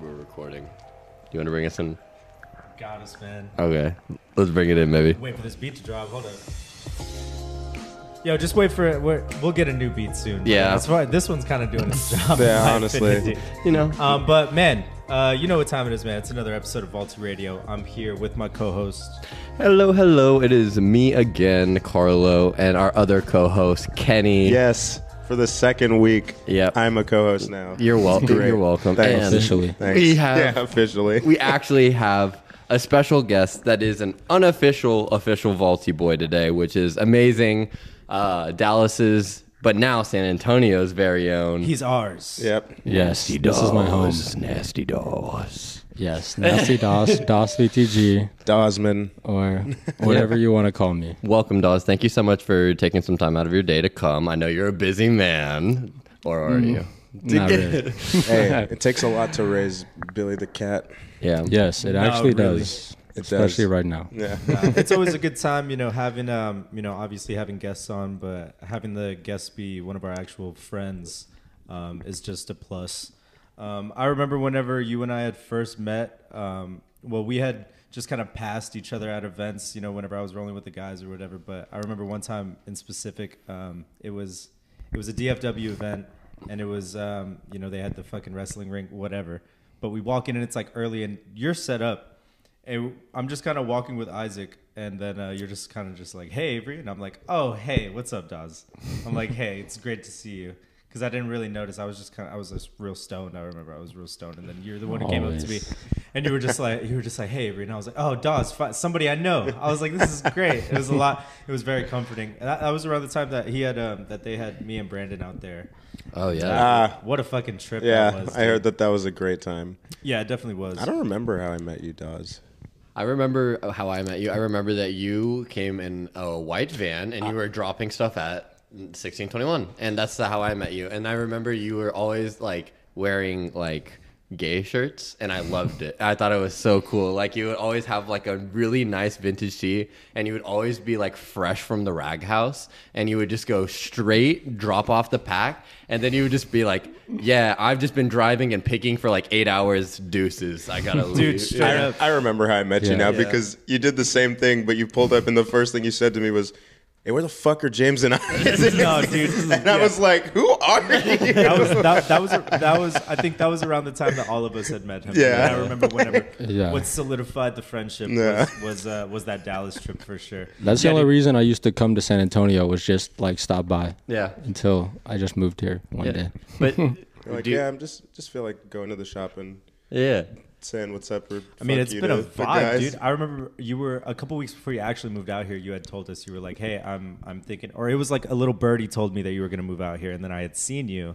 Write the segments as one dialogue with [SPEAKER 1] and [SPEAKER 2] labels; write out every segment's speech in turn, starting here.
[SPEAKER 1] recording. You want to bring us in?
[SPEAKER 2] Got us, man.
[SPEAKER 1] Okay, let's bring it in, maybe.
[SPEAKER 2] Wait for this beat to drop. Hold up. Yo, just wait for it. We're, we'll get a new beat soon.
[SPEAKER 1] Yeah.
[SPEAKER 2] that's why this one's kind of doing its job.
[SPEAKER 3] Yeah,
[SPEAKER 2] in my
[SPEAKER 3] honestly.
[SPEAKER 2] opinion.
[SPEAKER 1] You know,
[SPEAKER 2] Um, but man, uh, you know what time it is, man. It's another episode of Vaulty Radio. I'm here with my co-host.
[SPEAKER 1] hello, hello. It is me again, Carlo, and our other co-host, Kenny.
[SPEAKER 3] Yes, for the second week.
[SPEAKER 1] Yep.
[SPEAKER 3] I'm a co-host now.
[SPEAKER 1] you're welcome.
[SPEAKER 3] Great.
[SPEAKER 1] You're welcome.
[SPEAKER 3] Thanks.
[SPEAKER 1] And
[SPEAKER 4] Officially.
[SPEAKER 3] Thanks.
[SPEAKER 1] we have
[SPEAKER 3] yeah, officially.
[SPEAKER 1] we actually have a special guest that is an unofficial official Vaulty boy today, which is amazing. Uh, Dallas's, but now San Antonio's very own.
[SPEAKER 2] He's ours.
[SPEAKER 3] yep.
[SPEAKER 4] Yes, this is my home.
[SPEAKER 1] Nasty dolls.
[SPEAKER 4] Yes, Nasty DOS, DOS VTG,
[SPEAKER 3] Dosman.
[SPEAKER 4] or whatever you want to call me.
[SPEAKER 1] Welcome, Dawes. Thank you so much for taking some time out of your day to come. I know you're a busy man, or are you?
[SPEAKER 4] Not really.
[SPEAKER 3] Hey, it takes a lot to raise Billy the cat.
[SPEAKER 1] Yeah.
[SPEAKER 4] Yes, it actually
[SPEAKER 2] really.
[SPEAKER 4] does,
[SPEAKER 3] It does.
[SPEAKER 4] especially right now.
[SPEAKER 3] Yeah.
[SPEAKER 2] it's always a good time, you know, having um, you know, obviously having guests on, but having the guests be one of our actual friends um, is just a plus. Um, I remember whenever you and I had first met, um, well, we had just kind of passed each other at events, you know, whenever I was rolling with the guys or whatever. But I remember one time in specific, um, it was it was a DFW event, and it was um, you know they had the fucking wrestling rink, whatever. But we walk in and it's like early, and you're set up, and I'm just kind of walking with Isaac, and then uh, you're just kind of just like, "Hey, Avery," and I'm like, "Oh, hey, what's up, Daz?" I'm like, "Hey, it's great to see you," because I didn't really notice. I was just kind of, I was just real stoned. I remember I was real stoned, and then you're the one who came up to me,
[SPEAKER 4] Always.
[SPEAKER 2] and you were just like, you were just like, "Hey, Avery," and I was like, "Oh, Daz, fi- somebody I know." I was like, "This is great." It was a lot. It was very comforting. And that, that was around the time that he had um, that they had me and Brandon out there.
[SPEAKER 1] Oh yeah.
[SPEAKER 3] Ah.
[SPEAKER 2] what a fucking trip! that
[SPEAKER 3] Yeah,
[SPEAKER 2] was,
[SPEAKER 3] I heard that that was a great time.
[SPEAKER 2] Yeah, it definitely was.
[SPEAKER 3] I don't remember how I met you, Dawes.
[SPEAKER 1] I remember oh, how I met you. I remember that you came in a white van and you were dropping stuff at 1621, and that's how I met you. And I remember you were always like wearing like gay shirts and i loved it i thought it was so cool like you would always have like a really nice vintage tee and you would always be like fresh from the rag house and you would just go straight drop off the pack and then you would just be like yeah i've just been driving and picking for like eight hours deuces i gotta leave
[SPEAKER 2] straight
[SPEAKER 3] I,
[SPEAKER 2] Yeah.
[SPEAKER 3] I remember how I met you
[SPEAKER 4] Yeah.
[SPEAKER 3] now
[SPEAKER 1] Yeah.
[SPEAKER 3] because you did the same thing, but you pulled up and the first thing you said to me was, "Hey, where the fuck are James and I?"
[SPEAKER 2] no, dude.
[SPEAKER 3] and I was like, "Who are you?"
[SPEAKER 2] that was that, that was that was I think that was around the time that all of us had met him.
[SPEAKER 3] Yeah.
[SPEAKER 2] And I remember whenever
[SPEAKER 4] Yeah.
[SPEAKER 2] what solidified the friendship
[SPEAKER 3] Yeah.
[SPEAKER 2] was was, uh, was that Dallas trip for sure.
[SPEAKER 4] That's the only reason I used to come to San Antonio was just like stop by
[SPEAKER 1] yeah
[SPEAKER 4] until I just moved here one
[SPEAKER 1] Yeah.
[SPEAKER 4] day.
[SPEAKER 1] But
[SPEAKER 3] like,
[SPEAKER 1] do-
[SPEAKER 3] yeah, I'm just just feel like going to the shop and
[SPEAKER 1] yeah.
[SPEAKER 3] saying what's up. Or
[SPEAKER 2] I mean, it's been a vibe,
[SPEAKER 3] guys.
[SPEAKER 2] dude. I remember you were a couple weeks before you actually moved out here. You had told us you were like, "Hey, I'm I'm thinking," or it was like a little birdie told me that you were going to move out here, and then I had seen you,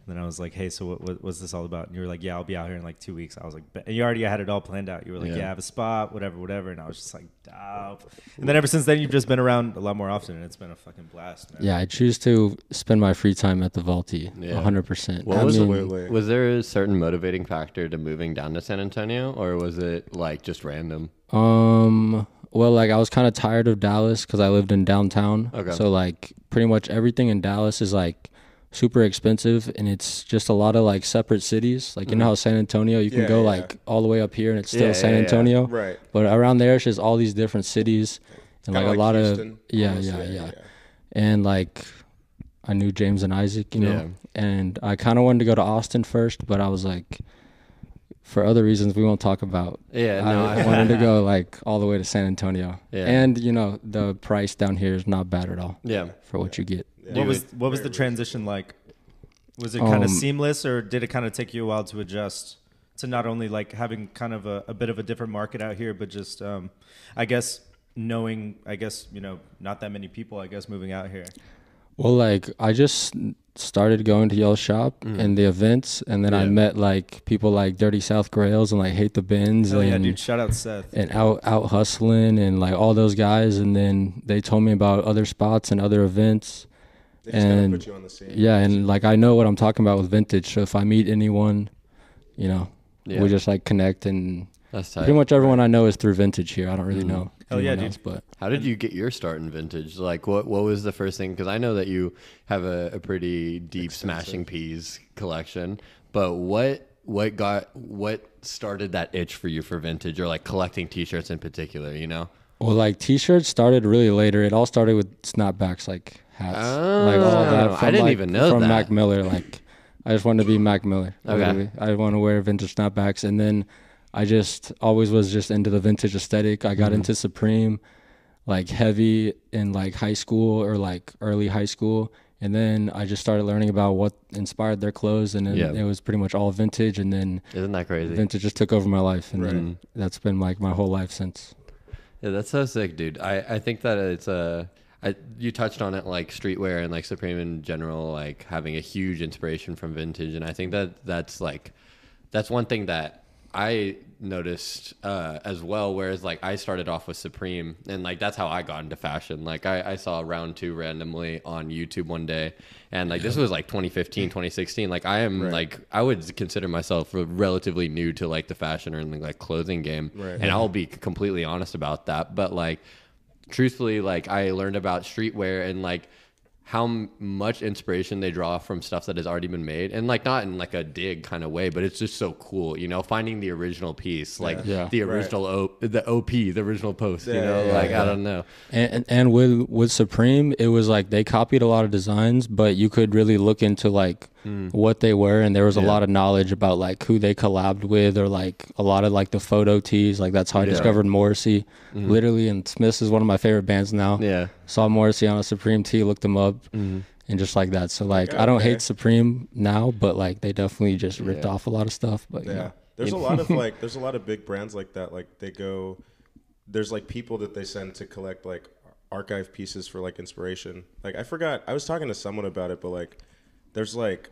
[SPEAKER 2] and then I was like, "Hey, so what, what what's this all about?" And you were like, "Yeah, I'll be out here in like two weeks." I was like, "Bet." "And you already had it all planned out." You were like, "Yeah,
[SPEAKER 4] Yeah.
[SPEAKER 2] I have a spot, whatever, whatever," and I was just like, "Dope." And then ever since then, you've just been around a lot more often, and it's been a fucking blast, man.
[SPEAKER 4] Yeah, I choose to spend my free time at the Vaulty,
[SPEAKER 1] Yeah.
[SPEAKER 4] 100%.
[SPEAKER 1] What
[SPEAKER 4] I
[SPEAKER 1] was-
[SPEAKER 4] mean,
[SPEAKER 3] Absolutely.
[SPEAKER 1] Was there a certain motivating factor to moving down to San Antonio, or was it like just random?
[SPEAKER 4] Um. Well, like I was kind of tired of Dallas because I lived in downtown.
[SPEAKER 1] Okay.
[SPEAKER 4] So like pretty much everything in Dallas is like super expensive, and it's just a lot of like separate cities. Like you know how San Antonio, you
[SPEAKER 3] Yeah,
[SPEAKER 4] can go
[SPEAKER 3] yeah.
[SPEAKER 4] like all the way up here, and it's still
[SPEAKER 1] Yeah,
[SPEAKER 4] San
[SPEAKER 1] yeah, yeah.
[SPEAKER 4] Antonio.
[SPEAKER 3] Right.
[SPEAKER 4] But around there, it's just all these different cities, and like,
[SPEAKER 3] Kinda
[SPEAKER 4] a lot of
[SPEAKER 3] Houston,
[SPEAKER 4] yeah,
[SPEAKER 3] almost.
[SPEAKER 4] yeah, yeah, and like. I knew James and Isaac, you know,
[SPEAKER 1] Yeah.
[SPEAKER 4] and I kind of wanted to go to Austin first, but I was like, for other reasons we won't talk about.
[SPEAKER 1] Yeah,
[SPEAKER 4] I,
[SPEAKER 1] no, I-
[SPEAKER 4] wanted to go like all the way to San Antonio.
[SPEAKER 1] Yeah.
[SPEAKER 4] And you know, the price down here is not bad at all
[SPEAKER 1] Yeah.
[SPEAKER 4] for what you get.
[SPEAKER 2] What was what was the transition like? Was it kind of seamless, or did it kind of take you a while to adjust to not only like having kind of a, a bit of a different market out here, but just um, I guess knowing, I guess you know, not that many people, I guess, moving out here.
[SPEAKER 4] Well, like I just started going to y'all's shop and the events and then I
[SPEAKER 1] Yeah.
[SPEAKER 4] met like people like Dirty South Grails and like Hate the Bins
[SPEAKER 2] Hell
[SPEAKER 4] and
[SPEAKER 2] yeah, dude! Shout out Seth.
[SPEAKER 4] and out out hustling and like all those guys and then they told me about other spots and other events.
[SPEAKER 3] They just gotta
[SPEAKER 4] And-
[SPEAKER 3] put you on the scene.
[SPEAKER 4] Yeah, and like I know what I'm talking about with vintage. So if I meet anyone, you know,
[SPEAKER 1] Yeah.
[SPEAKER 4] we just like connect and
[SPEAKER 1] That's tight.
[SPEAKER 4] pretty much everyone I know is through vintage here. I don't
[SPEAKER 1] Mm.
[SPEAKER 4] really know
[SPEAKER 1] Oh,
[SPEAKER 2] Hell yeah,
[SPEAKER 4] anyone
[SPEAKER 2] dude.
[SPEAKER 4] else, but
[SPEAKER 1] How did you get your start in vintage? Like, what what was the first thing? Because I know that you have a, a pretty deep smashing peas collection, but what what got what started that itch for you for vintage or like collecting t-shirts in particular? You know,
[SPEAKER 4] Well, like t-shirts started really later. It all started with snapbacks, like hats, like
[SPEAKER 1] Oh, I didn't
[SPEAKER 4] like,
[SPEAKER 1] even know
[SPEAKER 4] from
[SPEAKER 1] that.
[SPEAKER 4] Mac Miller. Like, I just wanted to be Mac Miller.
[SPEAKER 1] Okay.
[SPEAKER 4] literally. I want to wear vintage snapbacks, and then I just always was just into the vintage aesthetic. I got
[SPEAKER 1] Mm-hmm.
[SPEAKER 4] into Supreme, like heavy in like high school or like early high school, and then I just started learning about what inspired their clothes, and then
[SPEAKER 1] Yeah.
[SPEAKER 4] it was pretty much all vintage. And then
[SPEAKER 1] isn't that crazy?
[SPEAKER 4] vintage just took over my life, and then that's been like my whole life since.
[SPEAKER 1] Yeah, that's so sick, dude. I, I think that it's a. I, you touched on it like streetwear and like Supreme in general, like having a huge inspiration from vintage. And I think that that's like, that's one thing that I noticed uh, as well. Whereas like I started off with Supreme and like that's how I got into fashion. Like I, I saw round two randomly on YouTube one day. And like this was like 2015, 2016. Like I am like, I would consider myself relatively new to like the fashion or like clothing game. Right. And I'll be completely honest about that. But like, truthfully, like I learned about streetwear and like how m- much inspiration they draw from stuff that has already been made, and like not in like a dig kind of way, but it's just so cool, you know, finding the original piece, like
[SPEAKER 4] Yeah.
[SPEAKER 1] the original o- the op, the original post, you know, like I don't know,
[SPEAKER 4] And, and and with with Supreme, it was like they copied a lot of designs, but you could really look into like what they were, and there was a lot of knowledge about like who they collabed with, or like a lot of like the photo tees. Like that's how I discovered Morrissey, literally. And Smiths is one of my favorite bands now.
[SPEAKER 1] yeah.
[SPEAKER 4] Saw Morrissey on a Supreme tee, looked him up, and just like that. So like I don't hate Supreme now, but like they definitely just ripped off a lot of stuff. But yeah,
[SPEAKER 3] Yeah. There's a lot of like there's a lot of big brands like that. Like they go there's like people that they send to collect like archive pieces for like inspiration. Like I forgot I was talking to someone about it, but like there's like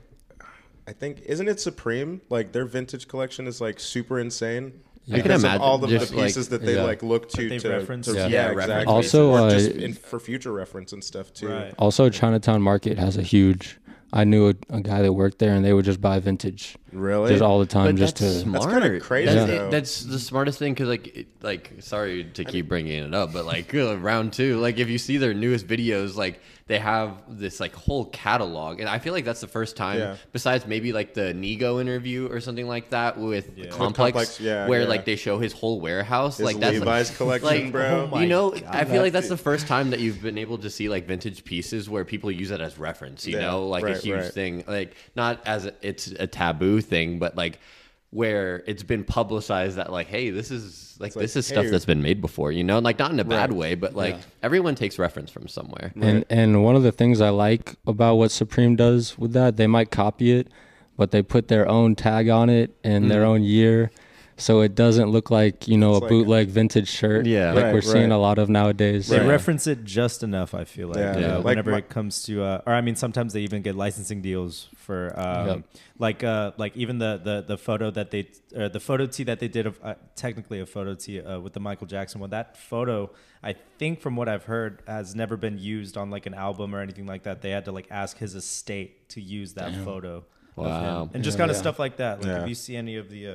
[SPEAKER 3] I think isn't it Supreme? Like their vintage collection is like super insane.
[SPEAKER 1] I can
[SPEAKER 3] Because of
[SPEAKER 1] imagine
[SPEAKER 3] all of the
[SPEAKER 1] just, like,
[SPEAKER 3] pieces that they
[SPEAKER 1] yeah.
[SPEAKER 3] like look to
[SPEAKER 2] they
[SPEAKER 3] to,
[SPEAKER 2] reference.
[SPEAKER 3] to-
[SPEAKER 2] Yeah.
[SPEAKER 3] yeah,
[SPEAKER 1] Yeah, reference
[SPEAKER 3] exactly.
[SPEAKER 4] Also,
[SPEAKER 3] or just
[SPEAKER 4] uh,
[SPEAKER 3] in, for future reference and stuff too.
[SPEAKER 2] Right.
[SPEAKER 4] Also, Chinatown Market has a huge. I knew a, a guy that worked there, and they would just buy vintage
[SPEAKER 3] Really?
[SPEAKER 4] just all the time,
[SPEAKER 1] But
[SPEAKER 4] just to.
[SPEAKER 1] that's smart.
[SPEAKER 3] That's kinda crazy,
[SPEAKER 1] That's,
[SPEAKER 3] though.
[SPEAKER 1] that's the smartest thing because, like, it, like sorry to keep bringing it up, but like uh, round two, like if you see their newest videos, like they have this like whole catalog, and I feel like that's the first time,
[SPEAKER 3] Yeah.
[SPEAKER 1] besides maybe like the Nego interview or something like that with Complex,
[SPEAKER 3] Complex, yeah,
[SPEAKER 1] where
[SPEAKER 3] yeah.
[SPEAKER 1] like they show his whole warehouse,
[SPEAKER 3] His
[SPEAKER 1] like that's
[SPEAKER 3] Levi's
[SPEAKER 1] like,
[SPEAKER 3] collection,
[SPEAKER 1] like, oh
[SPEAKER 4] Oh
[SPEAKER 3] bro.
[SPEAKER 1] You know, I feel like that's the first time that you've been able to see like vintage pieces where people use it as reference. You
[SPEAKER 3] Yeah,
[SPEAKER 1] know, like a
[SPEAKER 3] right,
[SPEAKER 1] huge
[SPEAKER 3] right.
[SPEAKER 1] thing thing like not as a, it's a taboo thing but like where it's been publicized that like hey this is like, this is stuff
[SPEAKER 3] hey.
[SPEAKER 1] that's been made before you know like not in a bad way but like everyone takes reference from somewhere
[SPEAKER 4] And and one of the things I like about what Supreme does with that, they might copy it, but they put their own tag on it and their
[SPEAKER 3] Mm-hmm.
[SPEAKER 4] own year, so it doesn't look like you know a
[SPEAKER 3] like-
[SPEAKER 4] bootleg vintage shirt.
[SPEAKER 1] Yeah.
[SPEAKER 4] like
[SPEAKER 3] Right,
[SPEAKER 4] we're seeing
[SPEAKER 3] right.
[SPEAKER 4] a lot of nowadays.
[SPEAKER 2] They
[SPEAKER 3] Right.
[SPEAKER 2] reference it just enough, I feel like.
[SPEAKER 3] Yeah.
[SPEAKER 2] uh,
[SPEAKER 3] Yeah. Like
[SPEAKER 2] whenever
[SPEAKER 3] my-
[SPEAKER 2] it comes to, uh, or I mean, sometimes they even get licensing deals for, um,
[SPEAKER 4] Yep.
[SPEAKER 2] like, uh, like even the the the photo that they, uh, the photo tee that they did of uh, technically a photo tee uh, with the Michael Jackson one. That photo, I think, from what I've heard, has never been used on like an album or anything like that. They had to like ask his estate to use that photo.
[SPEAKER 1] Wow.
[SPEAKER 2] Of him. And just kind of
[SPEAKER 4] Yeah.
[SPEAKER 2] stuff like that. Like
[SPEAKER 3] Yeah.
[SPEAKER 2] if you see any of the. Uh,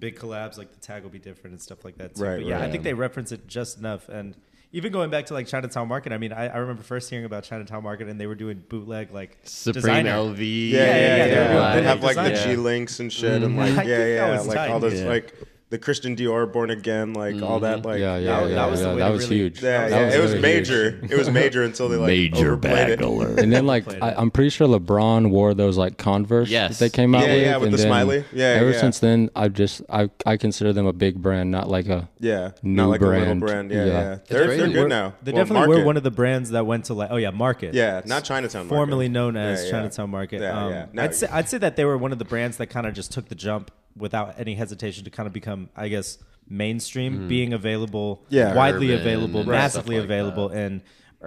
[SPEAKER 2] Big collabs like the tag will be different and stuff like that. Too.
[SPEAKER 3] Right,
[SPEAKER 2] but yeah,
[SPEAKER 3] right.
[SPEAKER 2] I think they reference it just enough. And even going back to like Chinatown Market, I mean, I, I remember first hearing about Chinatown Market and they were doing bootleg like
[SPEAKER 1] supreme
[SPEAKER 2] designer.
[SPEAKER 1] lv
[SPEAKER 3] Yeah, yeah, yeah.
[SPEAKER 2] yeah, they're doing
[SPEAKER 3] They
[SPEAKER 2] vintage
[SPEAKER 3] have like the
[SPEAKER 1] design.
[SPEAKER 3] G links and shit, and
[SPEAKER 2] I
[SPEAKER 3] like
[SPEAKER 2] think
[SPEAKER 3] yeah,
[SPEAKER 2] that
[SPEAKER 3] yeah,
[SPEAKER 2] was
[SPEAKER 3] like
[SPEAKER 2] tight.
[SPEAKER 3] all those
[SPEAKER 1] Yeah.
[SPEAKER 3] like the Christian Dior Born Again, like all that, like
[SPEAKER 4] yeah, yeah,
[SPEAKER 2] that
[SPEAKER 4] yeah,
[SPEAKER 2] was the
[SPEAKER 4] yeah,
[SPEAKER 2] way
[SPEAKER 4] that
[SPEAKER 2] to
[SPEAKER 4] was
[SPEAKER 2] really-
[SPEAKER 4] huge.
[SPEAKER 3] yeah,
[SPEAKER 4] That
[SPEAKER 3] yeah, it was
[SPEAKER 4] really huge.
[SPEAKER 3] major. It was major until they like
[SPEAKER 1] major
[SPEAKER 3] overplayed
[SPEAKER 1] bag
[SPEAKER 3] it.
[SPEAKER 1] alert
[SPEAKER 4] And then like I, I'm pretty sure LeBron wore those like Converse
[SPEAKER 1] Yes.
[SPEAKER 4] that they came out
[SPEAKER 3] Yeah,
[SPEAKER 4] with.
[SPEAKER 3] yeah, with
[SPEAKER 4] and
[SPEAKER 3] the
[SPEAKER 4] then
[SPEAKER 3] smiley. Yeah,
[SPEAKER 4] Ever
[SPEAKER 3] yeah.
[SPEAKER 4] since then, I've just I I consider them a big brand, not like a
[SPEAKER 3] Yeah,
[SPEAKER 4] New
[SPEAKER 3] not like a little
[SPEAKER 4] brand.
[SPEAKER 3] brand. Yeah,
[SPEAKER 4] Yeah.
[SPEAKER 3] yeah,
[SPEAKER 4] It's
[SPEAKER 3] they're
[SPEAKER 1] crazy.
[SPEAKER 3] they're
[SPEAKER 1] We're-
[SPEAKER 3] good now.
[SPEAKER 2] They
[SPEAKER 3] Well,
[SPEAKER 2] definitely were
[SPEAKER 3] Market.
[SPEAKER 2] one of the brands that went to like, oh yeah, Market.
[SPEAKER 3] Yeah, not Chinatown. Market.
[SPEAKER 2] Formerly known as
[SPEAKER 3] Yeah, yeah.
[SPEAKER 2] Chinatown Market.
[SPEAKER 3] Yeah,
[SPEAKER 2] um,
[SPEAKER 3] yeah. No,
[SPEAKER 2] I'd, say, I'd say that they were one of the brands that kind of just took the jump without any hesitation to kind of become, I guess, mainstream,
[SPEAKER 4] Mm-hmm.
[SPEAKER 2] being available,
[SPEAKER 3] Yeah.
[SPEAKER 2] widely
[SPEAKER 1] Urban
[SPEAKER 2] available,
[SPEAKER 1] and stuff
[SPEAKER 2] massively
[SPEAKER 1] like
[SPEAKER 2] available in
[SPEAKER 3] Like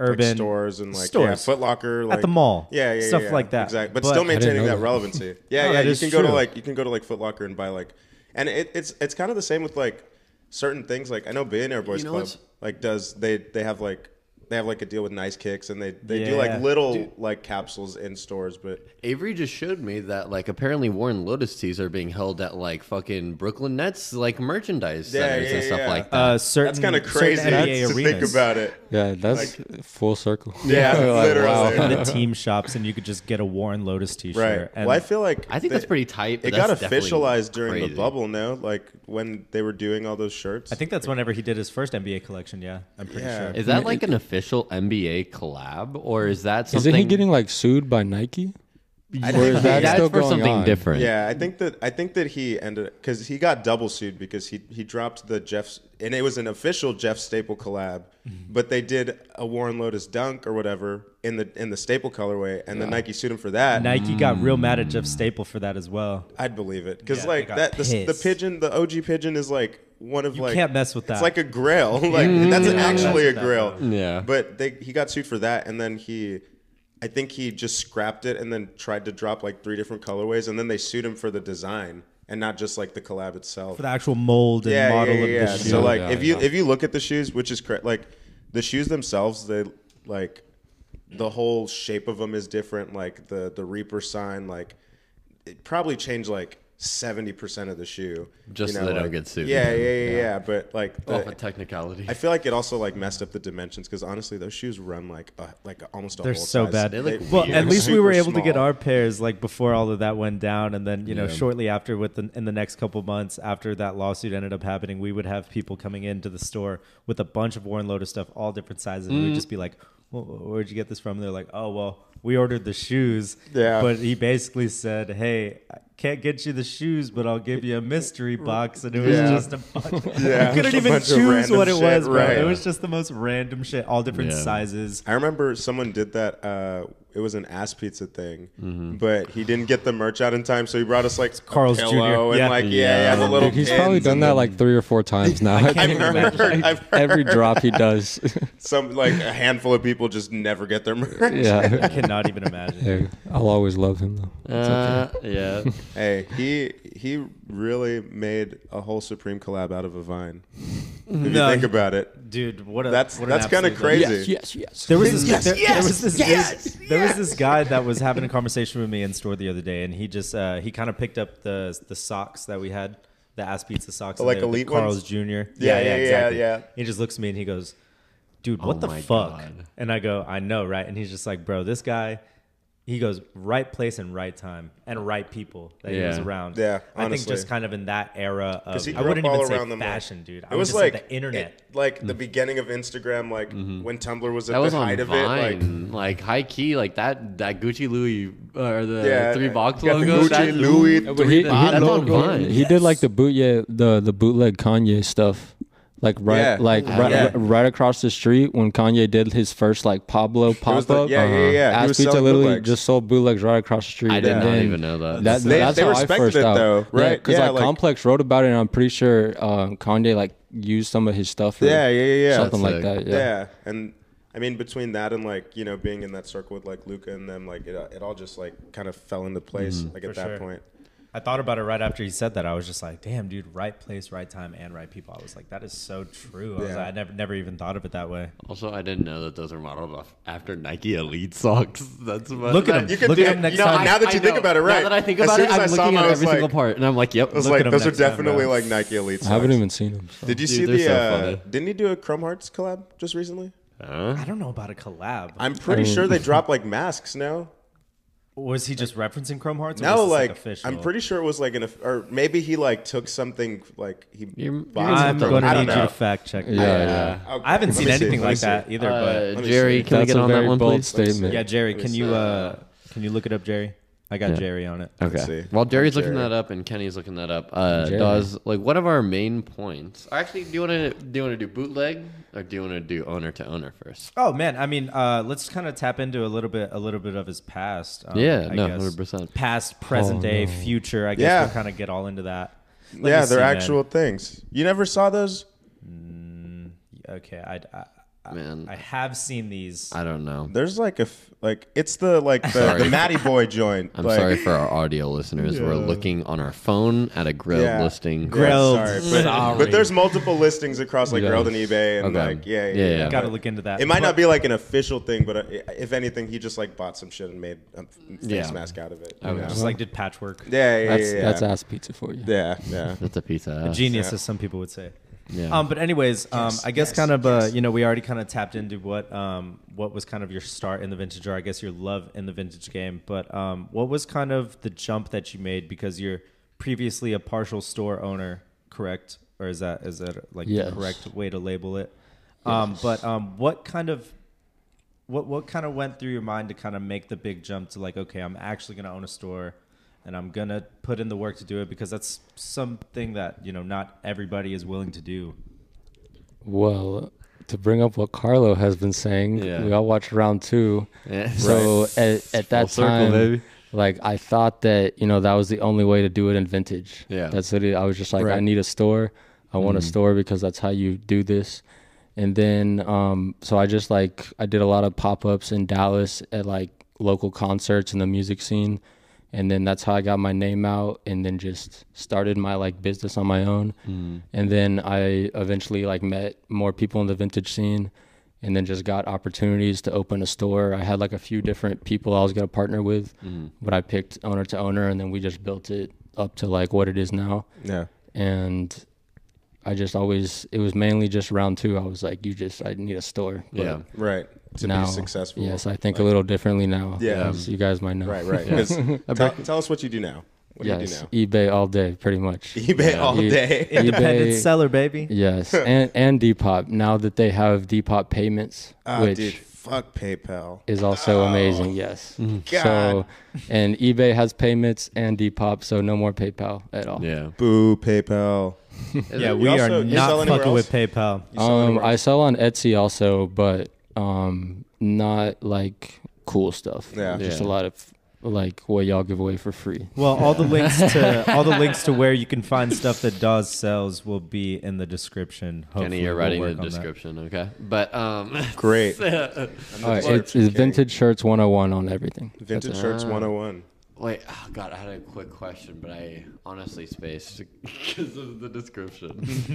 [SPEAKER 2] urban
[SPEAKER 3] stores and like yeah,
[SPEAKER 2] stores.
[SPEAKER 3] Foot Locker, like
[SPEAKER 2] the mall.
[SPEAKER 3] Yeah, yeah, yeah,
[SPEAKER 2] Stuff
[SPEAKER 3] yeah,
[SPEAKER 2] like that.
[SPEAKER 3] Exactly, but,
[SPEAKER 2] But-
[SPEAKER 3] still
[SPEAKER 2] I didn't
[SPEAKER 3] maintaining
[SPEAKER 4] know
[SPEAKER 3] that
[SPEAKER 4] that.
[SPEAKER 3] relevancy. Yeah,
[SPEAKER 2] No,
[SPEAKER 3] yeah,
[SPEAKER 2] that
[SPEAKER 3] you
[SPEAKER 2] is
[SPEAKER 3] can go to
[SPEAKER 2] true.
[SPEAKER 3] like you can go to like Foot Locker and buy like, and it, it's it's kind of the same with like certain things. Like I know Billionaire Boys
[SPEAKER 1] know
[SPEAKER 3] Club
[SPEAKER 1] what's-
[SPEAKER 3] like does they they have like they have like a deal with Nice Kicks, and they they do
[SPEAKER 2] Yeah.
[SPEAKER 3] like little like capsules in stores, but
[SPEAKER 1] Avery just showed me that like apparently Warren Lotus tees are being held at like fucking Brooklyn Nets like merchandise
[SPEAKER 3] Yeah,
[SPEAKER 1] centers and
[SPEAKER 3] yeah,
[SPEAKER 1] stuff
[SPEAKER 3] yeah.
[SPEAKER 1] like that.
[SPEAKER 2] Uh, certain,
[SPEAKER 3] that's kind of
[SPEAKER 2] certain
[SPEAKER 3] crazy
[SPEAKER 2] NBA
[SPEAKER 3] to think
[SPEAKER 2] arenas.
[SPEAKER 3] about it.
[SPEAKER 4] Yeah, that's full circle.
[SPEAKER 3] Yeah, literally.
[SPEAKER 2] Go to the team shops and you could just get a Warren Lotus T-shirt.
[SPEAKER 3] Right.
[SPEAKER 2] And
[SPEAKER 3] well, I feel like
[SPEAKER 1] I think
[SPEAKER 3] they-
[SPEAKER 1] that's pretty tight. but
[SPEAKER 3] It got
[SPEAKER 1] that's definitely
[SPEAKER 3] officialized during
[SPEAKER 1] crazy.
[SPEAKER 3] the bubble. No, like when they were doing all those shirts.
[SPEAKER 2] I think that's whenever he did his first NBA collection. Yeah, I'm pretty
[SPEAKER 3] Yeah.
[SPEAKER 2] sure.
[SPEAKER 1] Is that like an official NBA collab, or is that something?
[SPEAKER 4] Isn't he getting like sued by Nike? Or is that
[SPEAKER 1] that's
[SPEAKER 4] still
[SPEAKER 1] for
[SPEAKER 4] going
[SPEAKER 1] something
[SPEAKER 4] on?
[SPEAKER 1] different?
[SPEAKER 3] Yeah, I think that I think that he ended because he got double sued because he he dropped the Jeff's and it was an official Jeff Staple collab,
[SPEAKER 4] Mm-hmm.
[SPEAKER 3] but they did a Warren Lotus dunk or whatever in the in the Staple colorway, and then Nike sued him for that.
[SPEAKER 2] Nike got real mad at Jeff Staple for that as well.
[SPEAKER 3] I'd believe it because
[SPEAKER 2] Yeah,
[SPEAKER 3] like
[SPEAKER 2] they got
[SPEAKER 3] that the, s- the
[SPEAKER 2] pissed.
[SPEAKER 3] pigeon the OG pigeon is like one of
[SPEAKER 2] You
[SPEAKER 3] like
[SPEAKER 2] can't mess with
[SPEAKER 3] It's
[SPEAKER 2] that.
[SPEAKER 3] like a grail. like that's an- actually a
[SPEAKER 2] that,
[SPEAKER 3] grail.
[SPEAKER 1] though. Yeah.
[SPEAKER 3] But they he got sued for that, and then he. I think he just scrapped it and then tried to drop like three different colorways, and then they sued him for the design and not just like the collab itself.
[SPEAKER 2] For the actual mold and
[SPEAKER 3] yeah,
[SPEAKER 2] model
[SPEAKER 3] yeah, yeah.
[SPEAKER 2] of the shoe.
[SPEAKER 3] So like,
[SPEAKER 4] Yeah,
[SPEAKER 3] if you
[SPEAKER 4] yeah.
[SPEAKER 3] if you look at the shoes, which is correct, like the shoes themselves, they like the whole shape of them is different. Like the the Reaper sign, like it probably changed like seventy percent of the shoe.
[SPEAKER 1] Just so they don't get sued.
[SPEAKER 3] Yeah, yeah, yeah, yeah. But like,
[SPEAKER 1] Off a Oh,
[SPEAKER 3] the,
[SPEAKER 1] technicality.
[SPEAKER 3] I feel like it also like messed up the dimensions because honestly, those shoes run like a, like almost a
[SPEAKER 2] They're
[SPEAKER 3] whole
[SPEAKER 2] so
[SPEAKER 3] size.
[SPEAKER 2] bad.
[SPEAKER 1] They look They-
[SPEAKER 2] well,
[SPEAKER 1] weird.
[SPEAKER 2] at least we were
[SPEAKER 3] super
[SPEAKER 2] able to get
[SPEAKER 3] small.
[SPEAKER 2] our pairs like before all of that went down, and then you know shortly after, with the, in the next couple months after that lawsuit ended up happening, we would have people coming into the store with a bunch of Warren Lotus stuff, all different sizes, and
[SPEAKER 3] Mm.
[SPEAKER 2] we'd just be like, well, "Where'd you get this from?" And they're like, "Oh, well, we ordered the shoes."
[SPEAKER 3] Yeah.
[SPEAKER 2] But he basically said, "Hey, I can't get you the shoes, but I'll give you a mystery box," and it was
[SPEAKER 3] Yeah.
[SPEAKER 2] just a bunch.
[SPEAKER 3] Yeah,
[SPEAKER 2] you couldn't
[SPEAKER 3] a
[SPEAKER 2] even
[SPEAKER 3] bunch of
[SPEAKER 2] choose
[SPEAKER 3] random
[SPEAKER 2] what it
[SPEAKER 3] shit,
[SPEAKER 2] was, bro.
[SPEAKER 3] right.
[SPEAKER 2] It was just the most random shit, all different
[SPEAKER 1] Yeah.
[SPEAKER 2] sizes.
[SPEAKER 3] I remember someone did that. Uh, it was an ass pizza thing,
[SPEAKER 1] Mm-hmm.
[SPEAKER 3] but he didn't get the merch out in time, so he brought us like
[SPEAKER 2] Carl's
[SPEAKER 3] a
[SPEAKER 2] Jr.
[SPEAKER 3] pillow and
[SPEAKER 2] Yeah.
[SPEAKER 3] like yeah, yeah, the little.
[SPEAKER 4] Dude, he's
[SPEAKER 3] pins
[SPEAKER 4] probably done
[SPEAKER 3] and
[SPEAKER 4] that
[SPEAKER 3] the-
[SPEAKER 4] like three or four times now. I
[SPEAKER 2] can't
[SPEAKER 3] I've heard, I've heard
[SPEAKER 4] Every drop he does.
[SPEAKER 3] some like a handful of people just never get their merch.
[SPEAKER 2] I
[SPEAKER 4] yeah.
[SPEAKER 2] cannot even imagine.
[SPEAKER 4] Yeah, I'll always love him though.
[SPEAKER 1] Uh, yeah.
[SPEAKER 3] Hey, he he really made a whole Supreme collab out of a vine. If you
[SPEAKER 2] No.
[SPEAKER 3] think about it,
[SPEAKER 2] dude what a
[SPEAKER 3] That's-
[SPEAKER 2] what an
[SPEAKER 3] that's kinda
[SPEAKER 2] absolute-
[SPEAKER 3] crazy. Yes,
[SPEAKER 4] yes, yes.
[SPEAKER 2] there was this there, there
[SPEAKER 3] yes,
[SPEAKER 2] was this dude- there was this guy that was having a conversation with me in store the other day and he just uh, he kind of picked up the the socks that we had the ass pizza socks
[SPEAKER 3] Oh, Like
[SPEAKER 2] and the,
[SPEAKER 3] elite
[SPEAKER 2] the carl's
[SPEAKER 3] ones?
[SPEAKER 2] jr yeah
[SPEAKER 3] Yeah, yeah, yeah, yeah.
[SPEAKER 2] he just looks at me and he goes dude what
[SPEAKER 1] Oh
[SPEAKER 2] the
[SPEAKER 1] my
[SPEAKER 2] fuck
[SPEAKER 1] God.
[SPEAKER 2] and i go i know right and he's just like bro this guy he goes right place and right time and right people that he was
[SPEAKER 1] Yeah.
[SPEAKER 2] around i
[SPEAKER 3] Yeah,
[SPEAKER 2] think
[SPEAKER 3] honestly.
[SPEAKER 2] just kind of in that era of
[SPEAKER 3] he
[SPEAKER 2] i
[SPEAKER 3] grew
[SPEAKER 2] wouldn't
[SPEAKER 3] up
[SPEAKER 2] even
[SPEAKER 3] all around
[SPEAKER 2] say
[SPEAKER 3] them, like-
[SPEAKER 2] fashion dude i
[SPEAKER 3] it
[SPEAKER 2] would
[SPEAKER 3] was
[SPEAKER 2] just
[SPEAKER 3] like
[SPEAKER 2] say the internet
[SPEAKER 3] it- like the beginning of Instagram, like when Tumblr was at
[SPEAKER 1] Mm. Mm-hmm. That
[SPEAKER 3] the
[SPEAKER 1] was on
[SPEAKER 3] height of it. Like,
[SPEAKER 1] Vine, like, high key, like that that Gucci Louis uh, or the
[SPEAKER 3] Yeah,
[SPEAKER 1] three box
[SPEAKER 3] got the
[SPEAKER 1] logo.
[SPEAKER 3] Gucci
[SPEAKER 1] that-
[SPEAKER 3] Louis
[SPEAKER 1] three
[SPEAKER 4] he,
[SPEAKER 1] box- that's on
[SPEAKER 4] logo.
[SPEAKER 1] Vine.
[SPEAKER 4] He did like the boot yeah, the the bootleg Kanye stuff. Like right,
[SPEAKER 3] Yeah.
[SPEAKER 4] like
[SPEAKER 3] Yeah.
[SPEAKER 4] Right,
[SPEAKER 3] Yeah.
[SPEAKER 4] right across the street when Kanye did his first like Pablo
[SPEAKER 3] it
[SPEAKER 4] pop
[SPEAKER 3] was the,
[SPEAKER 4] up.
[SPEAKER 3] yeah, yeah, yeah, yeah. He
[SPEAKER 4] Ass
[SPEAKER 3] was
[SPEAKER 4] Pizza
[SPEAKER 3] selling
[SPEAKER 4] literally
[SPEAKER 3] bootlegs.
[SPEAKER 4] just sold bootlegs right across the street.
[SPEAKER 1] I did
[SPEAKER 4] and
[SPEAKER 1] not
[SPEAKER 4] then
[SPEAKER 1] even know that.
[SPEAKER 4] That,
[SPEAKER 3] They-
[SPEAKER 4] that's
[SPEAKER 3] they
[SPEAKER 4] how I
[SPEAKER 3] respected
[SPEAKER 4] first
[SPEAKER 3] it,
[SPEAKER 4] out.
[SPEAKER 3] though,
[SPEAKER 4] Yeah,
[SPEAKER 3] right?
[SPEAKER 4] because
[SPEAKER 3] Yeah,
[SPEAKER 4] like,
[SPEAKER 3] like-
[SPEAKER 4] Complex wrote about it, and I'm pretty sure uh, Kanye like used some of his stuff. Or
[SPEAKER 3] Yeah, yeah, yeah, yeah.
[SPEAKER 4] something
[SPEAKER 1] That's
[SPEAKER 4] like
[SPEAKER 1] sick.
[SPEAKER 4] that.
[SPEAKER 3] yeah.
[SPEAKER 4] Yeah.
[SPEAKER 3] and I mean between that and like you know being in that circle with like Luca and them, like it, uh, it all just like kind of fell into place
[SPEAKER 1] Mm-hmm.
[SPEAKER 3] like at
[SPEAKER 2] For
[SPEAKER 3] that
[SPEAKER 2] sure.
[SPEAKER 3] point.
[SPEAKER 2] I thought about it right after he said that. I was just like, "Damn, dude! Right place, right time, and right people." I was like, "That is so true." I, was
[SPEAKER 3] Yeah.
[SPEAKER 2] like, I never, never even thought of it that way.
[SPEAKER 1] Also, I didn't know that those are modeled off after Nike Elite socks. That's what
[SPEAKER 2] Look
[SPEAKER 1] that-
[SPEAKER 2] at them.
[SPEAKER 3] You could
[SPEAKER 2] Look
[SPEAKER 3] do
[SPEAKER 2] at
[SPEAKER 3] it.
[SPEAKER 2] him next
[SPEAKER 3] no,
[SPEAKER 2] time.
[SPEAKER 3] Now that you
[SPEAKER 1] I
[SPEAKER 3] think
[SPEAKER 1] know.
[SPEAKER 3] about it, right?
[SPEAKER 1] Now that I think
[SPEAKER 3] As
[SPEAKER 1] about
[SPEAKER 3] soon
[SPEAKER 1] it,
[SPEAKER 3] as I
[SPEAKER 1] I'm
[SPEAKER 3] saw
[SPEAKER 1] looking
[SPEAKER 3] him,
[SPEAKER 1] at
[SPEAKER 3] I was
[SPEAKER 1] every single
[SPEAKER 3] like-
[SPEAKER 1] part, and I'm like, "Yep."
[SPEAKER 3] I was
[SPEAKER 1] look
[SPEAKER 3] like,
[SPEAKER 1] at 'em
[SPEAKER 3] those are
[SPEAKER 1] next time
[SPEAKER 3] definitely
[SPEAKER 1] around."
[SPEAKER 3] like Nike Elite.
[SPEAKER 4] I haven't
[SPEAKER 3] socks.
[SPEAKER 4] even seen him. so.
[SPEAKER 3] Did you
[SPEAKER 1] Dude,
[SPEAKER 3] see
[SPEAKER 1] they're
[SPEAKER 3] the?
[SPEAKER 1] so
[SPEAKER 3] uh,
[SPEAKER 1] funny.
[SPEAKER 3] didn't he do a Chrome Hearts collab just recently?
[SPEAKER 2] I don't know about a collab.
[SPEAKER 3] I'm pretty sure they dropped like masks. No,
[SPEAKER 2] was he just referencing Chrome Hearts? Or was
[SPEAKER 3] no,
[SPEAKER 2] this,
[SPEAKER 3] like,
[SPEAKER 2] official?
[SPEAKER 3] I'm pretty sure it was like an, or maybe he like took something like he.
[SPEAKER 1] You're- you're
[SPEAKER 3] bought
[SPEAKER 1] gonna
[SPEAKER 2] I'm
[SPEAKER 1] have
[SPEAKER 3] something.
[SPEAKER 1] to-
[SPEAKER 2] going
[SPEAKER 3] I
[SPEAKER 2] to
[SPEAKER 3] don't
[SPEAKER 2] need you
[SPEAKER 3] know.
[SPEAKER 2] to fact check. that.
[SPEAKER 4] Yeah, yeah.
[SPEAKER 3] Okay,
[SPEAKER 2] I haven't
[SPEAKER 3] let
[SPEAKER 2] seen
[SPEAKER 3] me see,
[SPEAKER 2] anything
[SPEAKER 3] let me
[SPEAKER 2] like
[SPEAKER 3] see.
[SPEAKER 2] that either.
[SPEAKER 1] Uh,
[SPEAKER 3] me
[SPEAKER 1] Jerry,
[SPEAKER 3] see.
[SPEAKER 1] can we
[SPEAKER 4] That's
[SPEAKER 1] get
[SPEAKER 4] a
[SPEAKER 1] on that
[SPEAKER 4] very
[SPEAKER 1] one,
[SPEAKER 4] bold
[SPEAKER 1] please?
[SPEAKER 4] statement.
[SPEAKER 2] but yeah, Jerry, can
[SPEAKER 3] see.
[SPEAKER 2] you uh, can you look it up, Jerry? I got Jerry on it.
[SPEAKER 1] Okay.
[SPEAKER 3] see.
[SPEAKER 1] While Jerry's looking
[SPEAKER 3] Jerry.
[SPEAKER 1] that up and Kenny's looking that up, uh,
[SPEAKER 4] Jerry.
[SPEAKER 1] does like one of our main points? Actually, do you want to do you want to do bootleg or do you want to do owner to owner first?
[SPEAKER 2] Oh man, I mean, uh, let's kind of tap into a little bit, a little bit of his past. Um,
[SPEAKER 1] Yeah,
[SPEAKER 2] I
[SPEAKER 1] no,
[SPEAKER 2] guess.
[SPEAKER 1] 100%.
[SPEAKER 2] Past, present day, future. I guess
[SPEAKER 3] Yeah.
[SPEAKER 2] we'll kind of get all into that. Let
[SPEAKER 3] Yeah,
[SPEAKER 2] me
[SPEAKER 3] they're
[SPEAKER 2] see, man.
[SPEAKER 3] actual things. You never saw those?
[SPEAKER 2] Okay, I, I,
[SPEAKER 1] man.
[SPEAKER 2] I have seen these.
[SPEAKER 1] I don't know.
[SPEAKER 3] There's like a f- like it's the like the,
[SPEAKER 1] Sorry.
[SPEAKER 3] the Matty Boy joint.
[SPEAKER 1] I'm
[SPEAKER 3] like,
[SPEAKER 1] sorry for our audio listeners. We're looking on our phone at a grilled
[SPEAKER 3] Yeah.
[SPEAKER 1] listing.
[SPEAKER 2] Grilled.
[SPEAKER 3] Sorry, but,
[SPEAKER 2] Sorry.
[SPEAKER 3] but there's multiple listings across like
[SPEAKER 4] Yeah.
[SPEAKER 3] Grilled and eBay and
[SPEAKER 1] Okay.
[SPEAKER 3] like yeah yeah.
[SPEAKER 1] Yeah,
[SPEAKER 3] yeah.
[SPEAKER 1] yeah.
[SPEAKER 2] Got to look into that.
[SPEAKER 3] It might not be like an official thing, but uh, if anything, he just like bought some shit and made a f- face
[SPEAKER 1] Yeah.
[SPEAKER 3] mask out of it. you
[SPEAKER 1] Okay.
[SPEAKER 3] know?
[SPEAKER 2] Just like did patchwork.
[SPEAKER 3] Yeah, yeah,
[SPEAKER 4] That's
[SPEAKER 3] yeah.
[SPEAKER 4] that's ass pizza for you.
[SPEAKER 3] yeah, yeah.
[SPEAKER 1] That's a pizza. ass.
[SPEAKER 2] Genius,
[SPEAKER 3] Yeah.
[SPEAKER 2] as some people would say.
[SPEAKER 1] Yeah.
[SPEAKER 2] Um, but anyways, um,
[SPEAKER 3] Yes,
[SPEAKER 2] I guess
[SPEAKER 3] yes,
[SPEAKER 2] kind of uh,
[SPEAKER 3] yes.
[SPEAKER 2] you know we already kind of tapped into what um, what was kind of your start in the vintage, or I guess your love in the vintage game. But um, what was kind of the jump that you made because you're previously a partial store owner, correct? Or is that is that like
[SPEAKER 4] Yes.
[SPEAKER 2] the correct way to label it? Um, but um, what kind of what what kind of went through your mind to kind of make the big jump to like okay i'm actually going to own a store and i'm going to put in the work to do it because that's something that you know not everybody is willing to do
[SPEAKER 4] Well, to bring up what Carlo has been saying,
[SPEAKER 1] Yeah.
[SPEAKER 4] we all watched round two.
[SPEAKER 1] Yeah.
[SPEAKER 4] So at, at that
[SPEAKER 1] Full circle,
[SPEAKER 4] time,
[SPEAKER 1] baby.
[SPEAKER 4] like I thought that you know that was the only way to do it in vintage.
[SPEAKER 1] Yeah.
[SPEAKER 4] that's it. I was just like, I
[SPEAKER 1] Right. Mm-hmm.
[SPEAKER 4] need a store. I want a store because that's how you do this. And then, um, so I just like I did a lot of pop ups in Dallas at like local concerts in the music scene, and then that's how I got my name out, and then just started my like business on my own.
[SPEAKER 1] Mm.
[SPEAKER 4] And then I eventually like met more people in the vintage scene and then just got opportunities to open a store. I had like a few different people I was going to partner with,
[SPEAKER 3] Mm-hmm.
[SPEAKER 4] but I picked owner to owner and then we just built it up to like what it is now.
[SPEAKER 3] Yeah.
[SPEAKER 4] And I just always, it was mainly just round two. I was like, you just, I need a store. But
[SPEAKER 1] yeah.
[SPEAKER 3] Right. To
[SPEAKER 4] now,
[SPEAKER 3] be successful.
[SPEAKER 4] Yes, I think a little differently now.
[SPEAKER 3] Yeah.
[SPEAKER 4] as you guys might know.
[SPEAKER 3] Right, right. 'Cause tell, tell us what you do now. What
[SPEAKER 4] Yes,
[SPEAKER 3] do
[SPEAKER 4] eBay all day, pretty much.
[SPEAKER 3] you do now? eBay all
[SPEAKER 4] E-
[SPEAKER 3] day.
[SPEAKER 2] independent
[SPEAKER 4] eBay,
[SPEAKER 2] seller baby
[SPEAKER 4] Yes, and and Depop. Now that they have Depop payments,
[SPEAKER 3] Ah,
[SPEAKER 4] which
[SPEAKER 3] dude, fuck PayPal.
[SPEAKER 4] is also
[SPEAKER 1] Oh,
[SPEAKER 4] amazing. Yes.
[SPEAKER 3] God.
[SPEAKER 4] So, and eBay has payments and Depop, so no more PayPal at all.
[SPEAKER 1] Yeah.
[SPEAKER 3] Boo PayPal.
[SPEAKER 2] yeah
[SPEAKER 3] You
[SPEAKER 2] we
[SPEAKER 3] also-
[SPEAKER 2] are
[SPEAKER 3] you sell
[SPEAKER 2] not
[SPEAKER 3] anywhere
[SPEAKER 2] fucking with
[SPEAKER 3] else?
[SPEAKER 2] paypal
[SPEAKER 3] You sell
[SPEAKER 4] Um,
[SPEAKER 3] anywhere
[SPEAKER 4] I
[SPEAKER 3] else?
[SPEAKER 4] sell on Etsy also, but um, not like cool stuff.
[SPEAKER 3] Yeah.
[SPEAKER 4] Just
[SPEAKER 1] Yeah.
[SPEAKER 4] a lot of like what y'all give away for free.
[SPEAKER 2] well all the links to all the links to where you can find stuff that Dawes sells will be in the description Hopefully
[SPEAKER 1] Kenny, you're
[SPEAKER 2] we'll
[SPEAKER 1] writing
[SPEAKER 2] work
[SPEAKER 1] the
[SPEAKER 2] on that.
[SPEAKER 1] description, okay? But um,
[SPEAKER 3] Great.
[SPEAKER 4] All right, it's, it's vintage shirts 101 on everything. That's uh,
[SPEAKER 3] Vintage Shirts 101.
[SPEAKER 1] wait, oh God, I had a quick question, but I honestly spaced because of the description.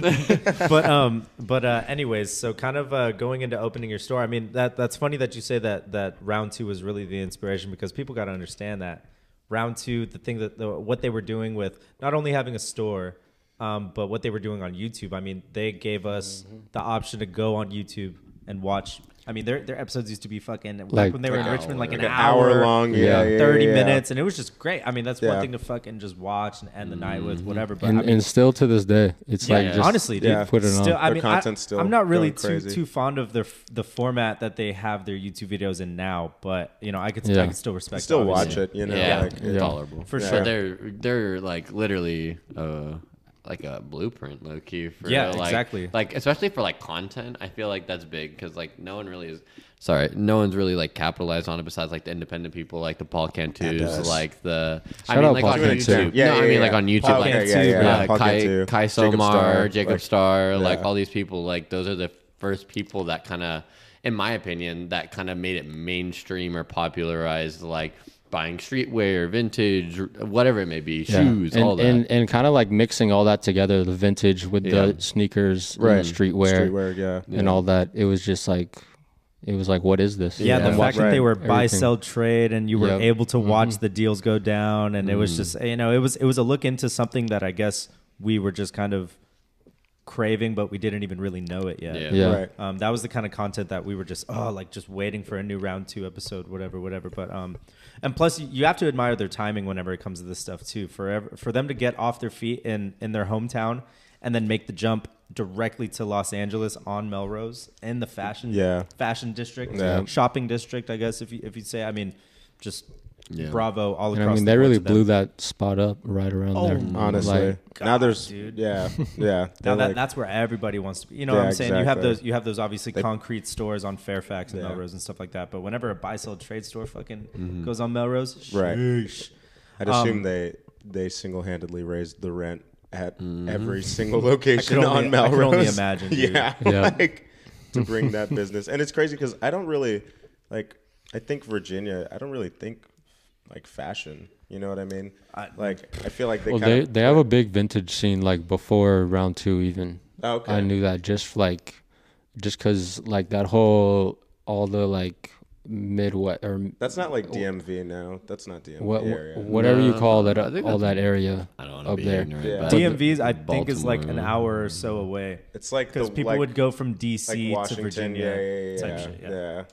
[SPEAKER 2] but um but uh anyways so kind of uh going into opening your store i mean that that's funny that you say that that round two was really the inspiration because people got to understand that round two the thing that the, what they were doing with not only having a store um but what they were doing on youtube i mean they gave us
[SPEAKER 3] Mm-hmm.
[SPEAKER 2] the option to go on youtube and watch i mean their their episodes used to be fucking like
[SPEAKER 4] Like
[SPEAKER 2] when they were in
[SPEAKER 1] an
[SPEAKER 2] richmond
[SPEAKER 1] hour.
[SPEAKER 2] like an,
[SPEAKER 3] Like an hour, long. Yeah.
[SPEAKER 4] Yeah.
[SPEAKER 3] yeah,
[SPEAKER 2] 30
[SPEAKER 3] yeah.
[SPEAKER 2] minutes and it was just great i mean that's
[SPEAKER 3] Yeah. Mm-hmm.
[SPEAKER 2] one thing to fucking just watch and end the night with whatever
[SPEAKER 4] it.
[SPEAKER 2] but
[SPEAKER 4] And,
[SPEAKER 2] I mean,
[SPEAKER 4] and still to this day, it's like
[SPEAKER 1] Yeah.
[SPEAKER 4] just
[SPEAKER 2] honestly dude
[SPEAKER 3] Yeah.
[SPEAKER 4] put it on.
[SPEAKER 2] still, I
[SPEAKER 3] Their
[SPEAKER 2] mean,
[SPEAKER 3] content's
[SPEAKER 2] I,
[SPEAKER 3] still
[SPEAKER 2] I'm not really
[SPEAKER 3] going
[SPEAKER 2] too
[SPEAKER 3] crazy.
[SPEAKER 2] too fond of the f- the format that they have their YouTube videos in now, but you know, I could
[SPEAKER 4] Yeah.
[SPEAKER 2] I could still respect.
[SPEAKER 3] Still
[SPEAKER 2] obviously.
[SPEAKER 3] watch it, you know.
[SPEAKER 1] yeah,
[SPEAKER 3] like,
[SPEAKER 1] it's tolerable
[SPEAKER 2] For
[SPEAKER 1] But
[SPEAKER 2] sure.
[SPEAKER 1] They're they're like literally uh like a blueprint, low key. For
[SPEAKER 2] Yeah,
[SPEAKER 1] like,
[SPEAKER 2] exactly.
[SPEAKER 1] Like especially for like content, I feel like that's big because like no one really is. Sorry, no one's really like capitalized on it besides like the independent people, like the Paul Cantus,
[SPEAKER 3] Yes.
[SPEAKER 1] like the. I
[SPEAKER 4] Shout
[SPEAKER 1] mean,
[SPEAKER 4] out
[SPEAKER 1] like
[SPEAKER 4] Paul
[SPEAKER 1] on
[SPEAKER 4] Cantu.
[SPEAKER 1] YouTube.
[SPEAKER 3] Yeah,
[SPEAKER 1] no,
[SPEAKER 3] yeah,
[SPEAKER 1] I mean
[SPEAKER 3] yeah.
[SPEAKER 1] like on YouTube,
[SPEAKER 3] Paul
[SPEAKER 1] like
[SPEAKER 2] Cantu, yeah, yeah,
[SPEAKER 1] uh,
[SPEAKER 3] Paul
[SPEAKER 1] Kai,
[SPEAKER 3] Cantu,
[SPEAKER 1] Kai
[SPEAKER 3] Jacob Starr,
[SPEAKER 1] Somar, Jacob
[SPEAKER 3] like-
[SPEAKER 1] Star, like
[SPEAKER 3] yeah.
[SPEAKER 1] all these people, like those are the first people that kind of, in my opinion, that kind of made it mainstream or popularized, like buying streetwear, vintage, whatever it may be,
[SPEAKER 4] Yeah.
[SPEAKER 1] shoes,
[SPEAKER 4] and,
[SPEAKER 1] all that.
[SPEAKER 4] and and kind of like mixing all that together the vintage with
[SPEAKER 1] Yeah.
[SPEAKER 4] the sneakers
[SPEAKER 3] Right.
[SPEAKER 4] and streetwear,
[SPEAKER 3] Streetwear, yeah.
[SPEAKER 4] and all that it was just like it was like what is this
[SPEAKER 2] Yeah,
[SPEAKER 1] Yeah.
[SPEAKER 2] the fact that
[SPEAKER 3] Right.
[SPEAKER 2] they were buy
[SPEAKER 4] Everything.
[SPEAKER 2] sell trade and you were
[SPEAKER 4] Yep. Mm-hmm. Mm.
[SPEAKER 2] able to watch the deals go down and it was just you know, it was it was a look into something that I guess we were just kind of craving but we didn't even really know it yet.
[SPEAKER 1] Yeah.
[SPEAKER 4] yeah
[SPEAKER 3] Right.
[SPEAKER 2] Um, that was the kind of content that we were just oh like just waiting for a new round two episode whatever whatever but um and plus you- you have to admire their timing whenever it comes to this stuff too forever for them to get off their feet in in their hometown and then make the jump directly to Los Angeles on Melrose in the fashion
[SPEAKER 3] Yeah.
[SPEAKER 2] fashion district
[SPEAKER 3] Yeah.
[SPEAKER 2] shopping district I guess if you if you say I mean just
[SPEAKER 1] Yeah.
[SPEAKER 2] bravo all
[SPEAKER 4] and
[SPEAKER 2] across
[SPEAKER 4] i mean
[SPEAKER 2] the
[SPEAKER 4] they
[SPEAKER 2] board
[SPEAKER 4] really
[SPEAKER 2] to them.
[SPEAKER 4] blew that spot up right around
[SPEAKER 2] Oh,
[SPEAKER 4] there
[SPEAKER 3] Honestly,
[SPEAKER 4] Mm, Like,
[SPEAKER 3] now there's
[SPEAKER 2] dude.
[SPEAKER 3] yeah, yeah.
[SPEAKER 2] Now
[SPEAKER 3] they're
[SPEAKER 2] that,
[SPEAKER 3] like-
[SPEAKER 2] that's where everybody wants to be. You know
[SPEAKER 3] Yeah,
[SPEAKER 2] what I'm saying? You have
[SPEAKER 3] exactly.
[SPEAKER 2] those you have those obviously concrete stores on Fairfax and
[SPEAKER 3] Yeah. Mm-hmm.
[SPEAKER 2] Melrose and stuff like that. But whenever a buy sell trade store fucking goes on Melrose,
[SPEAKER 3] Right.
[SPEAKER 2] sheesh.
[SPEAKER 3] I'd assume
[SPEAKER 2] Um,
[SPEAKER 3] they they single handedly raised the
[SPEAKER 4] Mm-hmm.
[SPEAKER 3] rent at every single location
[SPEAKER 2] I could only-
[SPEAKER 3] on
[SPEAKER 2] I
[SPEAKER 3] Melrose.
[SPEAKER 2] could only imagine, dude.
[SPEAKER 3] yeah,
[SPEAKER 4] Yeah.
[SPEAKER 3] like to bring that business. And it's crazy because I don't really like. I think Virginia. I don't really think like fashion. You know what I mean? like I feel like they
[SPEAKER 4] Well,
[SPEAKER 3] kind
[SPEAKER 4] they
[SPEAKER 3] of
[SPEAKER 4] they have a big vintage scene like before round two even.
[SPEAKER 3] Oh, okay.
[SPEAKER 4] I knew that just like, just cause like that whole all the like Midwest or
[SPEAKER 3] That's not like DMV now. That's not DMV
[SPEAKER 4] what
[SPEAKER 3] area.
[SPEAKER 4] whatever you
[SPEAKER 1] No,
[SPEAKER 4] call that
[SPEAKER 1] I think
[SPEAKER 4] all
[SPEAKER 1] that's-
[SPEAKER 4] that area
[SPEAKER 1] I don't want to
[SPEAKER 4] up
[SPEAKER 1] be
[SPEAKER 4] there.
[SPEAKER 1] ignorant.
[SPEAKER 3] Yeah.
[SPEAKER 1] but-
[SPEAKER 2] DMV's I think is like an
[SPEAKER 1] Baltimore.
[SPEAKER 2] hour or so away
[SPEAKER 3] It's like
[SPEAKER 2] because
[SPEAKER 3] the,
[SPEAKER 2] people
[SPEAKER 3] like-
[SPEAKER 2] would go from
[SPEAKER 3] like
[SPEAKER 2] DC to
[SPEAKER 3] Washington.
[SPEAKER 2] Virginia.
[SPEAKER 3] Yeah, yeah, yeah,
[SPEAKER 2] type
[SPEAKER 3] yeah,
[SPEAKER 2] shit,
[SPEAKER 3] yeah.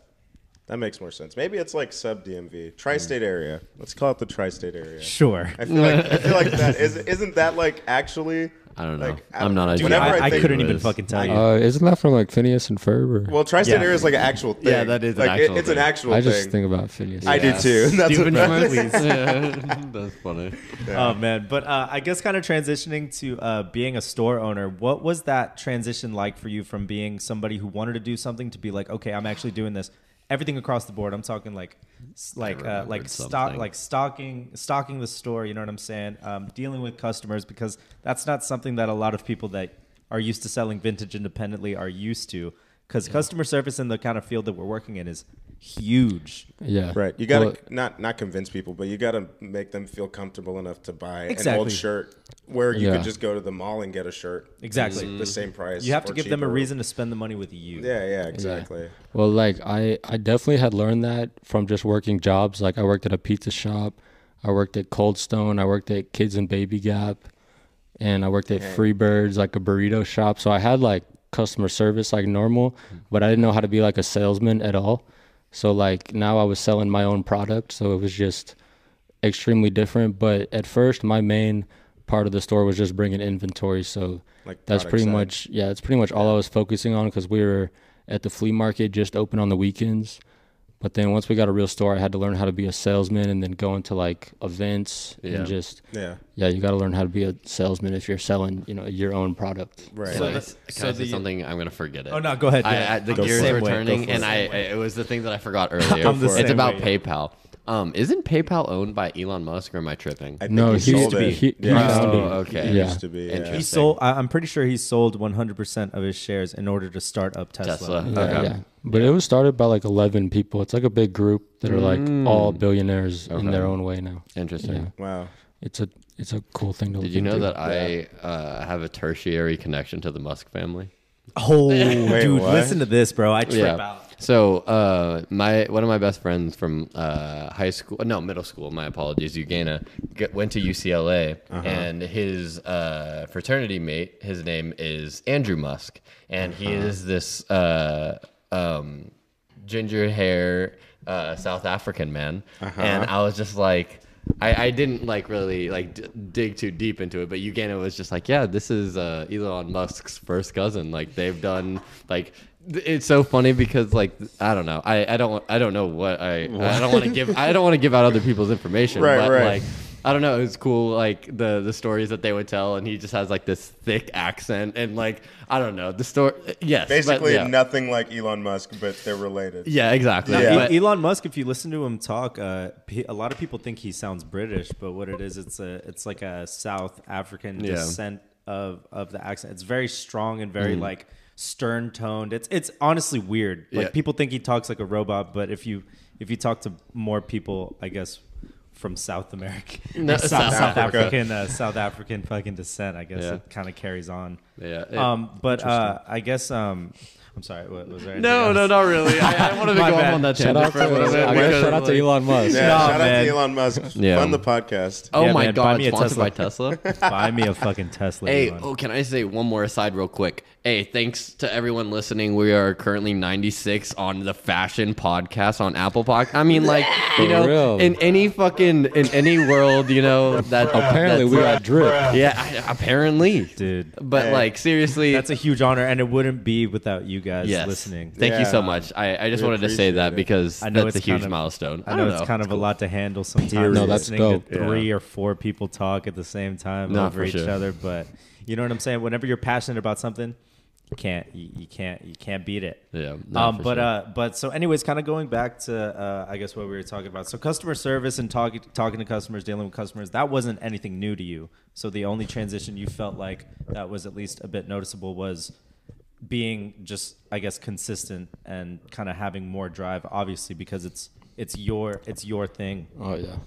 [SPEAKER 3] That makes more sense. Maybe it's like sub DMV, tri-state area. Let's call it the tri-state area.
[SPEAKER 2] Sure.
[SPEAKER 3] I feel like I feel like that is isn't that like actually.
[SPEAKER 1] I don't know.
[SPEAKER 3] Like, I
[SPEAKER 1] I'm
[SPEAKER 3] don't-
[SPEAKER 1] not a
[SPEAKER 3] Dude, whenever
[SPEAKER 2] I,
[SPEAKER 3] I
[SPEAKER 2] I
[SPEAKER 3] think
[SPEAKER 2] couldn't
[SPEAKER 1] it
[SPEAKER 2] even
[SPEAKER 1] was-
[SPEAKER 2] fucking tell you.
[SPEAKER 4] Uh, isn't that from like Phineas and Ferb? Or?
[SPEAKER 3] Well, tri-state
[SPEAKER 2] Yeah.
[SPEAKER 3] area is like an actual thing.
[SPEAKER 1] Yeah, that is an
[SPEAKER 3] like it-
[SPEAKER 1] actual
[SPEAKER 3] it's an
[SPEAKER 1] thing.
[SPEAKER 3] actual
[SPEAKER 4] I
[SPEAKER 3] thing.
[SPEAKER 4] just think about Phineas.
[SPEAKER 3] I
[SPEAKER 4] and
[SPEAKER 3] do too. That's what
[SPEAKER 1] Stupid
[SPEAKER 3] that
[SPEAKER 1] smart
[SPEAKER 3] is.
[SPEAKER 1] leads. Yeah, That's funny.
[SPEAKER 2] Oh man, but uh, I guess kind of transitioning to uh, being a store owner. What was that transition like for you from being somebody who wanted to do something to be like, okay, I'm actually doing this, everything across the board. I'm talking like, s- like, uh,
[SPEAKER 1] remembered
[SPEAKER 2] like stock,
[SPEAKER 1] something.
[SPEAKER 2] like stocking, stocking the store. You know what I'm saying? Um, dealing with customers because that's not something that a lot of people that are used to selling vintage independently are used to. Because customer service in the kind of field that we're working in is huge.
[SPEAKER 4] Yeah.
[SPEAKER 3] Right. You gotta
[SPEAKER 4] Well,
[SPEAKER 3] not not convince people, but you gotta make them feel comfortable enough to buy an
[SPEAKER 2] Exactly.
[SPEAKER 3] old shirt where you
[SPEAKER 4] Yeah.
[SPEAKER 3] could just go to the mall and get a shirt.
[SPEAKER 2] Exactly.
[SPEAKER 1] Mm.
[SPEAKER 3] It's the same price.
[SPEAKER 2] You have to
[SPEAKER 3] or
[SPEAKER 2] give them a
[SPEAKER 3] cheaper.
[SPEAKER 2] reason to spend the money with you.
[SPEAKER 3] Yeah, yeah, exactly.
[SPEAKER 4] Well, like I, I definitely had learned that from just working jobs. Like I worked at a pizza shop, I worked at Cold Stone, I worked at Kids and Baby Gap, and I worked at Freebirds, like a burrito shop. So I had like customer service like normal, but I didn't know how to be like a salesman at all. So like now I was selling my own product, so it was just extremely different. But at first, my main part of the store was just bringing inventory. So
[SPEAKER 3] Like
[SPEAKER 4] that's
[SPEAKER 3] product
[SPEAKER 4] pretty
[SPEAKER 3] side.
[SPEAKER 4] much yeah, that's pretty much all I was focusing on because we were at the flea market just open on the weekends. But then once we got a real store, I had to learn how to be a salesman and then go into like events
[SPEAKER 1] Yeah.
[SPEAKER 4] and just
[SPEAKER 3] Yeah.
[SPEAKER 4] yeah, you got to learn how to be a salesman if you're selling you know your own product.
[SPEAKER 3] Right.
[SPEAKER 1] So,
[SPEAKER 2] the- so the-
[SPEAKER 1] something I'm gonna forget it.
[SPEAKER 2] Oh, no, go ahead,
[SPEAKER 1] I,
[SPEAKER 2] yeah.
[SPEAKER 1] I, the
[SPEAKER 2] Go
[SPEAKER 1] gears
[SPEAKER 2] for it.
[SPEAKER 1] were
[SPEAKER 2] Same way, go
[SPEAKER 1] turning,
[SPEAKER 2] for
[SPEAKER 1] and
[SPEAKER 2] it.
[SPEAKER 1] I it was the thing that I forgot earlier.
[SPEAKER 2] I'm the
[SPEAKER 1] it's
[SPEAKER 2] same
[SPEAKER 1] about
[SPEAKER 2] way,
[SPEAKER 1] PayPal. Um, isn't PayPal owned by Elon Musk? Or am I tripping?
[SPEAKER 3] I think
[SPEAKER 4] No,
[SPEAKER 3] he
[SPEAKER 4] he used
[SPEAKER 3] sold
[SPEAKER 4] to be.
[SPEAKER 3] it.
[SPEAKER 4] He, he
[SPEAKER 3] Yeah.
[SPEAKER 4] used to be.
[SPEAKER 1] Oh, okay.
[SPEAKER 3] He
[SPEAKER 4] Yeah.
[SPEAKER 3] used to be. yeah.
[SPEAKER 2] He
[SPEAKER 1] Interesting.
[SPEAKER 2] sold. I, I'm pretty sure he sold 100% of his shares in order to start up Tesla.
[SPEAKER 1] Tesla.
[SPEAKER 4] Yeah,
[SPEAKER 1] Okay.
[SPEAKER 4] yeah. But it was started by like 11 people. It's like a big group that are like all billionaires in their own way now.
[SPEAKER 1] Interesting.
[SPEAKER 4] Yeah.
[SPEAKER 3] Wow.
[SPEAKER 4] It's a it's a cool thing to look
[SPEAKER 1] Did you know
[SPEAKER 4] into.
[SPEAKER 1] that I uh, have a tertiary connection to the Musk family?
[SPEAKER 2] Oh, dude,
[SPEAKER 3] what?
[SPEAKER 2] listen to this, bro. I trip out.
[SPEAKER 1] So uh, my one of my best friends from uh, high school, no middle school. My apologies, Eugena, g went to UCLA, and his uh, fraternity mate, his name is Andrew Musk, and he is this uh, um, ginger hair uh, South African man,
[SPEAKER 3] Uh-huh.
[SPEAKER 1] and I was just like. I, I didn't like really like d- dig too deep into it, but Eugena was just like, yeah, this is uh, Elon Musk's first cousin. Like they've done like th- it's so funny because like I don't know I, I don't I don't know what I I don't want to give I don't want to give out other people's information
[SPEAKER 3] Right,
[SPEAKER 1] but
[SPEAKER 3] right.
[SPEAKER 1] like I don't know it was cool like the the stories that they would tell and he just has like this thick accent and like I don't know the story yes but,
[SPEAKER 3] Basically
[SPEAKER 1] yeah.
[SPEAKER 3] nothing like Elon Musk, but they're related.
[SPEAKER 1] yeah exactly
[SPEAKER 3] Yeah.
[SPEAKER 1] But-
[SPEAKER 2] E- Elon Musk. If you listen to him talk, uh, he, a lot of people think he sounds British, but what it is, it's a it's like a South African
[SPEAKER 1] Yeah.
[SPEAKER 2] descent of of the accent. It's very strong and
[SPEAKER 1] Mm.
[SPEAKER 2] very like stern toned. It's it's honestly weird. Like
[SPEAKER 1] Yeah.
[SPEAKER 2] people think he talks like a robot, but if you if you talk to more people, I guess. From South America,
[SPEAKER 1] No,
[SPEAKER 2] South,
[SPEAKER 1] South
[SPEAKER 2] South
[SPEAKER 1] Africa.
[SPEAKER 2] African, uh, South African fucking descent. I guess
[SPEAKER 1] Yeah.
[SPEAKER 2] it kind of carries on.
[SPEAKER 1] Yeah, it-
[SPEAKER 2] um, but uh, I guess um, I'm sorry. What, was there anything
[SPEAKER 1] no
[SPEAKER 2] else?
[SPEAKER 1] no not really I, I wanted to
[SPEAKER 2] My
[SPEAKER 1] go off
[SPEAKER 2] bad.
[SPEAKER 1] on that
[SPEAKER 4] Shout
[SPEAKER 1] tangent
[SPEAKER 4] out
[SPEAKER 1] for a
[SPEAKER 4] to,
[SPEAKER 1] little bit
[SPEAKER 4] I guess
[SPEAKER 1] because,
[SPEAKER 4] shout out
[SPEAKER 1] like-
[SPEAKER 4] to Elon Musk.
[SPEAKER 3] Yeah,
[SPEAKER 2] Nah,
[SPEAKER 3] shout out
[SPEAKER 2] man.
[SPEAKER 3] to Elon Musk.
[SPEAKER 1] Yeah.
[SPEAKER 3] Fund the podcast.
[SPEAKER 1] oh
[SPEAKER 2] Yeah,
[SPEAKER 1] my
[SPEAKER 2] man, buy
[SPEAKER 1] god
[SPEAKER 2] me a
[SPEAKER 1] sponsored by Tesla.
[SPEAKER 2] Buy me a fucking Tesla.
[SPEAKER 1] Hey,
[SPEAKER 2] Elon.
[SPEAKER 1] oh, can I say one more aside real quick? Hey, thanks to everyone listening. We are currently 96 on the fashion podcast on Apple Podcast. I mean, like, you
[SPEAKER 4] For
[SPEAKER 1] know,
[SPEAKER 4] real.
[SPEAKER 1] in any fucking, in any world, you know, that
[SPEAKER 4] Apparently,
[SPEAKER 1] that's-
[SPEAKER 4] we got drip.
[SPEAKER 1] yeah, I, apparently.
[SPEAKER 2] dude.
[SPEAKER 1] But, like, seriously,
[SPEAKER 2] That's a huge honor, and it wouldn't be without you guys
[SPEAKER 1] yes.
[SPEAKER 2] listening.
[SPEAKER 1] Thank you so
[SPEAKER 3] Yeah.
[SPEAKER 1] much. I, I just
[SPEAKER 3] We
[SPEAKER 1] wanted to say
[SPEAKER 3] appreciate
[SPEAKER 1] that
[SPEAKER 3] it.
[SPEAKER 1] because
[SPEAKER 2] I know
[SPEAKER 1] that's a
[SPEAKER 2] it's
[SPEAKER 1] huge
[SPEAKER 2] kind of-
[SPEAKER 1] milestone.
[SPEAKER 2] I know, it's kind of a lot to handle sometimes.
[SPEAKER 4] No, that's
[SPEAKER 2] listening
[SPEAKER 4] dope.
[SPEAKER 2] To three or four people talk at the same time
[SPEAKER 1] No,
[SPEAKER 2] over
[SPEAKER 1] for
[SPEAKER 2] each
[SPEAKER 1] sure.
[SPEAKER 2] other, but you know what I'm saying. Whenever you're passionate about something, you can't you, you can't you can't beat it.
[SPEAKER 1] Yeah, no,
[SPEAKER 2] um,
[SPEAKER 1] for
[SPEAKER 2] but
[SPEAKER 1] sure.
[SPEAKER 2] uh, but so anyways, kind of going back to uh, I guess what we were talking about. So customer service and talking talking to customers, dealing with customers, that wasn't anything new to you. So the only transition you felt like that was at least a bit noticeable was being just I guess consistent and kind of having more drive, obviously because it's it's your it's your thing.
[SPEAKER 4] Oh yeah.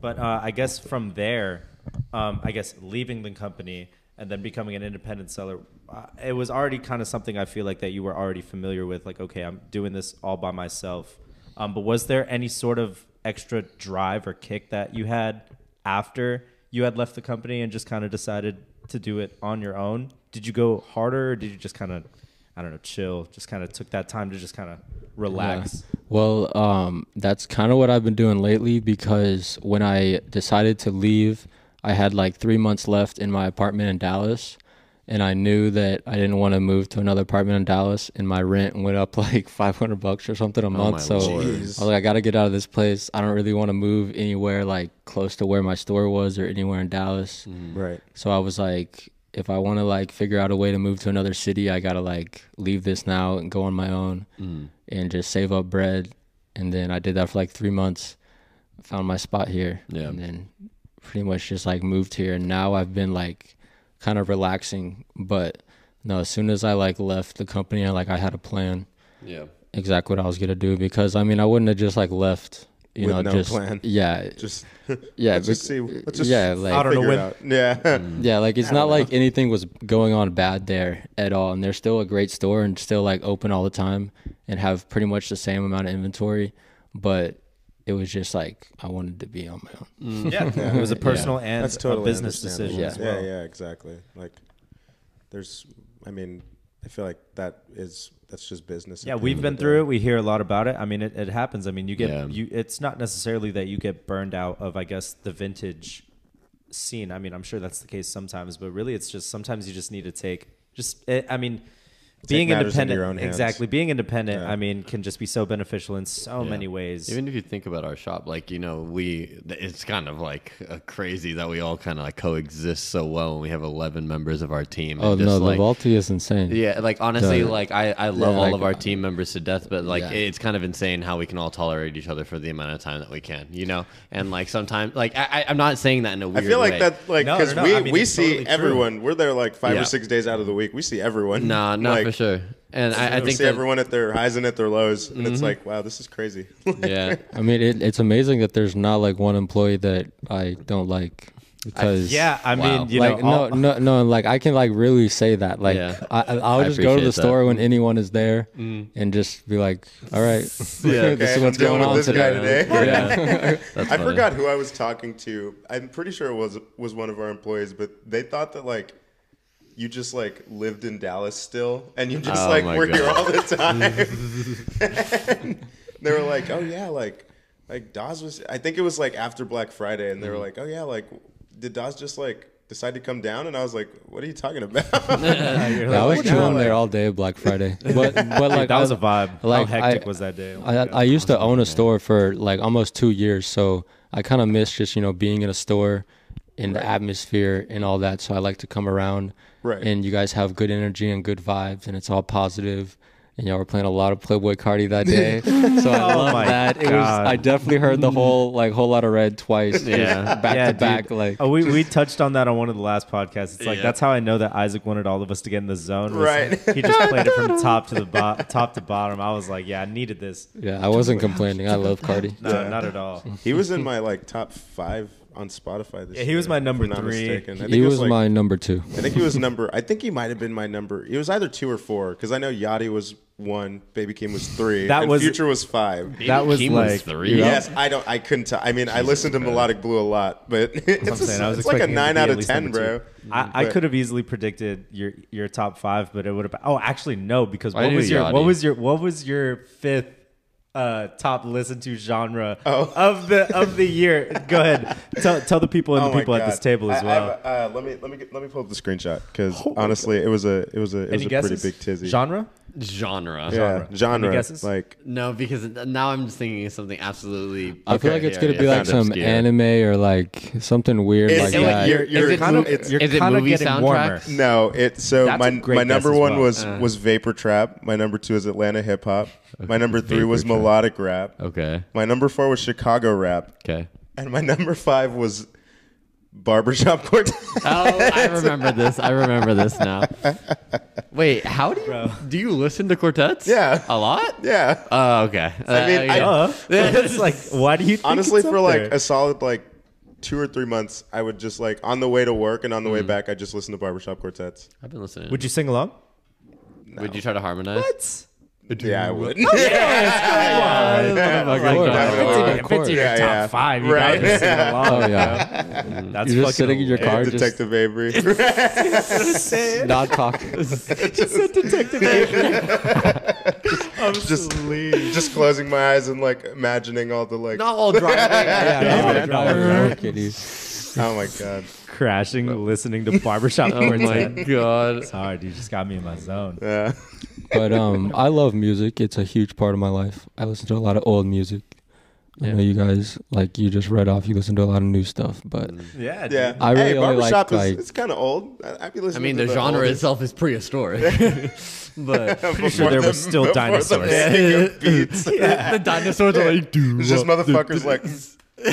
[SPEAKER 2] But uh, I guess from there, um, I guess leaving the company and then becoming an independent seller, uh, it was already kind of something I feel like that you were already familiar with. Like, okay, I'm doing this all by myself. Um, but was there any sort of extra drive or kick that you had after you had left the company and just kind of decided to do it on your own? Did you go harder or did you just kind of, I don't know, chill? Just kind of took that time to just kind of relax?
[SPEAKER 4] Yeah. Well, um, that's kind of what I've been doing lately because when I decided to leave, I had like three months left in my apartment in Dallas. And I knew that I didn't want to move to another apartment in Dallas, and my rent went up like 500 bucks or something a month.
[SPEAKER 1] Oh my
[SPEAKER 4] so
[SPEAKER 1] lord.
[SPEAKER 4] I was like, I got to get out of this place. I don't really want to move anywhere like close to where my store was or anywhere in Dallas.
[SPEAKER 1] Mm-hmm.
[SPEAKER 3] Right.
[SPEAKER 4] So I was like, if I want to like figure out a way to move to another city, I gotta like leave this now and go on my own
[SPEAKER 3] Mm.
[SPEAKER 4] and just save up bread. And then I did that for like three months. Found my spot here.
[SPEAKER 1] Yeah.
[SPEAKER 4] And then pretty much just like moved here. And now I've been like kind of relaxing. But no, as soon as I like left the company, I like I had a plan
[SPEAKER 1] Yeah.
[SPEAKER 4] exactly what I was gonna do because I mean I wouldn't have just like left. You
[SPEAKER 3] With
[SPEAKER 4] know,
[SPEAKER 3] no
[SPEAKER 4] just
[SPEAKER 3] plan.
[SPEAKER 4] yeah,
[SPEAKER 3] Just
[SPEAKER 4] yeah,
[SPEAKER 3] let's just
[SPEAKER 4] bec-
[SPEAKER 3] see. Let's just
[SPEAKER 4] yeah, like
[SPEAKER 2] I don't know
[SPEAKER 3] figure it
[SPEAKER 2] when-
[SPEAKER 3] out. Yeah.
[SPEAKER 1] Mm.
[SPEAKER 4] Yeah, like it's not like anything was going on bad there at all. And they're still a great store and still like open all the time and have pretty much the same amount of inventory. But it was just like I wanted to be on my own.
[SPEAKER 2] Yeah. It was a personal and
[SPEAKER 3] That's totally
[SPEAKER 2] a business
[SPEAKER 3] understandable.
[SPEAKER 2] decision as well.
[SPEAKER 3] Yeah, yeah, exactly. Like, there's, I mean, I feel like that is that's just business. at
[SPEAKER 2] Yeah,
[SPEAKER 3] the
[SPEAKER 2] we've
[SPEAKER 3] end of
[SPEAKER 2] been
[SPEAKER 3] the
[SPEAKER 2] through
[SPEAKER 3] day.
[SPEAKER 2] it. We hear a lot about it. I mean, it, it happens. I mean, you get
[SPEAKER 1] Yeah.
[SPEAKER 2] you. It's not necessarily that you get burned out of, I guess, the vintage scene. I mean, I'm sure that's the case sometimes, but really, it's just sometimes you just need to take just. It, I mean, being
[SPEAKER 3] matters into
[SPEAKER 2] independent,
[SPEAKER 3] your own hands.
[SPEAKER 2] exactly. Being independent,
[SPEAKER 3] Yeah.
[SPEAKER 2] I mean, can just be so beneficial in so
[SPEAKER 1] Yeah.
[SPEAKER 2] many ways.
[SPEAKER 1] Even if you think about our shop, like you know, we th- it's kind of like uh, crazy that we all kind of like coexist so well, and we have eleven members of our team.
[SPEAKER 4] Oh
[SPEAKER 1] and just,
[SPEAKER 4] no,
[SPEAKER 1] like,
[SPEAKER 4] the Valti is insane.
[SPEAKER 1] yeah, like honestly,
[SPEAKER 4] Duh.
[SPEAKER 1] like I, I love
[SPEAKER 4] Yeah,
[SPEAKER 1] all
[SPEAKER 4] like,
[SPEAKER 1] of our team members to death, but like
[SPEAKER 4] yeah.
[SPEAKER 1] it's kind of insane how we can all tolerate each other for the amount of time that we can, you know. And like sometimes, like I, I- I'm not saying that in a
[SPEAKER 3] I
[SPEAKER 1] weird.
[SPEAKER 3] feel like
[SPEAKER 1] way.
[SPEAKER 3] that, like,
[SPEAKER 2] No, no,
[SPEAKER 3] because
[SPEAKER 2] no,
[SPEAKER 3] we
[SPEAKER 2] I mean,
[SPEAKER 3] we
[SPEAKER 2] it's
[SPEAKER 3] see
[SPEAKER 2] totally true.
[SPEAKER 3] everyone. We're there like five
[SPEAKER 1] Yeah.
[SPEAKER 3] or six days out of the week. We see everyone.
[SPEAKER 1] Nah, not
[SPEAKER 3] Like,
[SPEAKER 1] for sure. And I, I
[SPEAKER 3] we
[SPEAKER 1] think
[SPEAKER 3] see
[SPEAKER 1] that, Mm-hmm.
[SPEAKER 3] everyone at their highs and at their lows, and it's like, wow, this is crazy.
[SPEAKER 1] Yeah,
[SPEAKER 4] I mean it, it's amazing that there's not like one employee that I don't like because
[SPEAKER 2] yeah, I
[SPEAKER 1] Wow.
[SPEAKER 2] mean, you
[SPEAKER 4] like
[SPEAKER 2] know, all-
[SPEAKER 4] no no no like I can like really say that like
[SPEAKER 1] Yeah.
[SPEAKER 4] I I- I'll
[SPEAKER 1] I
[SPEAKER 4] just go to the
[SPEAKER 1] appreciate that.
[SPEAKER 4] store when anyone is there and just be like all right this
[SPEAKER 3] Okay,
[SPEAKER 4] is
[SPEAKER 3] I'm
[SPEAKER 4] what's
[SPEAKER 3] dealing
[SPEAKER 4] going
[SPEAKER 3] with
[SPEAKER 4] on
[SPEAKER 3] this guy today.
[SPEAKER 1] yeah. That's
[SPEAKER 3] I
[SPEAKER 1] funny.
[SPEAKER 3] forgot who I was talking to. I'm pretty sure it was was one of our employees, but they thought that like you just like lived in Dallas still, and you just
[SPEAKER 1] Oh
[SPEAKER 3] like
[SPEAKER 1] my
[SPEAKER 3] were here
[SPEAKER 1] God.
[SPEAKER 3] all the time. they were like, "Oh yeah, like like Dawes was." I think it was like after Black Friday, and they
[SPEAKER 4] Mm-hmm.
[SPEAKER 3] were like, "Oh yeah, like did Dawes just like decide to come down?" And I was like, "What are you talking about?"
[SPEAKER 2] you're
[SPEAKER 4] Yeah, I
[SPEAKER 2] like,
[SPEAKER 4] was chilling
[SPEAKER 3] like-
[SPEAKER 4] there all day Black Friday, but but like
[SPEAKER 2] that was
[SPEAKER 4] I-
[SPEAKER 2] a vibe.
[SPEAKER 4] like,
[SPEAKER 2] How hectic
[SPEAKER 4] I-
[SPEAKER 2] was that day? Oh
[SPEAKER 4] I, I used to own a store for like almost two years, so I kind of miss just you know being in a store, in the atmosphere and all that. So I like to come around,
[SPEAKER 3] Right.
[SPEAKER 4] And you guys have good energy and good vibes, and it's all positive. And y'all were playing a lot of Playboy Cardi that day, so I
[SPEAKER 2] Oh
[SPEAKER 4] love
[SPEAKER 2] my
[SPEAKER 4] that. It was
[SPEAKER 2] God.
[SPEAKER 4] I definitely heard the whole like whole lot of red twice,
[SPEAKER 1] Yeah.
[SPEAKER 4] yeah, back
[SPEAKER 2] Yeah,
[SPEAKER 4] to
[SPEAKER 2] dude.
[SPEAKER 4] back. Like
[SPEAKER 2] Oh, we, we touched on that on one of the last podcasts. It's like
[SPEAKER 1] Yeah.
[SPEAKER 2] that's how I know that Isaac wanted all of us to get in the zone. was
[SPEAKER 3] Right.
[SPEAKER 2] He just played it from top to the bo- top to bottom. I was like, yeah, I needed this.
[SPEAKER 4] yeah, I wasn't complaining. I love Cardi.
[SPEAKER 2] No,
[SPEAKER 3] Yeah.
[SPEAKER 2] not at all.
[SPEAKER 3] he was in my like top five on Spotify this
[SPEAKER 2] Yeah,
[SPEAKER 3] year.
[SPEAKER 2] he was my
[SPEAKER 3] if I'm
[SPEAKER 2] number
[SPEAKER 3] not
[SPEAKER 2] three.
[SPEAKER 3] mistaken. I think
[SPEAKER 4] He
[SPEAKER 3] it
[SPEAKER 4] was
[SPEAKER 3] like-
[SPEAKER 4] my number two.
[SPEAKER 3] I think he was number. I think he might have been my number. It was either two or four because I know Yachty was one, Baby Keem was three,
[SPEAKER 2] That
[SPEAKER 3] and
[SPEAKER 2] was-
[SPEAKER 3] Future was five.
[SPEAKER 1] Maybe
[SPEAKER 2] That was
[SPEAKER 1] Keem
[SPEAKER 2] like-
[SPEAKER 1] three.
[SPEAKER 3] Yes, I don't. I couldn't. T- I mean, I listened to Melodic Blue a lot, but
[SPEAKER 2] That's
[SPEAKER 3] it's,
[SPEAKER 2] what I'm saying. I
[SPEAKER 3] a,
[SPEAKER 2] was
[SPEAKER 3] it's like
[SPEAKER 2] expecting
[SPEAKER 3] a
[SPEAKER 2] him to
[SPEAKER 3] nine
[SPEAKER 2] be
[SPEAKER 3] out
[SPEAKER 2] at
[SPEAKER 3] of
[SPEAKER 2] least
[SPEAKER 3] ten,
[SPEAKER 2] number
[SPEAKER 3] bro.
[SPEAKER 2] two. I, I
[SPEAKER 3] But-
[SPEAKER 2] could have easily predicted your your top five, but it would have. Oh, actually, no, because
[SPEAKER 1] I
[SPEAKER 2] what
[SPEAKER 1] knew
[SPEAKER 2] was your what
[SPEAKER 1] Yachty.
[SPEAKER 2] was your what was your fifth uh, top listened to genre
[SPEAKER 3] Oh.
[SPEAKER 2] of the of the year? Go ahead, tell tell the people and
[SPEAKER 3] Oh
[SPEAKER 2] the
[SPEAKER 3] my
[SPEAKER 2] people at this
[SPEAKER 3] God.
[SPEAKER 2] table as
[SPEAKER 3] I- I
[SPEAKER 2] well.
[SPEAKER 3] have a- uh, let me let me get, let me pull up the screenshot because honestly, it was a it was a it was
[SPEAKER 2] Any
[SPEAKER 3] a
[SPEAKER 2] guesses?
[SPEAKER 3] pretty big tizzy.
[SPEAKER 2] Genre?
[SPEAKER 1] genre.
[SPEAKER 3] yeah, genre.
[SPEAKER 2] Any guesses?
[SPEAKER 3] Like
[SPEAKER 1] No, because now I'm just thinking of something absolutely.
[SPEAKER 4] I feel like it's gonna
[SPEAKER 1] yeah,
[SPEAKER 4] be
[SPEAKER 1] yeah.
[SPEAKER 4] like some
[SPEAKER 1] Obscure.
[SPEAKER 4] anime or like something weird
[SPEAKER 3] It's-
[SPEAKER 4] like
[SPEAKER 3] it-
[SPEAKER 4] that.
[SPEAKER 3] you're- you're-
[SPEAKER 1] Is it
[SPEAKER 3] kind of-
[SPEAKER 1] movie-
[SPEAKER 3] it's-
[SPEAKER 1] is
[SPEAKER 2] you're
[SPEAKER 1] it
[SPEAKER 2] kinda
[SPEAKER 1] movie
[SPEAKER 2] getting
[SPEAKER 1] soundtracks?
[SPEAKER 2] warmer.
[SPEAKER 3] No, it so
[SPEAKER 2] That's a
[SPEAKER 3] my
[SPEAKER 2] great
[SPEAKER 3] my
[SPEAKER 2] guess
[SPEAKER 3] number
[SPEAKER 2] as
[SPEAKER 3] one
[SPEAKER 2] well. Uh.
[SPEAKER 3] was was vapor trap. My number two is Atlanta hip hop. My number three
[SPEAKER 1] Vapor
[SPEAKER 3] was
[SPEAKER 1] trap.
[SPEAKER 3] melodic rap.
[SPEAKER 1] Okay.
[SPEAKER 3] My number four was Chicago rap,
[SPEAKER 1] Okay.
[SPEAKER 3] and my number five was barbershop court.
[SPEAKER 1] Oh, I remember this. I remember this now. Wait, how do you do you listen to quartets?
[SPEAKER 3] Yeah.
[SPEAKER 1] a lot.
[SPEAKER 3] yeah.
[SPEAKER 1] Oh, okay.
[SPEAKER 3] I mean, I-
[SPEAKER 2] Duh. it's like, why do you think
[SPEAKER 3] Honestly,
[SPEAKER 2] it's up
[SPEAKER 3] for like
[SPEAKER 2] there?
[SPEAKER 3] a solid like two or three months, I would just like on the way to work and on the way back, I just listen to barbershop quartets.
[SPEAKER 1] have been listening.
[SPEAKER 2] would you sing along?
[SPEAKER 1] would you try to harmonize?
[SPEAKER 2] What?
[SPEAKER 3] Yeah, I would.
[SPEAKER 4] Of
[SPEAKER 2] Like,
[SPEAKER 4] course,
[SPEAKER 2] uh,
[SPEAKER 4] of
[SPEAKER 2] if it's in- if it's
[SPEAKER 4] course.
[SPEAKER 2] in your
[SPEAKER 3] Yeah,
[SPEAKER 2] top
[SPEAKER 3] yeah.
[SPEAKER 2] five, you
[SPEAKER 3] Right.
[SPEAKER 2] gotta sing along.
[SPEAKER 4] Oh yeah,
[SPEAKER 2] That's
[SPEAKER 4] you're just
[SPEAKER 2] fucking
[SPEAKER 4] sitting in your
[SPEAKER 2] hilarious.
[SPEAKER 4] car, just
[SPEAKER 3] Detective Avery.
[SPEAKER 4] not talking.
[SPEAKER 3] just, just closing my eyes and like imagining all the like.
[SPEAKER 1] Not while driving.
[SPEAKER 4] yeah,
[SPEAKER 2] Yeah.
[SPEAKER 3] Oh my god.
[SPEAKER 2] crashing, listening to barbershop
[SPEAKER 1] oh my
[SPEAKER 2] quartet.
[SPEAKER 1] god.
[SPEAKER 2] It's hard. You just got me in my zone.
[SPEAKER 3] Yeah.
[SPEAKER 4] But um, I love music. It's a huge part of my life. I listen to a lot of old music.
[SPEAKER 1] Yeah.
[SPEAKER 4] I know you guys like you just read off. You listen to a lot of new stuff, but
[SPEAKER 1] Mm.
[SPEAKER 2] Yeah, dude.
[SPEAKER 3] Yeah.
[SPEAKER 4] I
[SPEAKER 3] hey,
[SPEAKER 4] really only like,
[SPEAKER 3] barbershop is
[SPEAKER 4] like-
[SPEAKER 3] it's kind of old. I, I'd be
[SPEAKER 1] I
[SPEAKER 3] listening.
[SPEAKER 1] mean,
[SPEAKER 3] to
[SPEAKER 1] the genre
[SPEAKER 3] oldest-
[SPEAKER 1] itself is prehistoric, but
[SPEAKER 3] Before
[SPEAKER 2] sure there
[SPEAKER 3] the-
[SPEAKER 2] were still
[SPEAKER 3] before the
[SPEAKER 2] dinosaurs.
[SPEAKER 3] making of beats.
[SPEAKER 1] the dinosaurs are like, dude.
[SPEAKER 3] It's just motherfuckers like.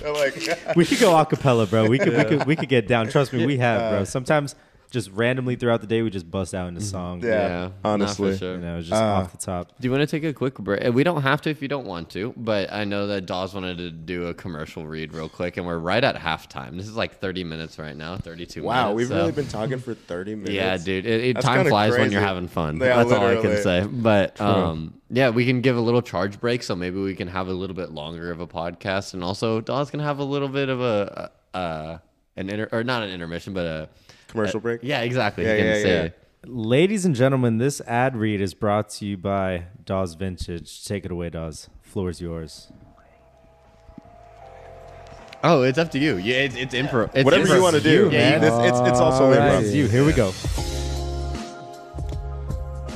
[SPEAKER 3] They're like,
[SPEAKER 2] we could go a cappella, bro. We could, we could we could get down. Trust me, we have, bro. Sometimes just randomly throughout the day, we just bust out into song.
[SPEAKER 3] Yeah.
[SPEAKER 1] not for
[SPEAKER 3] honestly.
[SPEAKER 1] sure.
[SPEAKER 2] you know, just
[SPEAKER 3] Ah.
[SPEAKER 2] off the top.
[SPEAKER 1] Do you want to take a quick break? Uh, We don't have to if you don't want to, but I know that Dawes wanted to do a commercial read real quick, and we're right at halftime. This is like 30 minutes right now, 32 minutes.
[SPEAKER 3] wow, we've
[SPEAKER 1] so-
[SPEAKER 3] really been talking for 30 minutes.
[SPEAKER 1] Yeah, dude. It, it,
[SPEAKER 3] That's
[SPEAKER 1] time
[SPEAKER 3] kinda
[SPEAKER 1] flies when
[SPEAKER 3] crazy.
[SPEAKER 1] you're having fun.
[SPEAKER 3] Yeah,
[SPEAKER 1] That's all I can
[SPEAKER 3] literally.
[SPEAKER 1] say. But um, yeah, we can give a little charge break, so maybe we can have a little bit longer of a podcast, and also Dawes can have a little bit of a uh, an inter or not an intermission, but a
[SPEAKER 3] Commercial break?
[SPEAKER 1] Yeah, exactly.
[SPEAKER 3] Yeah,
[SPEAKER 1] he can
[SPEAKER 3] yeah,
[SPEAKER 1] say.
[SPEAKER 3] yeah.
[SPEAKER 2] Ladies and gentlemen, this ad read is brought to you by Dawes Vintage. Take it away, Dawes. Floor is yours.
[SPEAKER 1] Oh, it's up to you. Yeah, it's, it's improv. It's
[SPEAKER 3] Whatever
[SPEAKER 1] improv.
[SPEAKER 3] you want to do.
[SPEAKER 1] Yeah, you-
[SPEAKER 3] man. This- it's, it's also
[SPEAKER 2] Alright,
[SPEAKER 3] improv.
[SPEAKER 2] you. Here we go.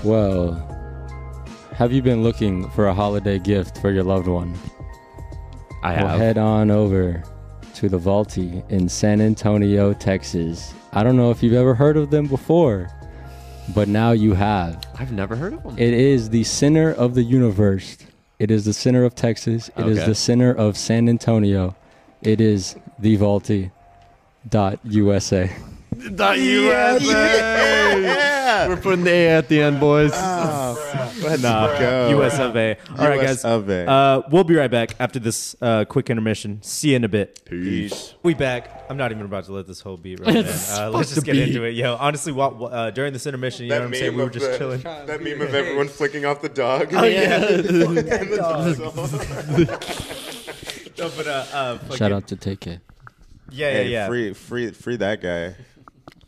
[SPEAKER 4] well, have you been looking for a holiday gift for your loved one?
[SPEAKER 1] I
[SPEAKER 4] Well,
[SPEAKER 1] have.
[SPEAKER 4] head on over to the Vaulty in San Antonio, Texas. I don't know if you've ever heard of them before, but now you have.
[SPEAKER 1] I've never heard of them.
[SPEAKER 4] It is the center of the universe. It is the center of Texas. It is
[SPEAKER 1] Okay.
[SPEAKER 4] the center of San Antonio. It is the Vaulty. Dot USA.
[SPEAKER 1] Not USA. We're putting the A at the end, boys.
[SPEAKER 3] Let's
[SPEAKER 2] Nah,
[SPEAKER 3] go.
[SPEAKER 2] US of A. All right,
[SPEAKER 3] US
[SPEAKER 2] guys.
[SPEAKER 3] of A.
[SPEAKER 2] Uh, we'll be right back after this uh, quick intermission. See you in a bit.
[SPEAKER 3] Peace.
[SPEAKER 2] We back. I'm not even about to let this whole beat run. man. Uh, let's
[SPEAKER 1] supposed to
[SPEAKER 2] just get
[SPEAKER 1] be.
[SPEAKER 2] into it, yo. Honestly, while, uh, during this intermission, you know what I'm saying? We were just chilling. Oh,
[SPEAKER 3] That meme of everyone flicking off the dog.
[SPEAKER 2] No, but uh, uh,
[SPEAKER 4] Shout
[SPEAKER 2] fucking-
[SPEAKER 4] out to TK.
[SPEAKER 2] Yeah, yeah,
[SPEAKER 3] Hey,
[SPEAKER 2] yeah.
[SPEAKER 3] free, free, free that guy.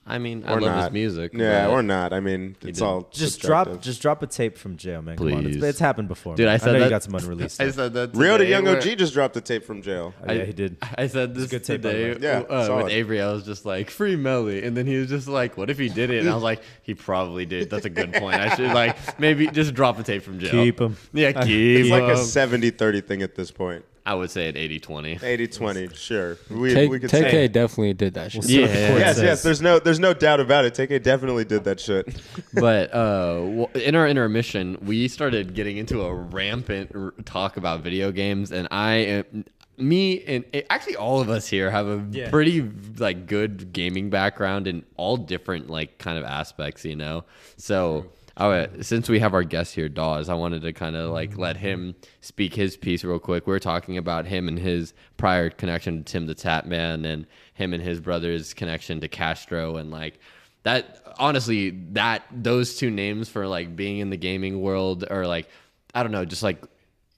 [SPEAKER 1] I mean, I
[SPEAKER 3] Or
[SPEAKER 1] love
[SPEAKER 3] not.
[SPEAKER 1] this music.
[SPEAKER 3] Yeah,
[SPEAKER 1] but-
[SPEAKER 3] or not. I mean, it's
[SPEAKER 1] did.
[SPEAKER 3] all
[SPEAKER 2] Just drop,
[SPEAKER 3] subjective.
[SPEAKER 2] just drop a tape from jail, man. Come on, it's,
[SPEAKER 1] Please.
[SPEAKER 2] it's happened before,
[SPEAKER 1] Dude,
[SPEAKER 2] man.
[SPEAKER 1] I said
[SPEAKER 2] know you
[SPEAKER 1] that-
[SPEAKER 2] got some unreleased.
[SPEAKER 1] I
[SPEAKER 2] stuff.
[SPEAKER 1] said that.
[SPEAKER 3] Rio to
[SPEAKER 1] today,
[SPEAKER 3] Young
[SPEAKER 1] where-
[SPEAKER 3] OG just dropped the tape from jail.
[SPEAKER 2] Oh, yeah, he did.
[SPEAKER 1] I said this
[SPEAKER 2] good tape, by the
[SPEAKER 1] today
[SPEAKER 2] way.
[SPEAKER 1] yeah,
[SPEAKER 3] Yeah,
[SPEAKER 1] uh,
[SPEAKER 3] solid.
[SPEAKER 1] with Avery. I was just like, free Melly. And then he was just like, what if he did it? And I was like, he probably did. That's a good point. I should, like, maybe just drop a tape from jail.
[SPEAKER 2] Keep 'em.
[SPEAKER 1] Yeah, keep
[SPEAKER 3] It's like a
[SPEAKER 1] 'em.
[SPEAKER 3] 70 30 thing at this point.
[SPEAKER 1] I would say at 80 20.
[SPEAKER 3] 80 20, sure. We,
[SPEAKER 4] Take,
[SPEAKER 3] we could
[SPEAKER 4] TK
[SPEAKER 3] say.
[SPEAKER 4] definitely did that shit.
[SPEAKER 1] Yeah.
[SPEAKER 3] Yes, yes, there's no there's no doubt about it. TK definitely did that shit.
[SPEAKER 1] but uh, w- in our intermission, we started getting into a rampant r- talk about video games, and I am. Me and actually all of us here have a
[SPEAKER 2] Yeah.
[SPEAKER 1] pretty like good gaming background in all different like kind of aspects, you know. So, I would- since we have our guest here, Dawes, I wanted to kind of like let him speak his piece real quick. We were talking about him and his prior connection to Tim the Tap Man, and him and his brother's connection to Castro, and like that honestly that those two names for like being in the gaming world or like i don't know just like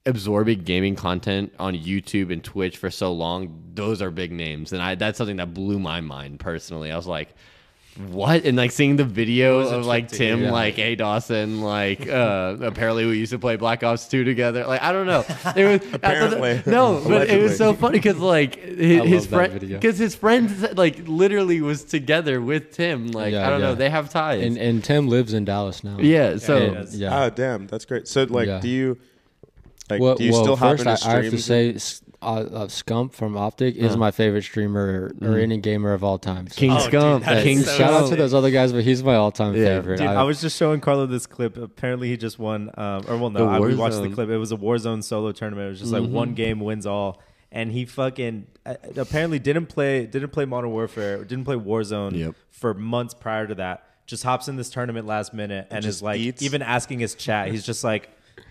[SPEAKER 1] absorbing gaming content on youtube and twitch for so long those are big names and i that's something that blew my mind personally i was like what and like seeing the video of like tim like hey dawson like uh apparently we used to play black ops 2 together like i don't know it was I thought that-
[SPEAKER 3] Apparently.
[SPEAKER 1] no but it was so funny because like his, his
[SPEAKER 4] love that
[SPEAKER 1] friend
[SPEAKER 4] video.
[SPEAKER 1] because his friend like literally was together with tim like
[SPEAKER 4] Yeah,
[SPEAKER 1] i don't know
[SPEAKER 4] yeah.
[SPEAKER 1] they have ties
[SPEAKER 4] And, and Tim lives in Dallas now.
[SPEAKER 1] yeah so
[SPEAKER 2] he does.
[SPEAKER 4] Yeah.
[SPEAKER 3] Oh damn, that's great. So like,
[SPEAKER 4] Yeah.
[SPEAKER 3] do you like
[SPEAKER 4] well,
[SPEAKER 3] do you
[SPEAKER 4] well,
[SPEAKER 3] still hop
[SPEAKER 4] first
[SPEAKER 3] into
[SPEAKER 4] I, I
[SPEAKER 3] streams?
[SPEAKER 4] have to say, S- uh, uh, Scump from Optic is my favorite streamer or any gamer of all time. So-
[SPEAKER 1] king
[SPEAKER 2] Oh, dude,
[SPEAKER 1] scum
[SPEAKER 2] that is
[SPEAKER 1] king
[SPEAKER 2] so
[SPEAKER 1] scum
[SPEAKER 4] Shout out to those other guys, but he's my all-time
[SPEAKER 1] Yeah.
[SPEAKER 4] favorite.
[SPEAKER 2] Dude,
[SPEAKER 4] I-
[SPEAKER 2] I was just showing Carlo this clip. Apparently, he just won. Um, or well,
[SPEAKER 1] The
[SPEAKER 2] no, I, we watched the
[SPEAKER 1] Warzone. Mm-hmm.
[SPEAKER 2] clip. It was a Warzone solo tournament. It was just like one game wins all, and he fucking uh, apparently didn't play didn't play Modern Warfare, didn't play Warzone
[SPEAKER 1] Yep.
[SPEAKER 2] for months prior to that. Just hops in this tournament last minute and, is
[SPEAKER 3] just
[SPEAKER 2] like
[SPEAKER 3] eats.
[SPEAKER 2] even asking his chat. He's just like.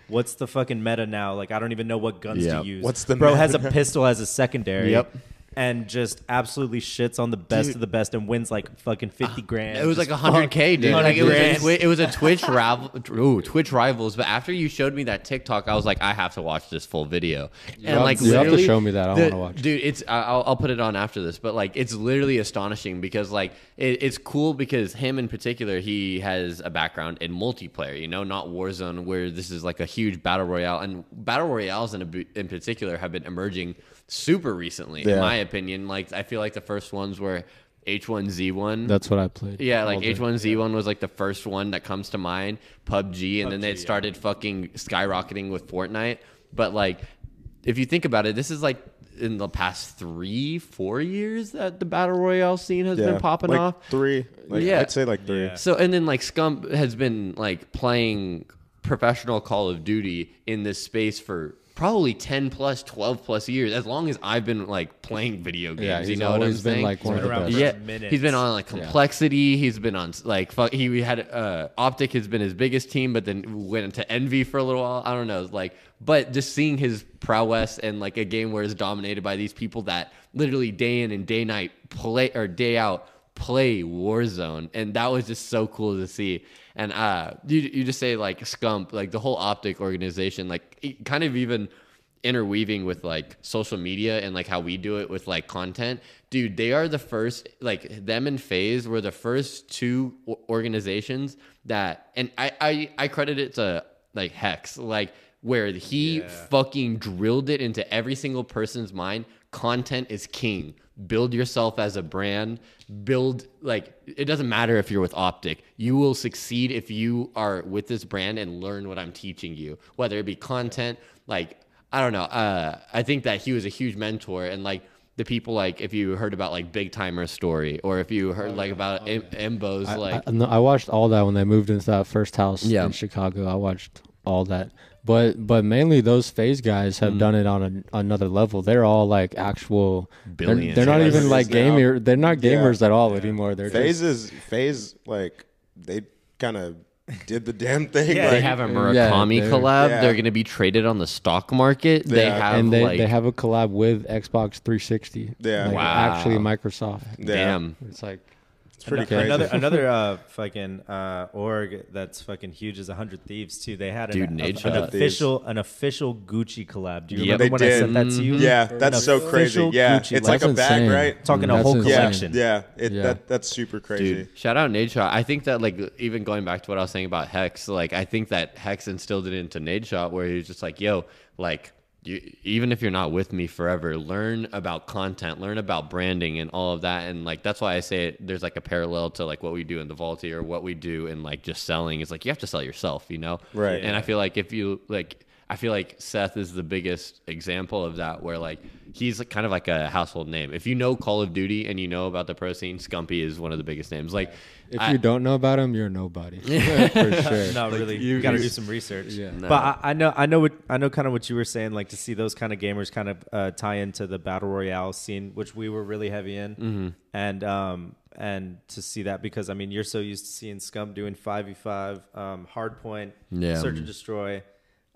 [SPEAKER 2] What's the fucking meta now? Like, I don't even know what guns
[SPEAKER 1] Yeah.
[SPEAKER 2] to use.
[SPEAKER 3] What's the
[SPEAKER 2] bro
[SPEAKER 3] meta
[SPEAKER 2] has a
[SPEAKER 3] now?
[SPEAKER 2] pistol as a secondary.
[SPEAKER 1] Yep.
[SPEAKER 2] And just absolutely shits on the best of the best and wins like fucking fifty grand.
[SPEAKER 1] Ah, It was like
[SPEAKER 2] Just
[SPEAKER 1] hundred k,
[SPEAKER 2] fuck,
[SPEAKER 1] dude. Like it was, a,
[SPEAKER 2] 100 grand.
[SPEAKER 1] Twi- it was a Twitch rival, ooh, Twitch rivals. But after you showed me that TikTok, I was like, I have to watch this full video. And
[SPEAKER 4] have-
[SPEAKER 1] like,
[SPEAKER 4] you have to
[SPEAKER 1] literally,
[SPEAKER 4] show me that. I
[SPEAKER 1] the-
[SPEAKER 4] wanna watch it.
[SPEAKER 1] dude. It's I- I'll, I'll put it on after this, but like, it's literally astonishing because like it, it's cool because him in particular, he has a background in multiplayer. You know, not Warzone, where this is like a huge battle royale, and battle royales in a, in particular have been emerging super recently, in
[SPEAKER 3] Yeah.
[SPEAKER 1] my opinion. Like, I feel like the first ones were. H1Z1.
[SPEAKER 4] That's what I played.
[SPEAKER 1] Yeah, like
[SPEAKER 4] all day.
[SPEAKER 1] H one Z one was like the first one that comes to mind. PUBG, and then they started fucking skyrocketing with Fortnite. But like, if you think about it, this is like in the past three, four years that the battle royale scene has been popping
[SPEAKER 3] like
[SPEAKER 1] off.
[SPEAKER 3] Three. Like,
[SPEAKER 1] Yeah.
[SPEAKER 3] I'd say like three.
[SPEAKER 2] Yeah.
[SPEAKER 1] So and then like Scump has been like playing professional Call of Duty in this space for probably 10 plus 12 plus years as long as I've been like playing video games
[SPEAKER 4] Yeah,
[SPEAKER 1] you
[SPEAKER 4] he's
[SPEAKER 1] know what I'm
[SPEAKER 4] always been
[SPEAKER 1] saying?
[SPEAKER 4] like one of
[SPEAKER 2] Been
[SPEAKER 4] the
[SPEAKER 2] around
[SPEAKER 4] best.
[SPEAKER 2] for
[SPEAKER 1] yeah,
[SPEAKER 2] minutes.
[SPEAKER 1] he's been on like complexity. He's been on like fu- he had uh, optic has been his biggest team, but then went into envy for a little while. I don't know, like, but just seeing his prowess and like a game where it's dominated by these people that literally day in and day night play or day out play Warzone, and that was just so cool to see. And uh, you you just say like Scump, like the whole optic organization, like it kind of even interweaving with like social media and like how we do it with like content dude they are the first like them and phase were the first two o- organizations that and i i, I credit it to like hex like where he fucking drilled it into every single person's mind content is king build yourself as a brand build like it doesn't matter if you're with optic you will succeed if you are with this brand and learn what i'm teaching you whether it be content like I don't know. Uh, I think that he was a huge mentor, and like the people, like if you heard about like Big Timer's story, or if you
[SPEAKER 4] Oh,
[SPEAKER 1] heard like about Im- Imbo's, like
[SPEAKER 4] I, no, I watched all that when they moved into that first house
[SPEAKER 1] Yeah.
[SPEAKER 4] in Chicago. I watched all that, but but mainly those phase guys
[SPEAKER 1] Mm-hmm.
[SPEAKER 4] have done it on a, another level. They're all like actual they're-
[SPEAKER 1] Billionaires.
[SPEAKER 4] They're, not even
[SPEAKER 3] Phase
[SPEAKER 4] like
[SPEAKER 3] now.
[SPEAKER 4] gamer. They're not
[SPEAKER 3] Yeah.
[SPEAKER 4] gamers at all anymore. They're just,
[SPEAKER 3] Phase is phase like they kind of did the damn thing.
[SPEAKER 2] Yeah,
[SPEAKER 3] like,
[SPEAKER 1] they have a
[SPEAKER 4] yeah,
[SPEAKER 1] Murakami
[SPEAKER 4] they're-
[SPEAKER 1] collab.
[SPEAKER 3] yeah.
[SPEAKER 1] They're going to be traded on the stock market. They
[SPEAKER 3] Yeah.
[SPEAKER 1] have
[SPEAKER 4] and they,
[SPEAKER 1] like
[SPEAKER 4] they have a collab with Xbox 360.
[SPEAKER 3] Yeah.
[SPEAKER 4] like,
[SPEAKER 1] Wow.
[SPEAKER 4] actually Microsoft.
[SPEAKER 3] yeah,
[SPEAKER 1] damn.
[SPEAKER 4] It's like
[SPEAKER 3] It's pretty
[SPEAKER 2] Ano-
[SPEAKER 3] crazy.
[SPEAKER 2] Another another uh, fucking uh, org that's fucking huge is hundred thieves too. They had an,
[SPEAKER 1] Dude,
[SPEAKER 2] a-
[SPEAKER 1] Nate
[SPEAKER 2] an
[SPEAKER 1] shot.
[SPEAKER 2] official an official Gucci collab. Do you
[SPEAKER 1] Yeah,
[SPEAKER 2] remember
[SPEAKER 1] they
[SPEAKER 2] when I
[SPEAKER 3] did.
[SPEAKER 2] sent that to you?
[SPEAKER 3] yeah,
[SPEAKER 2] An
[SPEAKER 3] that's so crazy.
[SPEAKER 2] official
[SPEAKER 3] Yeah,
[SPEAKER 2] Gucci
[SPEAKER 3] it's
[SPEAKER 2] collab.
[SPEAKER 3] like a
[SPEAKER 4] That's
[SPEAKER 3] bag,
[SPEAKER 4] insane.
[SPEAKER 3] right?
[SPEAKER 2] Talking a
[SPEAKER 4] That's
[SPEAKER 2] whole
[SPEAKER 4] insane.
[SPEAKER 3] Yeah,
[SPEAKER 2] collection.
[SPEAKER 3] yeah, it,
[SPEAKER 4] Yeah.
[SPEAKER 3] That, that's super crazy.
[SPEAKER 1] Dude, shout out Nade Shot. I think that like even going back to what I was saying about Hex, like I think that Hex instilled it into Nade Shot where he was just like, yo, like you, even if you're not with me forever, learn about content, learn about branding and all of that. And like that's why I say it, there's like a parallel to like what we do in the Vaulty or what we do in like just selling. It's like you have to sell yourself, you know?
[SPEAKER 3] Right.
[SPEAKER 1] And I feel like if you like I feel like Seth is the biggest example of that, where like he's like, kind of like a household name. If you know Call of Duty and you know about the pro scene, Scumpy is one of the biggest names. Like,
[SPEAKER 4] if
[SPEAKER 1] I-
[SPEAKER 4] you don't know about him, you're nobody for sure.
[SPEAKER 2] Not really. You, got to do some research.
[SPEAKER 4] Yeah.
[SPEAKER 2] But I, I know, I know, what, I know, kind of what you were saying. Like to see those kind of gamers kind of uh, tie into the battle royale scene, which we were really heavy in,
[SPEAKER 1] Mm-hmm.
[SPEAKER 2] and um, and to see that because I mean you're so used to seeing Scum doing five v five, um, hardpoint,
[SPEAKER 1] Yeah. Mm-hmm.
[SPEAKER 2] search and destroy,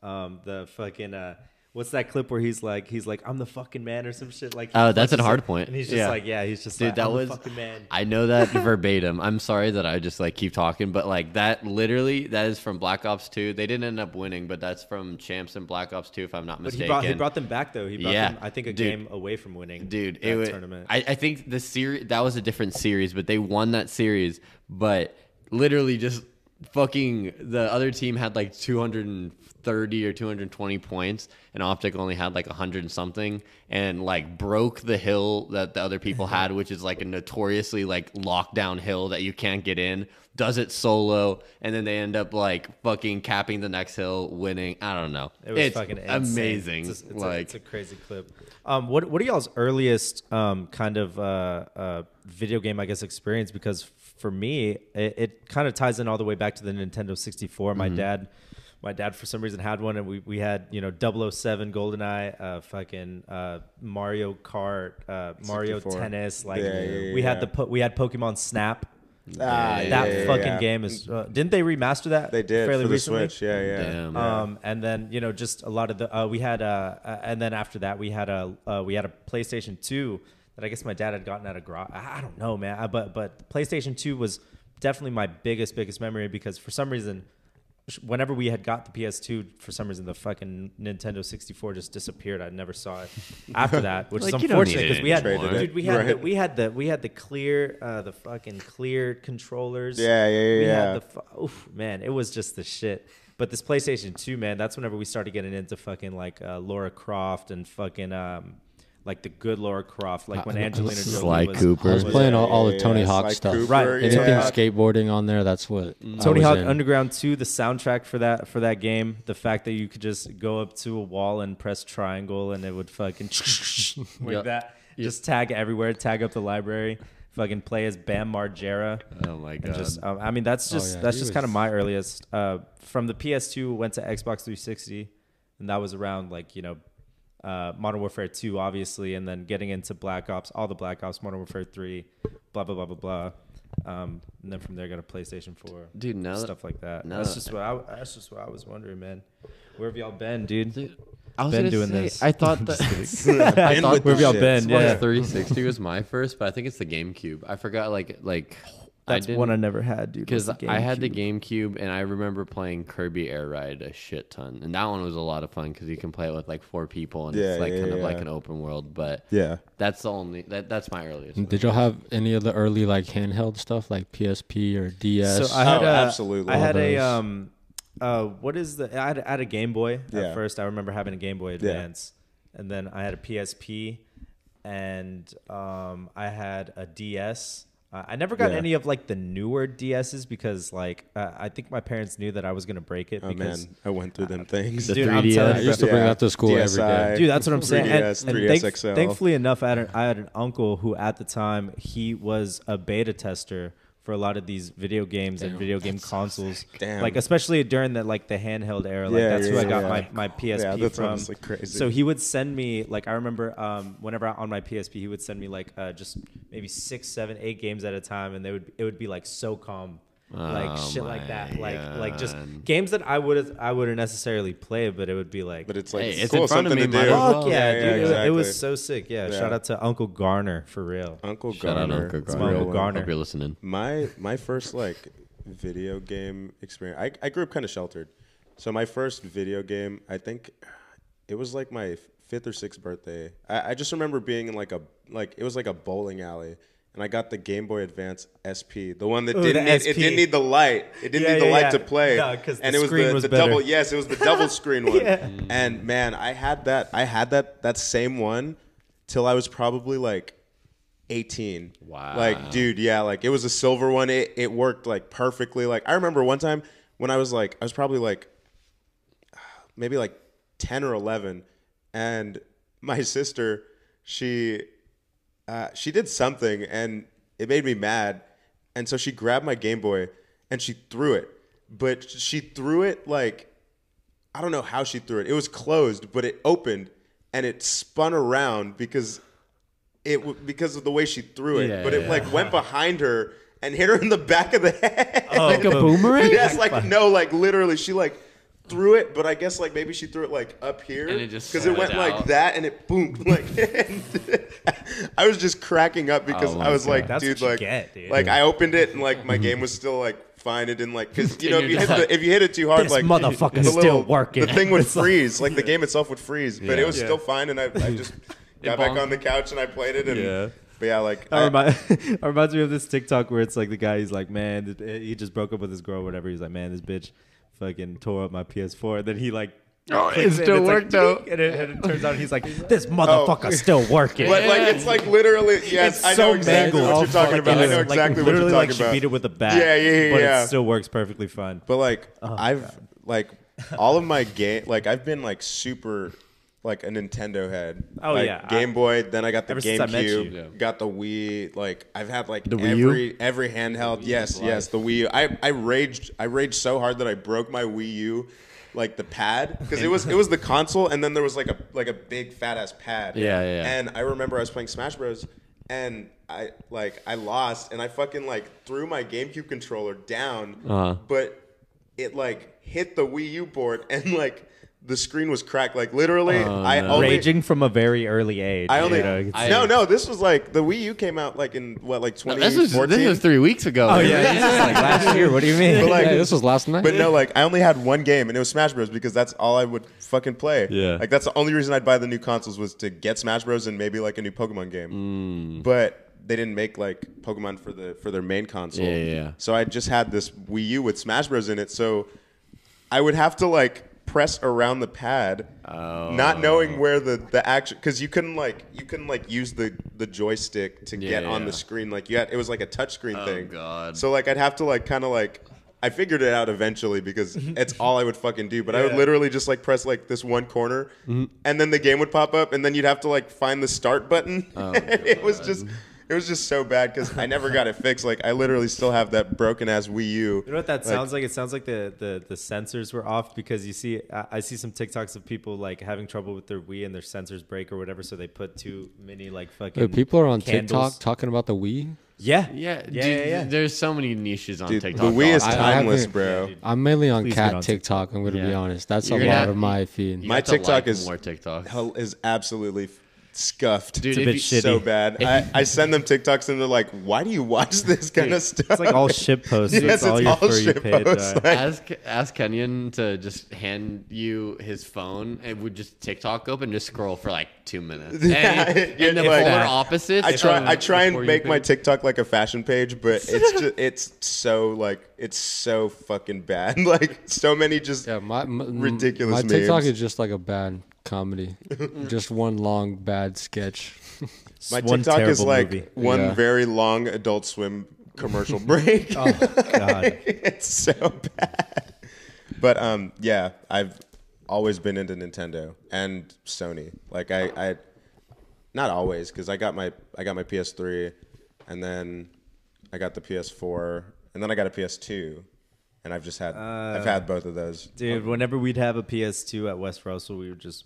[SPEAKER 2] um, the fucking. Uh, What's that clip where he's like, he's like, I'm the fucking man or some shit like.
[SPEAKER 1] Oh, that's
[SPEAKER 2] at
[SPEAKER 1] at Hardpoint.
[SPEAKER 2] and he's just
[SPEAKER 1] Yeah.
[SPEAKER 2] like, yeah, he's just like,
[SPEAKER 1] dude, that
[SPEAKER 2] I'm
[SPEAKER 1] was
[SPEAKER 2] the fucking man.
[SPEAKER 1] I know that verbatim. I'm sorry that I just like keep talking, but like that literally, that is from Black Ops Two. They didn't end up winning, but that's from Champs and Black Ops Two, if I'm not
[SPEAKER 2] But
[SPEAKER 1] mistaken.
[SPEAKER 2] he brought, he brought them back though. He brought
[SPEAKER 1] Yeah.
[SPEAKER 2] them, I think, a
[SPEAKER 1] Dude.
[SPEAKER 2] game away from winning.
[SPEAKER 1] dude
[SPEAKER 2] that
[SPEAKER 1] it was
[SPEAKER 2] tournament.
[SPEAKER 1] I, I think the series that was a different series but they won that series but literally just fucking the other team had like 230 or 220 points and optic only had like 100 and something and like broke the hill that the other people had which is like a notoriously like lockdown hill that you can't get in does it solo and then they end up like fucking capping the next hill winning i don't know
[SPEAKER 2] It was
[SPEAKER 1] it's
[SPEAKER 2] fucking insane.
[SPEAKER 1] amazing
[SPEAKER 2] It's a, it's a-
[SPEAKER 1] like
[SPEAKER 2] it's a crazy clip. Um, what what are y'all's earliest um, kind of uh, uh, video game, I guess, experience?
[SPEAKER 1] Mm-hmm.
[SPEAKER 2] Because for me, it, it kind of ties in all the way back to the Nintendo 64. My dad my dad for some reason had one, and we, we had you know 007 GoldenEye, uh, fucking uh, Mario Kart, uh, Mario
[SPEAKER 3] 64.
[SPEAKER 2] Tennis. Like
[SPEAKER 3] Yeah, yeah,
[SPEAKER 2] we
[SPEAKER 3] yeah.
[SPEAKER 2] had the po- we had Pokemon Snap.
[SPEAKER 3] Ah,
[SPEAKER 2] that
[SPEAKER 3] yeah, yeah,
[SPEAKER 2] fucking
[SPEAKER 3] yeah.
[SPEAKER 2] game is. Uh, didn't they remaster that?
[SPEAKER 3] They did
[SPEAKER 2] fairly
[SPEAKER 3] for the
[SPEAKER 2] recently?
[SPEAKER 3] Switch. Yeah, yeah.
[SPEAKER 1] Damn.
[SPEAKER 2] Um, and then you know just a lot of the uh, we had uh, uh, and then after that we had a uh, we had a PlayStation Two that I guess my dad had gotten at a garage. I I don't know, man. I, but but PlayStation Two was definitely my biggest biggest memory because for some reason, sh- whenever we had got the PS2, for some reason the fucking Nintendo 64 just disappeared. I never saw it after that, which
[SPEAKER 1] Like,
[SPEAKER 2] is
[SPEAKER 1] you don't need
[SPEAKER 2] unfortunate
[SPEAKER 1] it
[SPEAKER 2] because we had
[SPEAKER 3] anymore.
[SPEAKER 2] dude we had the,
[SPEAKER 3] Right.
[SPEAKER 2] we had the we had the clear uh, the fucking clear controllers.
[SPEAKER 3] Yeah, yeah, yeah,
[SPEAKER 2] We
[SPEAKER 3] yeah.
[SPEAKER 2] had the fu- oof, man, it was just the shit. But this PlayStation 2, man, that's whenever we started getting into fucking like uh, Laura Croft and fucking um, like the good Laura Croft, like when
[SPEAKER 4] Uh,
[SPEAKER 2] Angelina Jolie
[SPEAKER 1] Sly
[SPEAKER 2] was,
[SPEAKER 1] Cooper.
[SPEAKER 4] I was
[SPEAKER 1] Yeah,
[SPEAKER 4] playing all, all
[SPEAKER 3] yeah,
[SPEAKER 4] the Tony
[SPEAKER 3] yeah.
[SPEAKER 4] Hawk
[SPEAKER 3] Sly
[SPEAKER 4] stuff.
[SPEAKER 3] Cooper,
[SPEAKER 2] Right.
[SPEAKER 4] Anything
[SPEAKER 3] yeah.
[SPEAKER 4] skateboarding on there, that's what
[SPEAKER 1] Mm.
[SPEAKER 4] I
[SPEAKER 2] Tony
[SPEAKER 4] was
[SPEAKER 2] Hawk
[SPEAKER 4] in.
[SPEAKER 2] Underground 2, the soundtrack for that for that game, the fact that you could just go up to a wall and press triangle and it would fucking like
[SPEAKER 1] Yeah.
[SPEAKER 2] that, just tag everywhere, tag up the library, fucking play as Bam Margera.
[SPEAKER 1] Oh my
[SPEAKER 2] and
[SPEAKER 1] god.
[SPEAKER 2] just um, I mean that's just
[SPEAKER 4] Oh, yeah,
[SPEAKER 2] that's
[SPEAKER 4] he
[SPEAKER 2] just
[SPEAKER 4] was-
[SPEAKER 2] kind of my earliest uh, from the PS2 went to Xbox 360 and that was around like you know uh, Modern Warfare 2 obviously and then getting into Black Ops all the Black Ops Modern Warfare 3 blah blah blah blah blah um, and then from there got a PlayStation 4
[SPEAKER 1] Dude, now that-
[SPEAKER 2] stuff like that
[SPEAKER 1] now
[SPEAKER 2] that's
[SPEAKER 1] that-
[SPEAKER 2] just what I that's just what I was wondering man where have y'all been dude,
[SPEAKER 1] Dude, I was
[SPEAKER 2] Been
[SPEAKER 1] gonna
[SPEAKER 2] doing
[SPEAKER 1] say,
[SPEAKER 2] this.
[SPEAKER 1] I thought that I
[SPEAKER 3] Been
[SPEAKER 1] thought the
[SPEAKER 3] with the
[SPEAKER 2] where have y'all
[SPEAKER 3] shit.
[SPEAKER 2] been yeah
[SPEAKER 1] 360 was my first, but I think it's the GameCube. I forgot like like I
[SPEAKER 2] that's
[SPEAKER 1] didn't-
[SPEAKER 2] one I never had dude was
[SPEAKER 1] because
[SPEAKER 2] the
[SPEAKER 1] I had the
[SPEAKER 2] GameCube.
[SPEAKER 1] GameCube and I remember playing Kirby Air Ride a shit ton, and that one was a lot of fun because you can play it with like four people and
[SPEAKER 3] Yeah,
[SPEAKER 1] it's like
[SPEAKER 3] yeah,
[SPEAKER 1] kind of
[SPEAKER 3] yeah.
[SPEAKER 1] like an open world. But
[SPEAKER 3] Yeah.
[SPEAKER 1] that's the only that that's my earliest.
[SPEAKER 4] Did y'all have any of the early like handheld stuff like PSP or DS?
[SPEAKER 2] So I had
[SPEAKER 3] Oh,
[SPEAKER 2] a,
[SPEAKER 3] absolutely.
[SPEAKER 2] I had a
[SPEAKER 4] All those.
[SPEAKER 2] um, uh, what is the? I had, I had a Game Boy
[SPEAKER 3] Yeah.
[SPEAKER 2] at first. I remember having a Game Boy
[SPEAKER 3] Yeah.
[SPEAKER 2] Advance, and then I had a PSP, and um, I had a DS. Uh, I never got
[SPEAKER 3] Yeah.
[SPEAKER 2] any of like the newer DSs because like uh, I think my parents knew that I was gonna break it
[SPEAKER 3] Oh
[SPEAKER 2] because. Uh,
[SPEAKER 3] man, I went through them things.
[SPEAKER 1] The
[SPEAKER 2] Dude, I'm
[SPEAKER 1] 3DS.
[SPEAKER 2] telling
[SPEAKER 4] I
[SPEAKER 2] you,
[SPEAKER 4] used to
[SPEAKER 2] bro.
[SPEAKER 4] bring
[SPEAKER 3] Yeah.
[SPEAKER 4] that to school every
[SPEAKER 3] DSI.
[SPEAKER 4] day.
[SPEAKER 2] Dude, that's what I'm saying. And-
[SPEAKER 3] 3DS,
[SPEAKER 2] and
[SPEAKER 3] 3DS
[SPEAKER 2] thank-
[SPEAKER 3] XL.
[SPEAKER 2] Thankfully enough, I had, an, I had an uncle who, at the time, he was a beta tester for a lot of these video games and video game consoles.
[SPEAKER 3] Damn.
[SPEAKER 2] Like especially during the like the handheld era. Like
[SPEAKER 3] Yeah,
[SPEAKER 2] that's
[SPEAKER 3] yeah,
[SPEAKER 2] who I
[SPEAKER 3] yeah,
[SPEAKER 2] got
[SPEAKER 3] yeah.
[SPEAKER 2] my, my PSP
[SPEAKER 3] Yeah, that's
[SPEAKER 2] from.
[SPEAKER 3] honestly crazy.
[SPEAKER 2] So he would send me like I remember um, whenever I, on my PSP he would send me like uh, just maybe six, seven, eight games at a time, and they would it would be like SOCOM. Like
[SPEAKER 1] Oh
[SPEAKER 2] shit, like
[SPEAKER 1] my
[SPEAKER 2] that, like like just
[SPEAKER 1] God.
[SPEAKER 2] games that I would I wouldn't necessarily play, but it would be like
[SPEAKER 3] But it's like
[SPEAKER 1] Hey, it's
[SPEAKER 3] cool,
[SPEAKER 1] in front of me,
[SPEAKER 3] something to
[SPEAKER 1] might
[SPEAKER 3] do.
[SPEAKER 1] as well.
[SPEAKER 2] Fuck yeah, dude. It- It
[SPEAKER 3] exactly.
[SPEAKER 2] was so sick. Yeah.
[SPEAKER 3] Yeah.
[SPEAKER 2] Shout out to Uncle Garner for real.
[SPEAKER 3] Uncle
[SPEAKER 1] Shout out
[SPEAKER 3] Garner.
[SPEAKER 1] Uncle
[SPEAKER 3] It's my
[SPEAKER 1] Garner.
[SPEAKER 3] real one.
[SPEAKER 2] Garner.
[SPEAKER 1] Hope you're listening.
[SPEAKER 3] My my first like video game experience. I I grew up kind of sheltered, so my first video game. I think it was like my fifth or sixth birthday. I, I just remember being in like a like it was like a bowling alley. And I got the Game Boy Advance SP, the one that
[SPEAKER 2] Ooh,
[SPEAKER 3] didn't
[SPEAKER 2] the
[SPEAKER 3] need, it
[SPEAKER 2] SP.
[SPEAKER 3] didn't need the light. It didn't
[SPEAKER 2] Yeah,
[SPEAKER 3] need the
[SPEAKER 2] yeah,
[SPEAKER 3] light
[SPEAKER 2] yeah.
[SPEAKER 3] to play.
[SPEAKER 2] No, 'cause the
[SPEAKER 3] and it was
[SPEAKER 2] screen
[SPEAKER 3] the,
[SPEAKER 2] was
[SPEAKER 3] the
[SPEAKER 2] better.
[SPEAKER 3] double. Yes, it was the double screen one.
[SPEAKER 2] Yeah.
[SPEAKER 3] And man, I had that. I had that that same one till I was probably like 18.
[SPEAKER 1] Wow.
[SPEAKER 3] Like, dude, yeah, like it was a silver one. It, it worked like perfectly. Like, I remember one time when I was like, I was probably like maybe like 10 or 11. And my sister, she, uh, she did something and it made me mad. And so she grabbed my Game Boy and she threw it. But she threw it like I don't know how she threw it. It was closed, but it opened and it spun around because it w- because of the way she threw it.
[SPEAKER 1] Yeah,
[SPEAKER 3] but it
[SPEAKER 1] yeah.
[SPEAKER 3] like went behind her and hit her in the back of the head.
[SPEAKER 1] Oh,
[SPEAKER 2] Like a
[SPEAKER 1] boomerang?
[SPEAKER 3] yes, like no, like literally, she like threw it, but I guess like maybe she threw it like up here
[SPEAKER 1] And it just
[SPEAKER 3] it
[SPEAKER 1] slid
[SPEAKER 3] went like
[SPEAKER 1] out.
[SPEAKER 3] that and it boomed like. and I was just cracking up because
[SPEAKER 1] Oh my
[SPEAKER 3] I was like,
[SPEAKER 1] God.
[SPEAKER 2] That's what
[SPEAKER 3] dude,
[SPEAKER 2] you
[SPEAKER 3] like,
[SPEAKER 2] get, dude. Mm-hmm.
[SPEAKER 3] like I opened it and like my game was still like fine. It didn't like because you know
[SPEAKER 1] And
[SPEAKER 3] if you
[SPEAKER 1] you're
[SPEAKER 3] hit
[SPEAKER 1] just
[SPEAKER 3] the, if you hit it too hard,
[SPEAKER 2] "This
[SPEAKER 3] like
[SPEAKER 2] motherfucker's
[SPEAKER 3] the
[SPEAKER 2] still working."
[SPEAKER 3] The thing would
[SPEAKER 2] It's like-
[SPEAKER 3] freeze, like the game itself would freeze, but it was still fine, and I, I just got back
[SPEAKER 1] bonked.
[SPEAKER 3] on the couch and I played it, and
[SPEAKER 2] Yeah.
[SPEAKER 3] but yeah, like
[SPEAKER 2] That,
[SPEAKER 3] I-
[SPEAKER 2] remi- that reminds me of this TikTok where it's like the guy, he's like, man, th- eh," he just broke up with his girl, whatever. He's like, man, this bitch fucking tore up my PS4. And then he like,
[SPEAKER 1] Oh, it
[SPEAKER 2] clicks and
[SPEAKER 1] still
[SPEAKER 2] it's like,
[SPEAKER 1] worked out.
[SPEAKER 2] "Ding," And it, and it turns out he's like, this motherfucker's still working.
[SPEAKER 3] But Oh. like it's like literally yes,
[SPEAKER 2] It's
[SPEAKER 3] I
[SPEAKER 2] so
[SPEAKER 3] know exactly
[SPEAKER 2] mangled.
[SPEAKER 3] what you're talking about. I know
[SPEAKER 2] Like,
[SPEAKER 3] exactly what
[SPEAKER 2] literally
[SPEAKER 3] you're
[SPEAKER 2] like
[SPEAKER 3] talking
[SPEAKER 2] she
[SPEAKER 3] about.
[SPEAKER 2] beat it with a bat.
[SPEAKER 3] Yeah, yeah, yeah,
[SPEAKER 2] But
[SPEAKER 3] yeah.
[SPEAKER 2] it still works perfectly fine.
[SPEAKER 3] But like
[SPEAKER 2] Oh,
[SPEAKER 3] I've like all of my game like I've been like super like a Nintendo head.
[SPEAKER 2] Oh,
[SPEAKER 3] Like,
[SPEAKER 2] yeah.
[SPEAKER 3] Game Boy, then I got the
[SPEAKER 2] Ever since I met
[SPEAKER 3] GameCube,
[SPEAKER 2] you.
[SPEAKER 1] Yeah.
[SPEAKER 3] got the Wii, like I've had like
[SPEAKER 1] Wii U?
[SPEAKER 3] every every handheld. yes, yes, the Wii U. I I raged I raged so hard that I broke my Wii U. like the pad because it was it was the console and then there was like a like a big fat ass pad.
[SPEAKER 1] Yeah, yeah, yeah.
[SPEAKER 3] And I remember I was playing Smash Bros. And I like I lost and I fucking like threw my GameCube controller down, but it like hit the Wii U board and like the screen was cracked. Like literally, I only
[SPEAKER 2] Raging from a very early age.
[SPEAKER 3] I only
[SPEAKER 2] you know, it's-
[SPEAKER 1] I-
[SPEAKER 3] no no. This was like the Wii U came out like in what like
[SPEAKER 1] No,
[SPEAKER 3] twenty
[SPEAKER 1] this was this was three weeks ago.
[SPEAKER 2] oh yeah, this is like last year. What do you mean?
[SPEAKER 3] But like,
[SPEAKER 4] Yeah, this was last night.
[SPEAKER 3] But no, like I only had one game, and it was Smash Bros. because that's all I would fucking play.
[SPEAKER 1] Yeah.
[SPEAKER 3] like that's the only reason I'd buy the new consoles was to get Smash Bros. and maybe like a new Pokemon game.
[SPEAKER 1] Mm.
[SPEAKER 3] But they didn't make like Pokemon for the for their main console.
[SPEAKER 1] Yeah, yeah, yeah.
[SPEAKER 3] So I just had this Wii U with Smash Bros. in it. So I would have to like press around the pad, not
[SPEAKER 1] Oh.
[SPEAKER 3] knowing where the the action because you couldn't like you couldn't like use the the joystick to get
[SPEAKER 1] Yeah,
[SPEAKER 3] on the
[SPEAKER 1] yeah. Oh,
[SPEAKER 3] screen. Like you had it was like a touch screen thing.
[SPEAKER 1] God.
[SPEAKER 3] So like I'd have to like kind of like I figured it out eventually because it's all I would fucking do. But I would literally just like press like this one corner, and then the game would pop up, and then you'd have to like find the start button. it was just. It was just so bad because I never got it fixed. Like I literally still have that broken ass Wii U.
[SPEAKER 2] You know what that sounds like? It sounds like the, the the sensors were off because you see, I, I see some TikToks of people like having trouble with their Wii and their sensors break or whatever, so they put too many like fucking.
[SPEAKER 4] Dude, people are on
[SPEAKER 2] candles.
[SPEAKER 4] TikTok talking about the Wii.
[SPEAKER 2] Yeah,
[SPEAKER 1] yeah, dude,
[SPEAKER 2] yeah, yeah. yeah.
[SPEAKER 1] There's so many niches on
[SPEAKER 3] Dude, the
[SPEAKER 1] TikTok.
[SPEAKER 3] Wii is
[SPEAKER 1] dog.
[SPEAKER 4] I- I
[SPEAKER 3] timeless,
[SPEAKER 4] haven't-
[SPEAKER 3] bro.
[SPEAKER 4] I'm mainly on
[SPEAKER 2] Please get
[SPEAKER 4] cat
[SPEAKER 2] on
[SPEAKER 4] TikTok. I'm gonna be
[SPEAKER 1] Yeah.
[SPEAKER 4] honest. That's
[SPEAKER 1] You're
[SPEAKER 4] a
[SPEAKER 1] gonna
[SPEAKER 4] lot
[SPEAKER 1] have-
[SPEAKER 4] of my
[SPEAKER 1] You
[SPEAKER 4] feed.
[SPEAKER 3] My
[SPEAKER 1] have to
[SPEAKER 3] TikTok
[SPEAKER 1] like
[SPEAKER 3] is-
[SPEAKER 1] more TikTok.
[SPEAKER 3] Hell is absolutely f- scuffed.
[SPEAKER 1] Dude,
[SPEAKER 2] a
[SPEAKER 1] if
[SPEAKER 2] bit
[SPEAKER 1] you-
[SPEAKER 2] shitty.
[SPEAKER 3] so bad. I, I send them TikToks and they're like, "Why do you watch this kind of stuff?"
[SPEAKER 2] It's like all shit posts. it's
[SPEAKER 3] Yes,
[SPEAKER 2] all
[SPEAKER 3] it's
[SPEAKER 2] your
[SPEAKER 3] all
[SPEAKER 2] furry
[SPEAKER 3] shit
[SPEAKER 2] paid,
[SPEAKER 3] posts.
[SPEAKER 2] uh,
[SPEAKER 1] ask ask Kenyon to just hand you his phone and would just TikTok up and just scroll for like two minutes.
[SPEAKER 3] Yeah,
[SPEAKER 1] and,
[SPEAKER 3] you're
[SPEAKER 1] and the
[SPEAKER 3] like-
[SPEAKER 1] polar opposites.
[SPEAKER 3] I try.
[SPEAKER 1] of-
[SPEAKER 3] I try and
[SPEAKER 1] before you
[SPEAKER 3] make my
[SPEAKER 1] pick-
[SPEAKER 3] TikTok like a fashion page, but it's just it's so like it's so fucking bad. Like so many just
[SPEAKER 4] Yeah, my, my
[SPEAKER 3] Ridiculous
[SPEAKER 4] My TikTok
[SPEAKER 3] memes.
[SPEAKER 4] is just like a bad comedy, just one long bad sketch.
[SPEAKER 3] my
[SPEAKER 2] one
[SPEAKER 3] TikTok is
[SPEAKER 2] terrible
[SPEAKER 3] like
[SPEAKER 2] movie.
[SPEAKER 3] one
[SPEAKER 4] Yeah.
[SPEAKER 3] very long Adult Swim commercial break.
[SPEAKER 2] God.
[SPEAKER 3] it's so bad. But um, yeah, I've always been into Nintendo and Sony. Like I, I not always because I got my I got my PS3, and then I got the PS4, and then I got a PS2, and I've just had I've had both of those.
[SPEAKER 2] Dude, whenever we'd have a PS2 at West Russell, we would just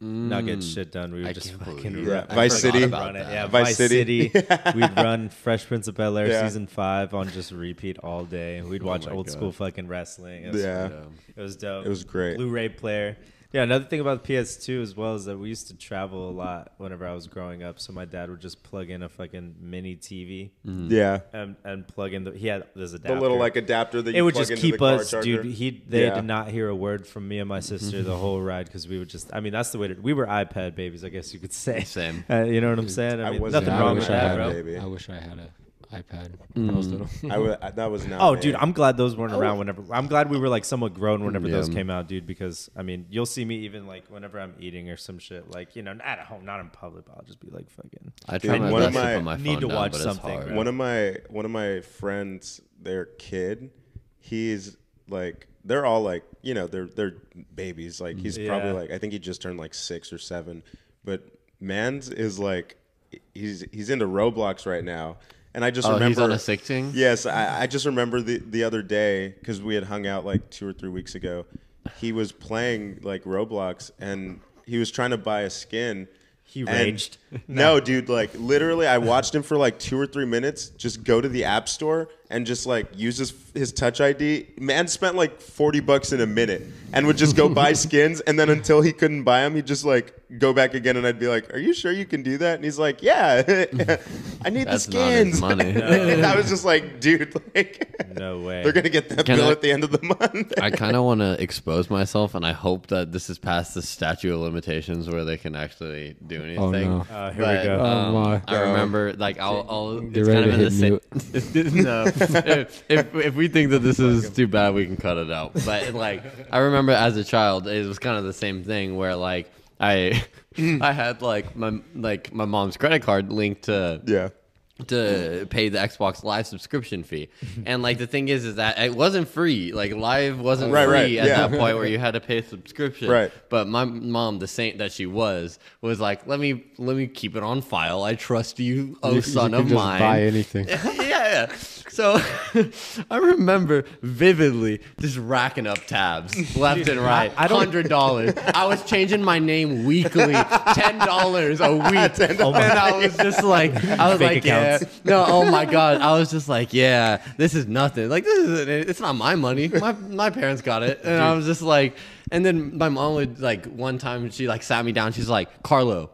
[SPEAKER 2] not get
[SPEAKER 3] Mm.
[SPEAKER 2] shit done. We would
[SPEAKER 1] I
[SPEAKER 2] just
[SPEAKER 1] can't
[SPEAKER 2] fucking
[SPEAKER 1] believe
[SPEAKER 2] run,
[SPEAKER 3] that. Vice
[SPEAKER 2] I forgot
[SPEAKER 3] City.
[SPEAKER 2] about it. Yeah,
[SPEAKER 3] Vice
[SPEAKER 2] Vice,
[SPEAKER 3] City.
[SPEAKER 2] City. we'd run Fresh Prince of Bel Air
[SPEAKER 3] Yeah. Oh
[SPEAKER 2] season five on just repeat all day. We'd watch old school fucking wrestling. It was,
[SPEAKER 3] Yeah.
[SPEAKER 2] it was dope.
[SPEAKER 3] It was great.
[SPEAKER 2] Blu-ray player. Yeah, another thing about the PS2 as well is that we used to travel a lot whenever I was growing up. So my dad would just plug in a fucking mini TV
[SPEAKER 3] Yeah,
[SPEAKER 2] and, and plug in the he had this
[SPEAKER 3] Mm. the
[SPEAKER 2] adapter
[SPEAKER 3] little like adapter that you
[SPEAKER 2] it would
[SPEAKER 3] plug
[SPEAKER 2] just
[SPEAKER 3] into the
[SPEAKER 2] keep
[SPEAKER 3] car
[SPEAKER 2] us,
[SPEAKER 3] charger.
[SPEAKER 2] dude. He they
[SPEAKER 3] Yeah.
[SPEAKER 2] did not hear a word from me and my sister the whole ride because we would just. I mean, that's the way to. We were iPad babies, I guess you could say.
[SPEAKER 1] Same.
[SPEAKER 2] Uh, you know what I'm saying? I
[SPEAKER 3] I
[SPEAKER 2] mean,
[SPEAKER 3] wasn't
[SPEAKER 2] nothing
[SPEAKER 3] an
[SPEAKER 4] Yeah, I
[SPEAKER 2] wrong
[SPEAKER 3] iPad
[SPEAKER 4] wish
[SPEAKER 2] with that,
[SPEAKER 4] I had.
[SPEAKER 2] bro.
[SPEAKER 3] baby.
[SPEAKER 4] a- I wish I had a iPad
[SPEAKER 1] Hmm.
[SPEAKER 4] when I was little.
[SPEAKER 3] I wa- I- that was not.
[SPEAKER 2] Oh,
[SPEAKER 3] me.
[SPEAKER 2] dude, I'm glad those
[SPEAKER 3] Oh.
[SPEAKER 2] weren't around. Whenever I'm glad we were like somewhat grown whenever
[SPEAKER 1] Yeah.
[SPEAKER 2] those came out, dude. Because I mean, you'll see me even like whenever I'm eating or some shit, like you know, not at home, not in public. But I'll just be like, fucking.
[SPEAKER 1] I try my
[SPEAKER 3] one of
[SPEAKER 1] best to
[SPEAKER 3] my-
[SPEAKER 1] put my phone
[SPEAKER 2] need to
[SPEAKER 1] down,
[SPEAKER 2] watch
[SPEAKER 1] but it's
[SPEAKER 2] something,
[SPEAKER 1] hard.
[SPEAKER 2] bro.
[SPEAKER 3] one of my one of my friends their kid he's like they're all like you know they're they're babies like he's probably
[SPEAKER 2] Yeah.
[SPEAKER 3] like i think he just turned like six or seven but mans is like he's he's into roblox right now and i just
[SPEAKER 1] Oh,
[SPEAKER 3] remember
[SPEAKER 1] he's on a sixteen.
[SPEAKER 2] Mm-hmm.
[SPEAKER 3] Yes, I, I just remember the, the other day because we had hung out like two or three weeks ago. He was playing like Roblox and he was trying to buy a skin.
[SPEAKER 2] He
[SPEAKER 3] and-
[SPEAKER 2] raged.
[SPEAKER 3] No. dude, like literally, I watched him for like two or three minutes just go to the app store and just like use his, his touch ID. Man spent like 40 bucks in a minute and would just go buy skins. And then until he couldn't buy them, he'd just like go back again. And I'd be like, Are you sure you can do that? And he's like, Yeah, I
[SPEAKER 1] That's
[SPEAKER 3] need the
[SPEAKER 1] not his
[SPEAKER 3] skins.
[SPEAKER 1] money.
[SPEAKER 3] I was just like, dude, like,
[SPEAKER 2] No way.
[SPEAKER 3] They're gonna get that
[SPEAKER 1] Can
[SPEAKER 3] bill
[SPEAKER 1] I-
[SPEAKER 3] at the end of the month.
[SPEAKER 1] I kind of want to expose myself, and I hope that this is past the statute of limitations where they can actually do anything.
[SPEAKER 4] Oh, no.
[SPEAKER 2] Uh, here
[SPEAKER 1] But,
[SPEAKER 2] we go.
[SPEAKER 4] Oh,
[SPEAKER 1] um,
[SPEAKER 4] my.
[SPEAKER 1] I remember, like, I'll, I'll
[SPEAKER 4] Get
[SPEAKER 1] it's kind
[SPEAKER 4] ready
[SPEAKER 1] of in
[SPEAKER 4] to
[SPEAKER 1] the same.
[SPEAKER 4] hit
[SPEAKER 1] no, if, if if we think that this is too bad, we can cut it out. But like, I remember as a child, it was kind of the same thing where like I, I had like my like my mom's credit card linked to
[SPEAKER 3] yeah.
[SPEAKER 1] to pay the Xbox Live subscription fee. And like the thing is, is that it wasn't free. Like live wasn't
[SPEAKER 3] Right,
[SPEAKER 1] free
[SPEAKER 3] right,
[SPEAKER 1] at
[SPEAKER 3] yeah.
[SPEAKER 1] that point where you had to pay a subscription.
[SPEAKER 3] Right.
[SPEAKER 1] But my mom, the saint that she was, was like, "Let me, let me keep it on file. I trust you, oh
[SPEAKER 4] You- you
[SPEAKER 1] son
[SPEAKER 4] can
[SPEAKER 1] of
[SPEAKER 4] just
[SPEAKER 1] mine."
[SPEAKER 4] Buy anything.
[SPEAKER 1] yeah, yeah, yeah. So I remember vividly just racking up tabs left and right.
[SPEAKER 2] I don't-
[SPEAKER 1] Hundred dollars. I was changing my name weekly, ten dollars a week, and I was just like, I was like,
[SPEAKER 2] Fake accounts.
[SPEAKER 1] yeah. No, oh my god, I was just like, yeah, this is nothing. Like this isn't. it. It's not my money. My my parents got it, and I was just like, and then my mom would like one time she like sat me down. She's like, Carlo,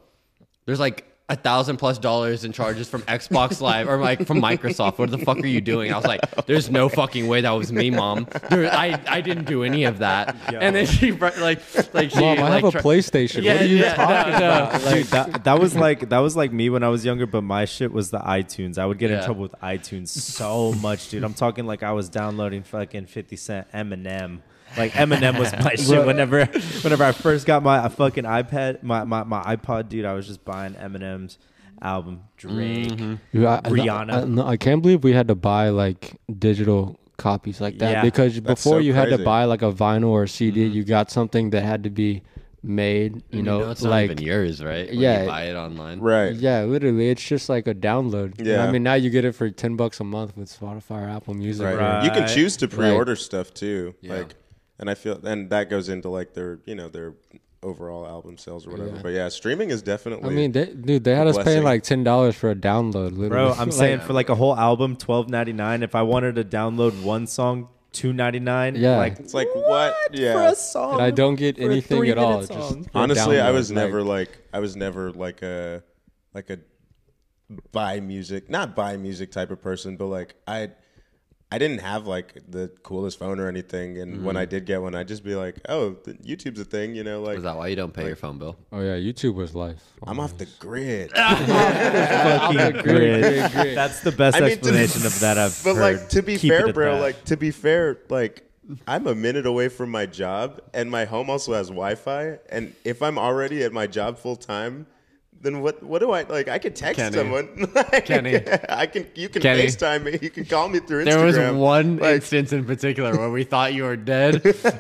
[SPEAKER 1] there's like a thousand plus dollars in charges from Xbox Live or like from Microsoft. What the fuck are you doing? I was like, there's no fucking way that was me, mom. There, I I didn't do any of that. And then she br- like like she
[SPEAKER 4] Mom, I
[SPEAKER 1] like,
[SPEAKER 4] have a
[SPEAKER 1] tri-
[SPEAKER 4] PlayStation.
[SPEAKER 1] Yeah,
[SPEAKER 4] what are you
[SPEAKER 1] yeah,
[SPEAKER 4] talking
[SPEAKER 1] no, no.
[SPEAKER 4] about?
[SPEAKER 2] Dude, that, that was like that was like me when I was younger, but my shit was the iTunes. I would get
[SPEAKER 1] Yeah.
[SPEAKER 2] in trouble with iTunes so much, dude. I'm talking like I was downloading fucking 50 Cent Eminem. Like Eminem was my shit. Whenever, whenever I first got my uh, fucking iPad, my, my, my iPod, dude, I was just buying Eminem's album, Drake.
[SPEAKER 4] Dude, I,
[SPEAKER 2] Rihanna.
[SPEAKER 4] I, I, no, I can't believe we had to buy like digital copies like that
[SPEAKER 2] Yeah. Mm-hmm.
[SPEAKER 4] because before
[SPEAKER 3] so
[SPEAKER 4] you had to
[SPEAKER 3] crazy.
[SPEAKER 4] buy like a vinyl or a CD, you got something that had to be made. You
[SPEAKER 1] You
[SPEAKER 4] know,
[SPEAKER 1] know, Mm-hmm. it's
[SPEAKER 4] like
[SPEAKER 1] not even yours, right? When
[SPEAKER 4] yeah.
[SPEAKER 1] you buy it online.
[SPEAKER 3] Right.
[SPEAKER 4] yeah, literally, it's just like a download. You know what I
[SPEAKER 3] Yeah.
[SPEAKER 4] mean, now you get it for ten bucks a month with Spotify or Apple Music.
[SPEAKER 3] Right.
[SPEAKER 4] or-
[SPEAKER 2] Right.
[SPEAKER 3] You can choose to pre-order stuff too.
[SPEAKER 1] Yeah.
[SPEAKER 3] Like, and I feel, and that goes into like their, you know, their overall album sales or whatever. But yeah, streaming is
[SPEAKER 4] I
[SPEAKER 3] definitely.
[SPEAKER 4] mean, they, dude, they had us paying
[SPEAKER 3] blessing.
[SPEAKER 4] like ten dollars for a download. Literally.
[SPEAKER 2] Bro, I'm
[SPEAKER 4] Like,
[SPEAKER 2] saying for like a whole album, twelve ninety nine. If I wanted to download one song, two ninety nine.
[SPEAKER 4] Yeah.
[SPEAKER 2] like
[SPEAKER 3] it's like what? Yeah.
[SPEAKER 2] for a song.
[SPEAKER 4] and I don't get
[SPEAKER 2] a
[SPEAKER 4] anything at
[SPEAKER 2] three-minute
[SPEAKER 4] all. It's
[SPEAKER 2] song.
[SPEAKER 4] Just for a
[SPEAKER 3] Honestly, I
[SPEAKER 4] download,
[SPEAKER 3] was
[SPEAKER 4] like-
[SPEAKER 3] never like I was never like a like a buy music, not buy music type of person, but like I I didn't have like the coolest phone or anything, and when I did get one, I'd just be like, "Oh, th- YouTube's a thing," you know, like
[SPEAKER 1] Is that why you don't pay your phone bill?
[SPEAKER 4] Oh yeah, YouTube was life. Oh,
[SPEAKER 3] I'm off the grid.
[SPEAKER 2] fucking grid. That's the best
[SPEAKER 3] I mean, to-
[SPEAKER 2] explanation of that I've
[SPEAKER 3] but
[SPEAKER 2] heard.
[SPEAKER 3] like to be
[SPEAKER 2] Keep it
[SPEAKER 3] fair,
[SPEAKER 2] at
[SPEAKER 3] bro,
[SPEAKER 2] that.
[SPEAKER 3] like to be fair, like I'm a minute away from my job, and my home also has Wi-Fi, and if I'm already at my job full time. Then what? What do I like? I could text
[SPEAKER 1] Kenny.
[SPEAKER 3] someone. Like,
[SPEAKER 1] Kenny.
[SPEAKER 3] I can. You can
[SPEAKER 1] Kenny.
[SPEAKER 3] FaceTime me. You can call me through
[SPEAKER 1] There
[SPEAKER 3] Instagram.
[SPEAKER 1] was one
[SPEAKER 3] Like,
[SPEAKER 1] instance in particular where we thought you were dead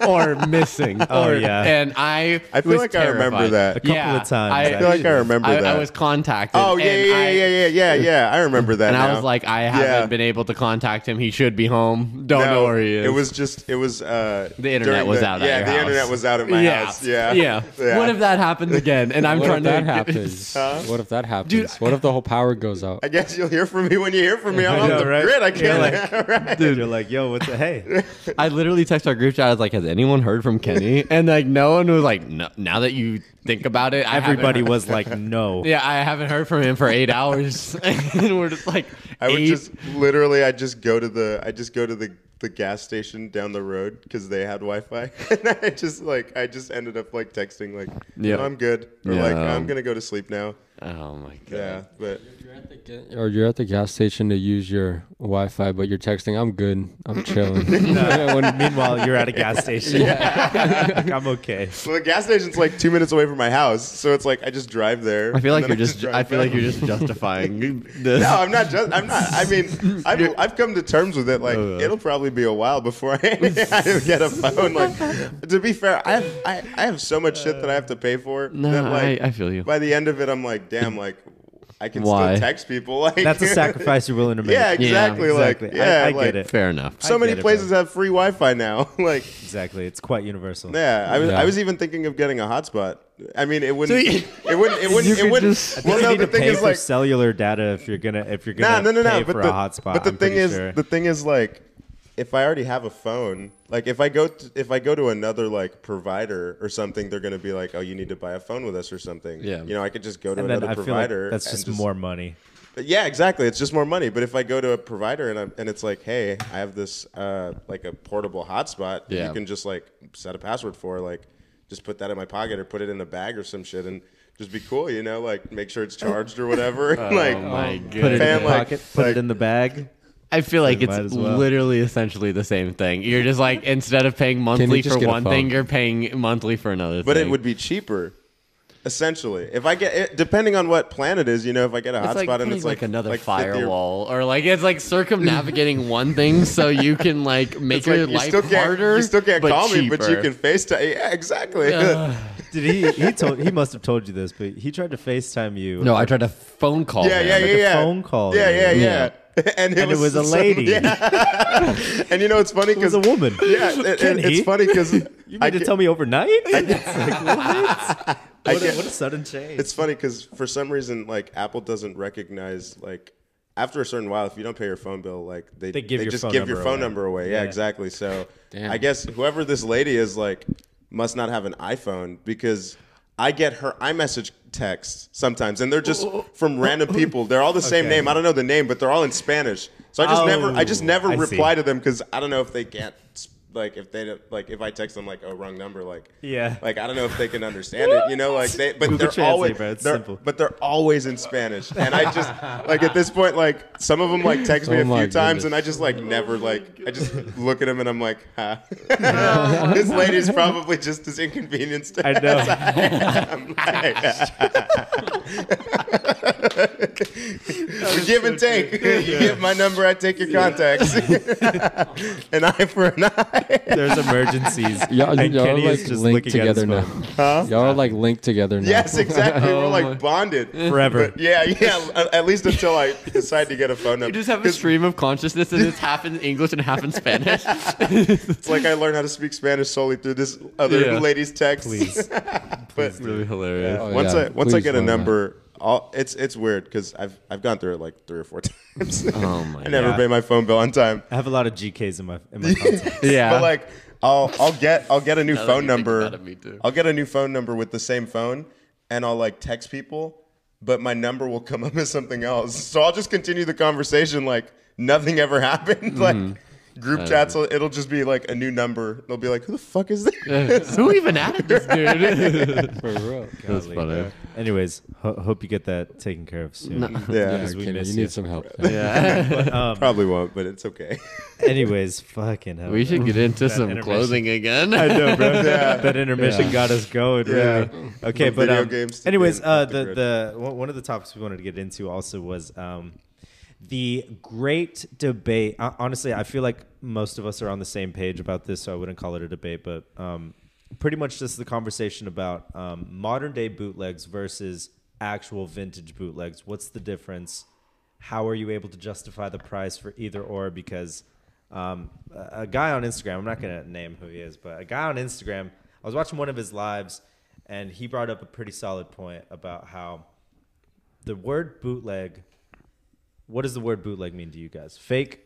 [SPEAKER 1] or missing.
[SPEAKER 2] Oh,
[SPEAKER 1] or-
[SPEAKER 2] yeah.
[SPEAKER 1] and I
[SPEAKER 3] I feel
[SPEAKER 1] was
[SPEAKER 3] like I remember
[SPEAKER 1] terrified.
[SPEAKER 3] that. A
[SPEAKER 2] couple
[SPEAKER 1] Yeah,
[SPEAKER 2] of times, I
[SPEAKER 3] feel like I remember
[SPEAKER 1] I, I
[SPEAKER 3] that.
[SPEAKER 1] was contacted.
[SPEAKER 3] oh yeah,
[SPEAKER 1] and
[SPEAKER 3] yeah,
[SPEAKER 1] I-
[SPEAKER 3] yeah, yeah, yeah, yeah. I remember that.
[SPEAKER 1] And I
[SPEAKER 3] now.
[SPEAKER 1] was like, I haven't
[SPEAKER 3] Yeah.
[SPEAKER 1] been able to contact him. He should be home. Don't know
[SPEAKER 3] No,
[SPEAKER 1] where he is.
[SPEAKER 3] It was just. It was. Uh,
[SPEAKER 1] the internet
[SPEAKER 3] during
[SPEAKER 1] was
[SPEAKER 3] the-
[SPEAKER 1] out.
[SPEAKER 3] Yeah,
[SPEAKER 1] at your
[SPEAKER 3] the
[SPEAKER 1] house.
[SPEAKER 3] internet was out at my house. Yeah,
[SPEAKER 1] yeah, What if that happens again? And I'm
[SPEAKER 4] What if
[SPEAKER 1] trying
[SPEAKER 4] that
[SPEAKER 1] to get-
[SPEAKER 4] happens? What if that happens? what if the whole power goes out?
[SPEAKER 3] I guess you'll hear from me when you hear from me.
[SPEAKER 2] I
[SPEAKER 3] I'm on
[SPEAKER 2] know,
[SPEAKER 3] the
[SPEAKER 2] right?
[SPEAKER 3] grid. I
[SPEAKER 2] You're
[SPEAKER 3] can't.
[SPEAKER 2] like-
[SPEAKER 3] right.
[SPEAKER 2] dude, you're like, yo, what's the hey?
[SPEAKER 1] I literally text our group chat. I was like, "Has anyone heard from Kenny?" And like, no one was like, no, "Now that you think about it, I haven't
[SPEAKER 2] Everybody
[SPEAKER 1] heard-
[SPEAKER 2] was like, no.
[SPEAKER 1] Yeah, I haven't heard from him for eight hours, and we're just like,
[SPEAKER 3] I would
[SPEAKER 1] eight?
[SPEAKER 3] just literally, I just go to the, I just go to the, the gas station down the road because they had Wi-Fi, and I just like, I just ended up like texting like,
[SPEAKER 1] Yeah.
[SPEAKER 3] yeah, I'm good, or like,
[SPEAKER 1] Yeah.
[SPEAKER 3] I'm gonna go to sleep now.
[SPEAKER 1] oh my god,
[SPEAKER 3] Yeah, but
[SPEAKER 4] Or you're at the gas station to use your Wi-Fi, but you're texting, "I'm good, I'm chilling."
[SPEAKER 2] When- meanwhile, you're at a gas station. Like, I'm okay.
[SPEAKER 3] well, the gas station's like two minutes away from my house, so it's like I just drive there.
[SPEAKER 1] I feel
[SPEAKER 3] and
[SPEAKER 1] like
[SPEAKER 3] then
[SPEAKER 1] you're just.
[SPEAKER 3] drive
[SPEAKER 1] I feel like
[SPEAKER 3] back.
[SPEAKER 1] you're just justifying this.
[SPEAKER 3] No, I'm not just. I'm not. I mean, I've, I've come to terms with it. Like,
[SPEAKER 1] Oh,
[SPEAKER 3] it'll probably be a while before I, I get a phone. Like, to be fair, I have I, I have so much shit that I have to pay for.
[SPEAKER 1] No,
[SPEAKER 3] that, like,
[SPEAKER 1] I- I feel you.
[SPEAKER 3] By the end of it, I'm like, damn, like, I can
[SPEAKER 1] Why?
[SPEAKER 3] still text people. Like,
[SPEAKER 2] That's a sacrifice you're willing to make.
[SPEAKER 3] yeah, exactly. like,
[SPEAKER 2] Exactly. I-
[SPEAKER 3] yeah,
[SPEAKER 2] I get
[SPEAKER 3] like,
[SPEAKER 2] it.
[SPEAKER 1] Fair enough.
[SPEAKER 3] So
[SPEAKER 2] I
[SPEAKER 3] many
[SPEAKER 2] get it,
[SPEAKER 3] places
[SPEAKER 2] bro.
[SPEAKER 3] have free Wi-Fi now. like,
[SPEAKER 2] Exactly. It's quite universal.
[SPEAKER 3] yeah, I was
[SPEAKER 4] Yeah.
[SPEAKER 3] I was even thinking of getting a hotspot. I mean, it wouldn't.
[SPEAKER 1] So you-
[SPEAKER 3] it wouldn't. It wouldn't.
[SPEAKER 1] could
[SPEAKER 3] It wouldn't.
[SPEAKER 1] just- I
[SPEAKER 2] I think you
[SPEAKER 3] no,
[SPEAKER 2] need
[SPEAKER 3] the
[SPEAKER 2] to
[SPEAKER 3] thing
[SPEAKER 2] pay
[SPEAKER 3] is,
[SPEAKER 2] for
[SPEAKER 3] like,
[SPEAKER 2] cellular data if you're gonna if you're
[SPEAKER 3] No,
[SPEAKER 2] gonna
[SPEAKER 3] no, no,
[SPEAKER 2] pay
[SPEAKER 3] no. But
[SPEAKER 2] for
[SPEAKER 3] the,
[SPEAKER 2] a hotspot.
[SPEAKER 3] but the
[SPEAKER 2] I'm
[SPEAKER 3] thing
[SPEAKER 2] pretty
[SPEAKER 3] is,
[SPEAKER 2] sure.
[SPEAKER 3] the thing is, like, if I already have a phone, like, if I go, to, if I go to another like provider or something, they're gonna be like, oh, you need to buy a phone with us or something.
[SPEAKER 1] Yeah.
[SPEAKER 3] You know, I could just go to
[SPEAKER 2] and then
[SPEAKER 3] another
[SPEAKER 2] I feel like
[SPEAKER 3] provider.
[SPEAKER 2] that's
[SPEAKER 3] and
[SPEAKER 2] just, more money.
[SPEAKER 3] Yeah, exactly. It's just more money. But if I go to a provider and I'm, and it's like, hey, I have this uh like a portable hotspot. that
[SPEAKER 1] Yeah.
[SPEAKER 3] You can just like set a password for like, just put that in my pocket or put it in a bag or some shit and. Just be cool, you know, like make sure it's charged or whatever. like,
[SPEAKER 1] Oh my
[SPEAKER 2] Put it in
[SPEAKER 3] Fam,
[SPEAKER 2] the
[SPEAKER 3] like-
[SPEAKER 2] pocket. Put
[SPEAKER 3] like-
[SPEAKER 2] it in the bag.
[SPEAKER 1] I feel like
[SPEAKER 2] might
[SPEAKER 1] it's
[SPEAKER 2] as well.
[SPEAKER 1] literally essentially the same thing. You're just like instead of paying monthly
[SPEAKER 4] just
[SPEAKER 1] for
[SPEAKER 4] get a
[SPEAKER 1] one thing,
[SPEAKER 4] phone?
[SPEAKER 1] you're paying monthly for another.
[SPEAKER 3] But
[SPEAKER 1] thing.
[SPEAKER 3] it would be cheaper, essentially. If I get, it, depending on what plan it is, you know, if I get a
[SPEAKER 1] It's
[SPEAKER 3] hotspot
[SPEAKER 1] like
[SPEAKER 3] and
[SPEAKER 1] putting,
[SPEAKER 3] it's
[SPEAKER 1] like,
[SPEAKER 3] like,
[SPEAKER 1] another
[SPEAKER 3] 50 or-
[SPEAKER 1] firewall, or like it's like circumnavigating one thing so you can like make
[SPEAKER 3] It's
[SPEAKER 1] your
[SPEAKER 3] like, you
[SPEAKER 1] life
[SPEAKER 3] still can't,
[SPEAKER 1] harder.
[SPEAKER 3] You still can't
[SPEAKER 1] but
[SPEAKER 3] call me,
[SPEAKER 1] cheaper.
[SPEAKER 3] but you can FaceTime. Yeah, exactly.
[SPEAKER 2] Did he? He told. He must have told you this, but he tried to Facetime you.
[SPEAKER 1] No, I tried a phone call.
[SPEAKER 3] yeah, yeah, yeah,
[SPEAKER 1] him.
[SPEAKER 2] Oh, a
[SPEAKER 3] yeah.
[SPEAKER 2] phone call
[SPEAKER 3] Yeah,
[SPEAKER 2] then.
[SPEAKER 3] yeah, yeah.
[SPEAKER 1] Yeah.
[SPEAKER 3] and it,
[SPEAKER 5] And it was a
[SPEAKER 3] so-
[SPEAKER 5] lady.
[SPEAKER 3] yeah. and you know it's funny
[SPEAKER 2] It was
[SPEAKER 3] because
[SPEAKER 2] a woman.
[SPEAKER 3] yeah, and- and
[SPEAKER 5] Kenny.
[SPEAKER 3] it's funny because
[SPEAKER 2] You mean to tell me overnight? It's like, what?
[SPEAKER 3] I
[SPEAKER 2] What a,
[SPEAKER 3] get-
[SPEAKER 2] what a sudden change.
[SPEAKER 3] it's funny because for some reason like Apple doesn't recognize like after a certain while if you don't pay your phone bill like they
[SPEAKER 2] They give your
[SPEAKER 3] just
[SPEAKER 2] phone
[SPEAKER 3] give your
[SPEAKER 2] number
[SPEAKER 3] phone
[SPEAKER 2] away.
[SPEAKER 3] number away. Yeah,
[SPEAKER 2] Yeah.
[SPEAKER 3] exactly. So
[SPEAKER 4] Damn.
[SPEAKER 3] I guess whoever this lady is like must not have an iPhone because I get her iMessage texts sometimes and they're just from random people. They're all the same
[SPEAKER 2] Oh. Okay.
[SPEAKER 3] name. I don't know the name, but they're all in Spanish. So I just never I just
[SPEAKER 2] Oh,
[SPEAKER 3] never
[SPEAKER 2] I see.
[SPEAKER 3] reply to them cuz I don't know if they can't like if they don't like if I text them like oh wrong number like
[SPEAKER 2] Yeah.
[SPEAKER 3] like I don't know if they can understand it you know like they but
[SPEAKER 2] Google
[SPEAKER 3] they're
[SPEAKER 2] Translate,
[SPEAKER 3] always
[SPEAKER 2] bro. It's
[SPEAKER 3] they're-
[SPEAKER 2] simple.
[SPEAKER 3] but they're always in Spanish. And I just like at this point, like some of them like text me
[SPEAKER 4] Oh
[SPEAKER 3] a few
[SPEAKER 4] my
[SPEAKER 3] times,
[SPEAKER 4] goodness.
[SPEAKER 3] and I just like never like I just look at them and I'm like, huh. this lady's probably just as inconvenienced.
[SPEAKER 2] I know.
[SPEAKER 3] we give and take. you give my number, I take your contacts. an eye for an eye.
[SPEAKER 2] There's emergencies.
[SPEAKER 4] Y'all,
[SPEAKER 2] And
[SPEAKER 4] y'all are
[SPEAKER 2] Kenny is
[SPEAKER 4] like
[SPEAKER 2] just
[SPEAKER 4] linked
[SPEAKER 2] looking at his
[SPEAKER 4] together now.
[SPEAKER 2] phone.
[SPEAKER 4] Y'all are like linked together now.
[SPEAKER 3] Yes, exactly.
[SPEAKER 2] Oh
[SPEAKER 3] We're
[SPEAKER 1] my-
[SPEAKER 3] like bonded.
[SPEAKER 2] Forever.
[SPEAKER 3] But yeah, yeah. a- At least until I decide to get a phone number.
[SPEAKER 1] You just have a
[SPEAKER 3] 'Cause
[SPEAKER 1] stream of consciousness, and it's half in English and half in Spanish.
[SPEAKER 3] It's like I learned how to speak Spanish solely through this other
[SPEAKER 1] Yeah.
[SPEAKER 3] lady's text.
[SPEAKER 2] Please.
[SPEAKER 3] but
[SPEAKER 1] really hilarious.
[SPEAKER 4] Oh,
[SPEAKER 3] once
[SPEAKER 4] yeah.
[SPEAKER 3] I once I
[SPEAKER 4] Please
[SPEAKER 3] get a
[SPEAKER 4] learn that.
[SPEAKER 3] number, I'll, it's it's weird because I've I've gone through it like three or four times.
[SPEAKER 1] Oh my
[SPEAKER 3] I never
[SPEAKER 2] God.
[SPEAKER 3] pay my phone bill on time.
[SPEAKER 2] I have a lot of GKs in my in my contacts.
[SPEAKER 1] Yeah.
[SPEAKER 3] But like I'll I'll get I'll get a new
[SPEAKER 1] Now that
[SPEAKER 3] phone
[SPEAKER 1] you think
[SPEAKER 3] number.
[SPEAKER 1] about it, me too.
[SPEAKER 3] I'll get a new phone number with the same phone, and I'll like text people, but my number will come up as something else. So I'll just continue the conversation like nothing ever happened. like group chats, will, it'll just be like a new number. They'll be like, "Who the fuck is this?"
[SPEAKER 1] Who even added this dude?
[SPEAKER 4] For real.
[SPEAKER 1] That's funny.
[SPEAKER 2] Anyways, ho- hope you get that taken care of soon.
[SPEAKER 3] Yeah,
[SPEAKER 2] Because we
[SPEAKER 4] Kenny,
[SPEAKER 2] miss
[SPEAKER 4] you
[SPEAKER 2] you. Um,
[SPEAKER 4] need some help.
[SPEAKER 1] Yeah.
[SPEAKER 3] probably won't, but it's okay.
[SPEAKER 2] Anyways, fucking hell.
[SPEAKER 1] we should get into some
[SPEAKER 2] intermission.
[SPEAKER 1] closing again.
[SPEAKER 2] I know, bro.
[SPEAKER 3] Yeah.
[SPEAKER 2] That intermission
[SPEAKER 4] Yeah.
[SPEAKER 2] got us going.
[SPEAKER 3] Yeah.
[SPEAKER 2] Really. Okay,
[SPEAKER 3] From
[SPEAKER 2] but
[SPEAKER 3] video
[SPEAKER 2] um,
[SPEAKER 3] games to
[SPEAKER 2] anyways,
[SPEAKER 3] being
[SPEAKER 2] uh,
[SPEAKER 3] off the
[SPEAKER 2] the
[SPEAKER 3] grid.
[SPEAKER 2] the one one of the topics we wanted to get into also was um, the great debate. Uh, honestly, I feel like most of us are on the same page about this, so I wouldn't call it a debate, but um, pretty much just the conversation about um, modern day bootlegs versus actual vintage bootlegs. What's the difference? How are you able to justify the price for either or? Because um, a a guy on Instagram, I'm not going to name who he is, but a guy on Instagram, I was watching one of his lives and he brought up a pretty solid point about how the word bootleg, what does the word bootleg mean to you guys? Fake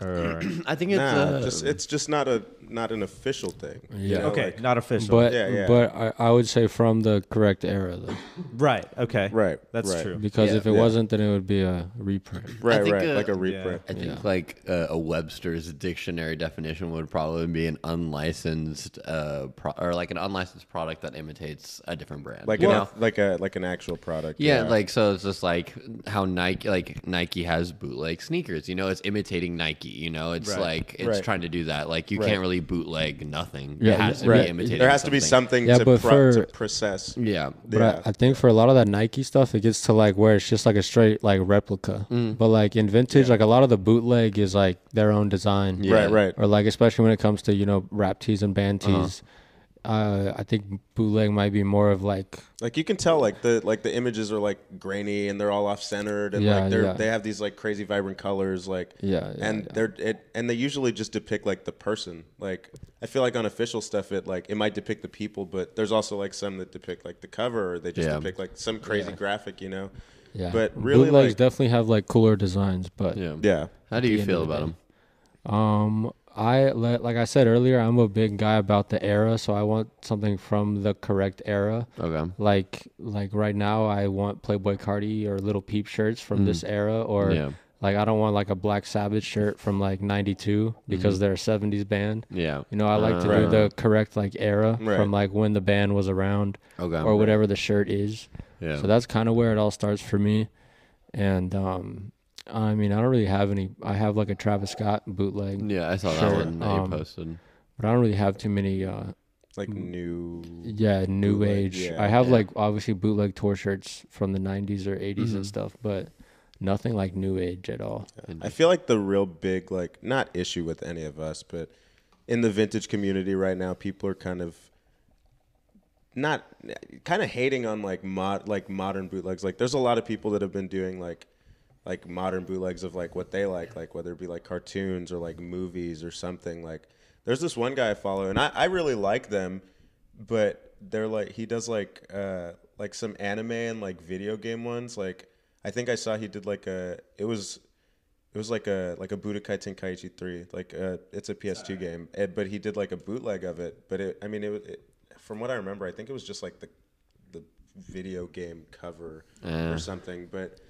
[SPEAKER 2] or
[SPEAKER 1] I think it's
[SPEAKER 3] nah,
[SPEAKER 1] uh,
[SPEAKER 3] just it's just not a not an official thing. you know,
[SPEAKER 2] okay,
[SPEAKER 3] like-
[SPEAKER 2] not official.
[SPEAKER 4] But
[SPEAKER 3] Yeah, yeah.
[SPEAKER 4] but I, I would say from the correct era though,
[SPEAKER 2] right, okay.
[SPEAKER 3] Right,
[SPEAKER 2] That's
[SPEAKER 3] right.
[SPEAKER 2] true.
[SPEAKER 4] because
[SPEAKER 1] Yeah.
[SPEAKER 4] if it
[SPEAKER 3] Yeah.
[SPEAKER 4] wasn't, then it would be a reprint.
[SPEAKER 3] right,
[SPEAKER 1] think,
[SPEAKER 3] right,
[SPEAKER 1] uh,
[SPEAKER 3] like a reprint.
[SPEAKER 1] I think
[SPEAKER 4] Yeah.
[SPEAKER 1] like uh, a Webster's dictionary definition would probably be an unlicensed uh, pro- or like an unlicensed product that imitates a different brand.
[SPEAKER 3] Like
[SPEAKER 1] you
[SPEAKER 3] an
[SPEAKER 1] know?
[SPEAKER 3] like a like an actual product.
[SPEAKER 1] Yeah, like so it's just like how Nike like Nike has bootleg sneakers, you know, it's imitating Nike, you know, it's
[SPEAKER 2] Right.
[SPEAKER 1] like it's
[SPEAKER 3] Right.
[SPEAKER 1] trying to do that. Like you
[SPEAKER 3] Right.
[SPEAKER 1] can't really bootleg nothing.
[SPEAKER 4] Yeah,
[SPEAKER 1] it has to
[SPEAKER 3] right.
[SPEAKER 1] be imitating.
[SPEAKER 3] there has to be
[SPEAKER 1] something.
[SPEAKER 3] something
[SPEAKER 4] Yeah,
[SPEAKER 3] to,
[SPEAKER 4] but
[SPEAKER 3] pro-
[SPEAKER 4] for-
[SPEAKER 3] to process.
[SPEAKER 1] Yeah.
[SPEAKER 4] But
[SPEAKER 3] Yeah.
[SPEAKER 4] I, I think for a lot of that Nike stuff, it gets to like where it's just like a straight like replica. But like in vintage, like a lot of the bootleg is like their own design.
[SPEAKER 1] Yeah.
[SPEAKER 3] Right, right.
[SPEAKER 4] Or like especially when it comes to you know wrap tees and band tees. uh I think bootleg might be more of like
[SPEAKER 3] Like you can tell, like the like the images are like grainy and they're all off centered and
[SPEAKER 4] Yeah,
[SPEAKER 3] like they're
[SPEAKER 4] yeah.
[SPEAKER 3] they have these like crazy vibrant colors, like
[SPEAKER 4] Yeah, yeah,
[SPEAKER 3] and
[SPEAKER 4] yeah.
[SPEAKER 3] they're it and they usually just depict like the person. Like I feel like on official stuff, it like it might depict the people, but there's also like some that depict like the cover or they just
[SPEAKER 1] Yeah.
[SPEAKER 3] depict like some crazy graphic, you know.
[SPEAKER 4] yeah.
[SPEAKER 3] But really,
[SPEAKER 4] bootlegs
[SPEAKER 3] like
[SPEAKER 4] definitely have like cooler designs. But
[SPEAKER 1] Yeah.
[SPEAKER 3] yeah,
[SPEAKER 1] How do you
[SPEAKER 4] end
[SPEAKER 1] feel
[SPEAKER 4] of the
[SPEAKER 1] about them?
[SPEAKER 4] Um, I li- like I said earlier, I'm a big guy about the era, so I want something from the correct era.
[SPEAKER 1] Okay.
[SPEAKER 4] Like like right now, I want Playboy Cardi or Little Peep shirts from this era, or
[SPEAKER 1] Mm. Yeah.
[SPEAKER 4] like I don't want like a Black Sabbath shirt from like '92 because they're a '70s band.
[SPEAKER 1] Mm-hmm. Yeah.
[SPEAKER 4] You know, I like to
[SPEAKER 1] Uh,
[SPEAKER 4] do the correct like era
[SPEAKER 3] Right.
[SPEAKER 4] from like when the band was around
[SPEAKER 1] Okay.
[SPEAKER 4] or whatever the shirt is.
[SPEAKER 1] Yeah.
[SPEAKER 4] So that's kind of where it all starts for me. And um, I mean, I don't really have any. I have like a Travis Scott bootleg,
[SPEAKER 1] yeah, I saw that
[SPEAKER 4] Sure,
[SPEAKER 1] one that you
[SPEAKER 4] um,
[SPEAKER 1] posted.
[SPEAKER 4] but I don't really have too many. Uh,
[SPEAKER 3] like new.
[SPEAKER 4] yeah, new
[SPEAKER 3] Bootleg,
[SPEAKER 4] age.
[SPEAKER 3] yeah,
[SPEAKER 4] I have
[SPEAKER 1] yeah.
[SPEAKER 4] like obviously bootleg tour shirts from the '90s or '80s and stuff, but nothing like new age at all.
[SPEAKER 3] I feel like the real big like not issue with any of us, but in the vintage community right now, people are kind of not kind of hating on like mod like modern bootlegs. Like there's a lot of people that have been doing like like modern bootlegs of like what they like, like whether it be like cartoons or like movies or something. Like there's this one guy I follow and I, I really like them, but they're like he does like uh like some anime and like video game ones. Like I think I saw he did like a it was it was like a like a Budokai Tenkaichi three. Like uh, it's a PS2 game, Eh, but he did like a bootleg of it. But it, I mean, it, was- it from what I remember, I think it was just like the the video game cover or something. But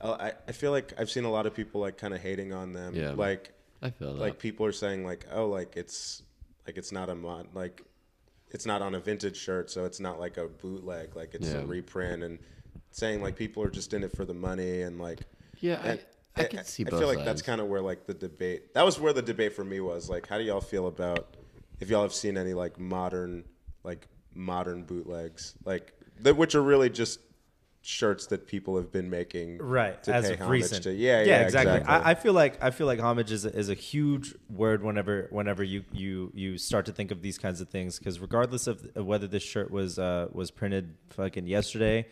[SPEAKER 3] uh, I I feel like I've seen a lot of people like kind of hating on them.
[SPEAKER 1] Yeah.
[SPEAKER 3] Like
[SPEAKER 1] I feel that.
[SPEAKER 3] like people are saying like oh like it's like it's not a mod like it's not on a vintage shirt so it's not like a bootleg like it's
[SPEAKER 1] Yeah.
[SPEAKER 3] a reprint and saying like people are just in it for the money and like
[SPEAKER 1] Yeah, I-
[SPEAKER 3] and-
[SPEAKER 1] I can see
[SPEAKER 3] I
[SPEAKER 1] both
[SPEAKER 3] feel like that's
[SPEAKER 1] sides.
[SPEAKER 3] kind of where like the debate that was where the debate for me was like how do y'all feel about if y'all have seen any like modern like modern bootlegs like that which are really just shirts that people have been making
[SPEAKER 2] right
[SPEAKER 3] to
[SPEAKER 2] as
[SPEAKER 3] pay
[SPEAKER 2] of
[SPEAKER 3] homage
[SPEAKER 2] recent.
[SPEAKER 3] to yeah yeah,
[SPEAKER 2] exactly. I, I feel like I feel like homage is a, is a huge word whenever whenever you you you start to think of these kinds of things because regardless of whether this shirt was uh, was printed fucking yesterday.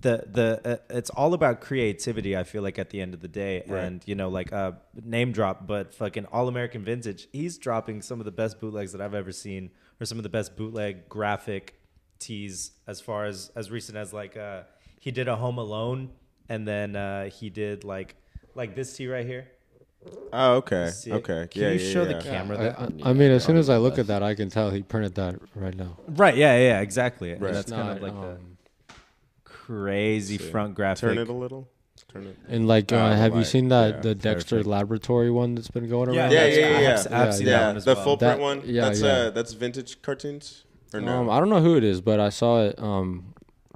[SPEAKER 2] The the uh, it's all about creativity. I feel like at the end of the day, and you know, like uh, name drop, but fucking all American vintage. He's dropping some of the best bootlegs that I've ever seen, or some of the best bootleg graphic tees as far as as recent as like uh he did a home alone and then uh he did like like this tee right here
[SPEAKER 3] oh okay
[SPEAKER 2] See it?
[SPEAKER 3] okay
[SPEAKER 2] can
[SPEAKER 3] yeah,
[SPEAKER 2] you
[SPEAKER 3] yeah,
[SPEAKER 2] show
[SPEAKER 3] yeah.
[SPEAKER 2] the camera
[SPEAKER 4] I,
[SPEAKER 2] that
[SPEAKER 4] I, I mean, as soon as I look at that, I can tell he printed that right now.
[SPEAKER 2] right yeah yeah exactly And
[SPEAKER 3] Right.
[SPEAKER 2] that's kind of
[SPEAKER 4] Not,
[SPEAKER 2] like the
[SPEAKER 4] um,
[SPEAKER 2] crazy front graphic
[SPEAKER 3] Turn it a little. Turn it.
[SPEAKER 4] and like, uh,
[SPEAKER 3] Uh,
[SPEAKER 4] have you
[SPEAKER 3] like,
[SPEAKER 4] seen that
[SPEAKER 3] yeah,
[SPEAKER 4] the Dexter Laboratory one that's been going
[SPEAKER 2] Yeah,
[SPEAKER 4] around?
[SPEAKER 3] Yeah,
[SPEAKER 2] that's-
[SPEAKER 3] yeah,
[SPEAKER 2] I
[SPEAKER 3] yeah,
[SPEAKER 2] have- I have
[SPEAKER 4] yeah.
[SPEAKER 2] seen that
[SPEAKER 3] Yeah,
[SPEAKER 2] one as
[SPEAKER 3] the
[SPEAKER 2] well.
[SPEAKER 3] full
[SPEAKER 4] That-
[SPEAKER 3] print one.
[SPEAKER 4] yeah,
[SPEAKER 3] that's
[SPEAKER 4] yeah.
[SPEAKER 3] uh, that's vintage cartoons or no?
[SPEAKER 4] Um, I don't know who it is, but I saw it. Um,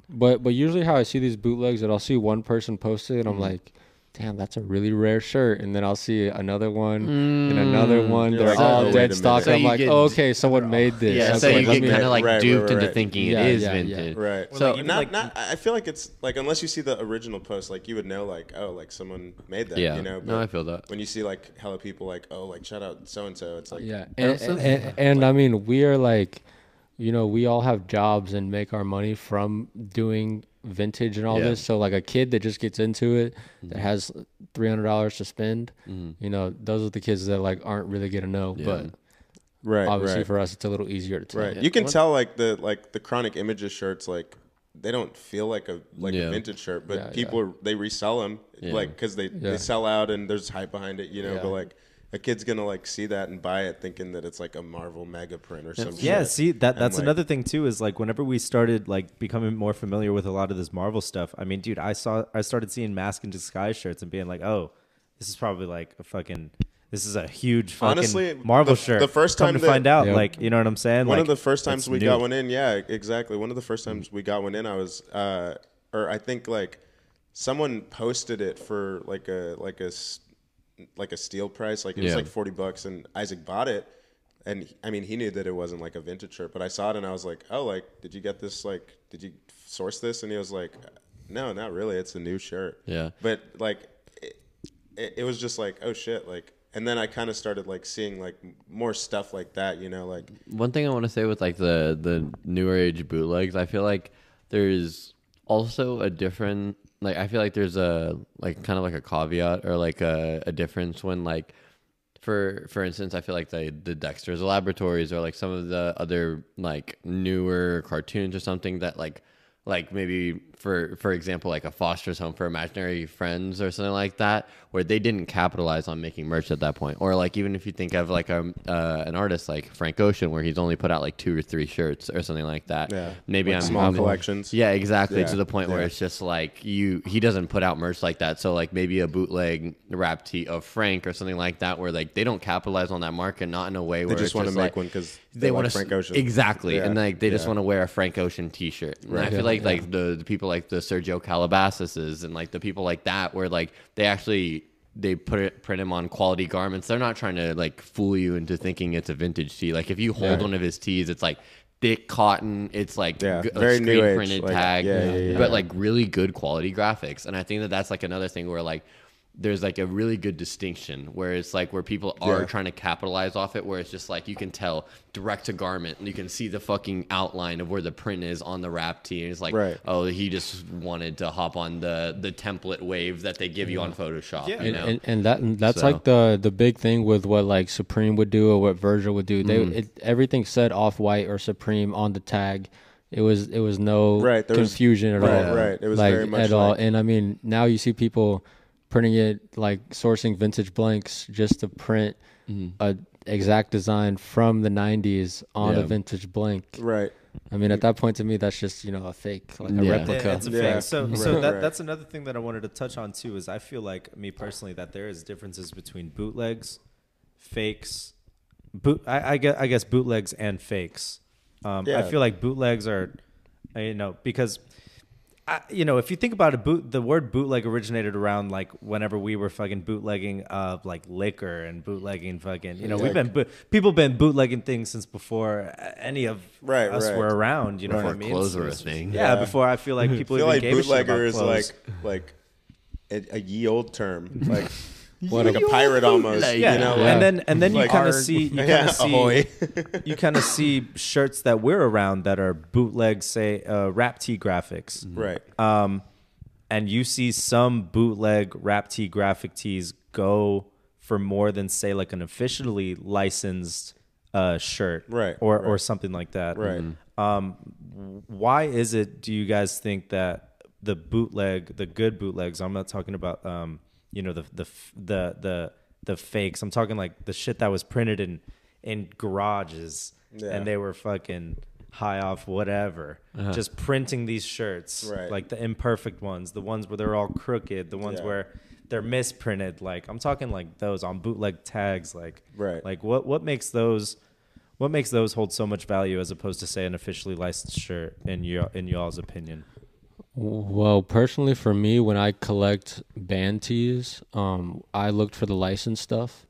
[SPEAKER 4] but but usually how I see these bootlegs, that I'll see one person post it, and
[SPEAKER 3] Mm-hmm.
[SPEAKER 4] I'm like, damn, that's a really rare shirt, and then I'll see another one and another one.
[SPEAKER 3] You're
[SPEAKER 4] They're
[SPEAKER 3] like,
[SPEAKER 4] all
[SPEAKER 3] oh, wait a
[SPEAKER 4] dead
[SPEAKER 3] minute.
[SPEAKER 4] stock.
[SPEAKER 1] So
[SPEAKER 4] and I'm
[SPEAKER 1] you
[SPEAKER 4] like,
[SPEAKER 1] get-
[SPEAKER 4] oh, okay, someone made this.
[SPEAKER 1] yeah, so
[SPEAKER 4] Okay,
[SPEAKER 1] you
[SPEAKER 4] let
[SPEAKER 1] get
[SPEAKER 4] me-
[SPEAKER 1] kind of like
[SPEAKER 3] Right, right,
[SPEAKER 1] duped
[SPEAKER 3] right,
[SPEAKER 1] into
[SPEAKER 3] right.
[SPEAKER 1] thinking
[SPEAKER 4] Yeah,
[SPEAKER 1] it is
[SPEAKER 4] yeah, yeah.
[SPEAKER 1] vintage.
[SPEAKER 3] right.
[SPEAKER 2] Or
[SPEAKER 3] So
[SPEAKER 2] like even
[SPEAKER 3] not,
[SPEAKER 2] like-
[SPEAKER 3] not. I feel like it's like unless you see the original post, like you would know, like oh, like someone made that.
[SPEAKER 1] Yeah.
[SPEAKER 3] You know.
[SPEAKER 1] No, I feel that.
[SPEAKER 3] When you see like hella people like oh, like shout out so and so, it's like
[SPEAKER 4] Yeah,
[SPEAKER 1] I
[SPEAKER 4] and,
[SPEAKER 1] also-
[SPEAKER 4] and, and, I mean, we are like, you know, we all have jobs and make our money from doing vintage and all
[SPEAKER 1] Yeah.
[SPEAKER 4] this. So like a kid that just gets into it that has three hundred dollars to spend, you know, those are the kids that like aren't really gonna know. But
[SPEAKER 3] right,
[SPEAKER 4] obviously
[SPEAKER 3] right,
[SPEAKER 4] for us, it's a little easier to tell.
[SPEAKER 3] right. You can tell like the like the chronic images shirts like. They don't feel like a like
[SPEAKER 1] Yeah.
[SPEAKER 3] a vintage shirt, but
[SPEAKER 4] Yeah,
[SPEAKER 3] people Are, they resell them like 'cause like because they,
[SPEAKER 4] Yeah.
[SPEAKER 3] they sell out and there's hype behind it, you know.
[SPEAKER 4] Yeah.
[SPEAKER 3] But like a kid's gonna like see that and buy it, thinking that it's like a Marvel mega print or something.
[SPEAKER 2] yeah see that that's
[SPEAKER 3] like-
[SPEAKER 2] another thing too is like whenever we started like becoming more familiar with a lot of this marvel stuff i mean dude i saw i started seeing mask and disguise shirts and being like oh this is probably like a fucking this is a huge fucking
[SPEAKER 3] Honestly,
[SPEAKER 2] marvel
[SPEAKER 3] the-
[SPEAKER 2] shirt
[SPEAKER 3] the first
[SPEAKER 2] Come
[SPEAKER 3] time
[SPEAKER 2] to
[SPEAKER 3] that-
[SPEAKER 2] find out
[SPEAKER 4] Yep.
[SPEAKER 2] like you know what i'm saying
[SPEAKER 3] one
[SPEAKER 2] like,
[SPEAKER 3] of the first times
[SPEAKER 2] it's
[SPEAKER 3] we
[SPEAKER 2] new.
[SPEAKER 3] got one in yeah exactly one of the first times we got one in i was uh or i think like someone posted it for like a like a s- like a steal price like it was
[SPEAKER 1] Yeah.
[SPEAKER 3] like 40 bucks and isaac bought it and he- i mean he knew that it wasn't like a vintage shirt but i saw it and i was like oh like did you get this like did you source this and he was like no not really it's a new shirt
[SPEAKER 1] Yeah.
[SPEAKER 3] but like it, it, it was just like oh shit like and then i kind of started like seeing like m- more stuff like that you know like
[SPEAKER 1] One thing I want to say with like the the newer age bootlegs, I feel like there's also a different like I feel like there's a like kind of like a caveat or like a, a difference when like for for instance, I feel like the the Dexter's Laboratories or like some of the other like newer cartoons or something that like like maybe for for example like a Foster's Home for Imaginary Friends or something like that, where they didn't capitalize on making merch at that point. Or like even if you think of like a uh, an artist like Frank Ocean, where he's only put out like two or three shirts or something like that.
[SPEAKER 3] Yeah.
[SPEAKER 1] maybe
[SPEAKER 3] Like
[SPEAKER 1] I'm
[SPEAKER 3] small
[SPEAKER 1] I'm-
[SPEAKER 3] collections.
[SPEAKER 1] Yeah, exactly.
[SPEAKER 3] Yeah.
[SPEAKER 1] To the point where
[SPEAKER 3] Yeah.
[SPEAKER 1] it's just like you he doesn't put out merch like that. So like maybe a bootleg rap tee of Frank or something like that, where like they don't capitalize on that market, not in a way
[SPEAKER 3] They
[SPEAKER 1] where
[SPEAKER 3] just
[SPEAKER 1] it's
[SPEAKER 3] want to make
[SPEAKER 1] like-
[SPEAKER 3] one because
[SPEAKER 1] they, want
[SPEAKER 3] like Frank Ocean.
[SPEAKER 1] exactly,
[SPEAKER 3] Yeah.
[SPEAKER 1] and like they just
[SPEAKER 3] Yeah.
[SPEAKER 1] want to wear a Frank Ocean T-shirt. And I feel like like the, the people like the Sergio Calabasas's and like the people like that, where like they actually they put it, print him on quality garments. They're not trying to like fool you into thinking it's a vintage tee. Like if you hold one of his tees, it's like thick cotton. It's like
[SPEAKER 3] Yeah,
[SPEAKER 1] a
[SPEAKER 3] very
[SPEAKER 1] screen
[SPEAKER 3] new age,
[SPEAKER 1] printed
[SPEAKER 3] like,
[SPEAKER 1] tag,
[SPEAKER 3] yeah, yeah, yeah,
[SPEAKER 1] but like really good quality graphics. And I think that that's like another thing where like there's like a really good distinction where it's like where people are
[SPEAKER 3] Yeah.
[SPEAKER 1] trying to capitalize off it, where it's just like you can tell direct to garment and you can see the fucking outline of where the print is on the wrap tee. And it's like,
[SPEAKER 3] Right.
[SPEAKER 1] oh, he just wanted to hop on the the template wave that they give you
[SPEAKER 3] Mm-hmm.
[SPEAKER 1] on Photoshop.
[SPEAKER 2] Yeah.
[SPEAKER 1] You
[SPEAKER 4] and,
[SPEAKER 1] know?
[SPEAKER 4] and, and that and that's
[SPEAKER 1] So-
[SPEAKER 4] like the the big thing with what like Supreme would do or what Virgil would do.
[SPEAKER 1] Mm-hmm.
[SPEAKER 4] They it, everything said off white or Supreme on the tag. It was it was no
[SPEAKER 3] Right, there was-
[SPEAKER 4] confusion at
[SPEAKER 3] right,
[SPEAKER 4] all.
[SPEAKER 3] right. It was
[SPEAKER 4] like,
[SPEAKER 3] very much
[SPEAKER 4] at all.
[SPEAKER 3] like-
[SPEAKER 4] And I mean, now you see people printing it like sourcing vintage blanks just to print
[SPEAKER 1] Mm-hmm.
[SPEAKER 4] a exact design from the 90s on a
[SPEAKER 1] Yeah.
[SPEAKER 4] vintage blank.
[SPEAKER 3] Right.
[SPEAKER 4] I mean, at that point to me that's just, you know, a fake, like a
[SPEAKER 1] Yeah.
[SPEAKER 4] replica.
[SPEAKER 2] Yeah, it's a
[SPEAKER 3] Yeah.
[SPEAKER 2] fake. So,
[SPEAKER 3] Right,
[SPEAKER 2] so that,
[SPEAKER 3] right.
[SPEAKER 2] that's another thing that I wanted to touch on too. Is I feel like me personally that there is differences between bootlegs, fakes, boot. I, I guess I guess bootlegs and fakes. Um, I
[SPEAKER 3] Yeah.
[SPEAKER 2] feel like bootlegs are, uh, you know, because. I, you know, if you think about it, boot the word bootleg originated around like whenever we were fucking bootlegging uh like liquor and bootlegging fucking you know we've been boot, people been bootlegging things since before uh, any of
[SPEAKER 3] Right,
[SPEAKER 2] us
[SPEAKER 3] right.
[SPEAKER 2] were around. You know
[SPEAKER 1] Before
[SPEAKER 2] what I mean?
[SPEAKER 1] clothes were a
[SPEAKER 2] It's-
[SPEAKER 1] thing.
[SPEAKER 2] yeah,
[SPEAKER 3] Yeah.
[SPEAKER 2] before I feel like people
[SPEAKER 3] I feel
[SPEAKER 2] even
[SPEAKER 3] like
[SPEAKER 2] gave
[SPEAKER 3] bootlegger
[SPEAKER 2] a
[SPEAKER 3] is
[SPEAKER 2] shit about clothes.
[SPEAKER 3] like like a, a ye old term, like
[SPEAKER 1] What
[SPEAKER 3] like
[SPEAKER 1] a
[SPEAKER 3] a pirate almost.
[SPEAKER 1] bootleg.
[SPEAKER 2] yeah,
[SPEAKER 3] you know,
[SPEAKER 4] Yeah.
[SPEAKER 2] and then and then you
[SPEAKER 3] Like
[SPEAKER 2] kind
[SPEAKER 3] our-
[SPEAKER 2] of see you kind of
[SPEAKER 3] Yeah, ahoy.
[SPEAKER 2] see you kind of see shirts that we're around that are bootleg, say uh, rap T graphics,
[SPEAKER 3] right?
[SPEAKER 2] Um, and you see some bootleg rap T graphic tees go for more than say like an officially licensed uh, shirt,
[SPEAKER 3] Right,
[SPEAKER 2] or or
[SPEAKER 3] right.
[SPEAKER 2] something like that,
[SPEAKER 3] Right.
[SPEAKER 2] why is it do you guys think that the bootleg the good bootlegs i'm not talking about um you know the the f- the the the fakes i'm talking like the shit that was printed in in garages
[SPEAKER 3] Yeah.
[SPEAKER 2] and they were fucking high off whatever just printing these shirts
[SPEAKER 3] Right.
[SPEAKER 2] like the imperfect ones the ones where they're all crooked the ones
[SPEAKER 3] Yeah.
[SPEAKER 2] where they're misprinted like i'm talking like those on bootleg tags like
[SPEAKER 3] Right.
[SPEAKER 2] like what what makes those what makes those hold so much value as opposed to say an officially licensed shirt in your in y'all's opinion?
[SPEAKER 4] Well, personally, for me, when I collect band tees, um, I looked for the licensed stuff,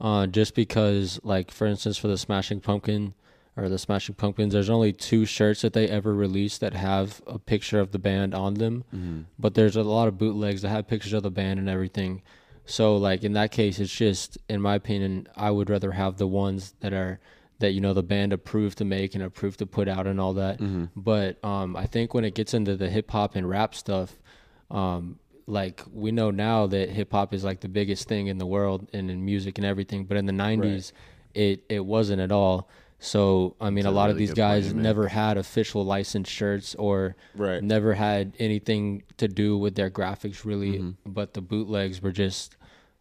[SPEAKER 4] uh, just because, like, for instance, for the Smashing Pumpkin or the Smashing Pumpkins, there's only two shirts that they ever released that have a picture of the band on them, but there's a lot of bootlegs that have pictures of the band and everything. So, like in that case, it's just, in my opinion, I would rather have the ones that are that you know the band approved to make and approved to put out and all that. But um, I think when it gets into the hip hop and rap stuff, um, like we know now that hip hop is like the biggest thing in the world and in music and everything. But in the '90s, it it wasn't at all. So I mean, a lot of
[SPEAKER 1] really
[SPEAKER 4] these
[SPEAKER 1] good point
[SPEAKER 4] guys
[SPEAKER 1] you make.
[SPEAKER 4] never had official licensed shirts or
[SPEAKER 3] Right.
[SPEAKER 4] never had anything to do with their graphics really.
[SPEAKER 1] Mm-hmm.
[SPEAKER 4] But the bootlegs were just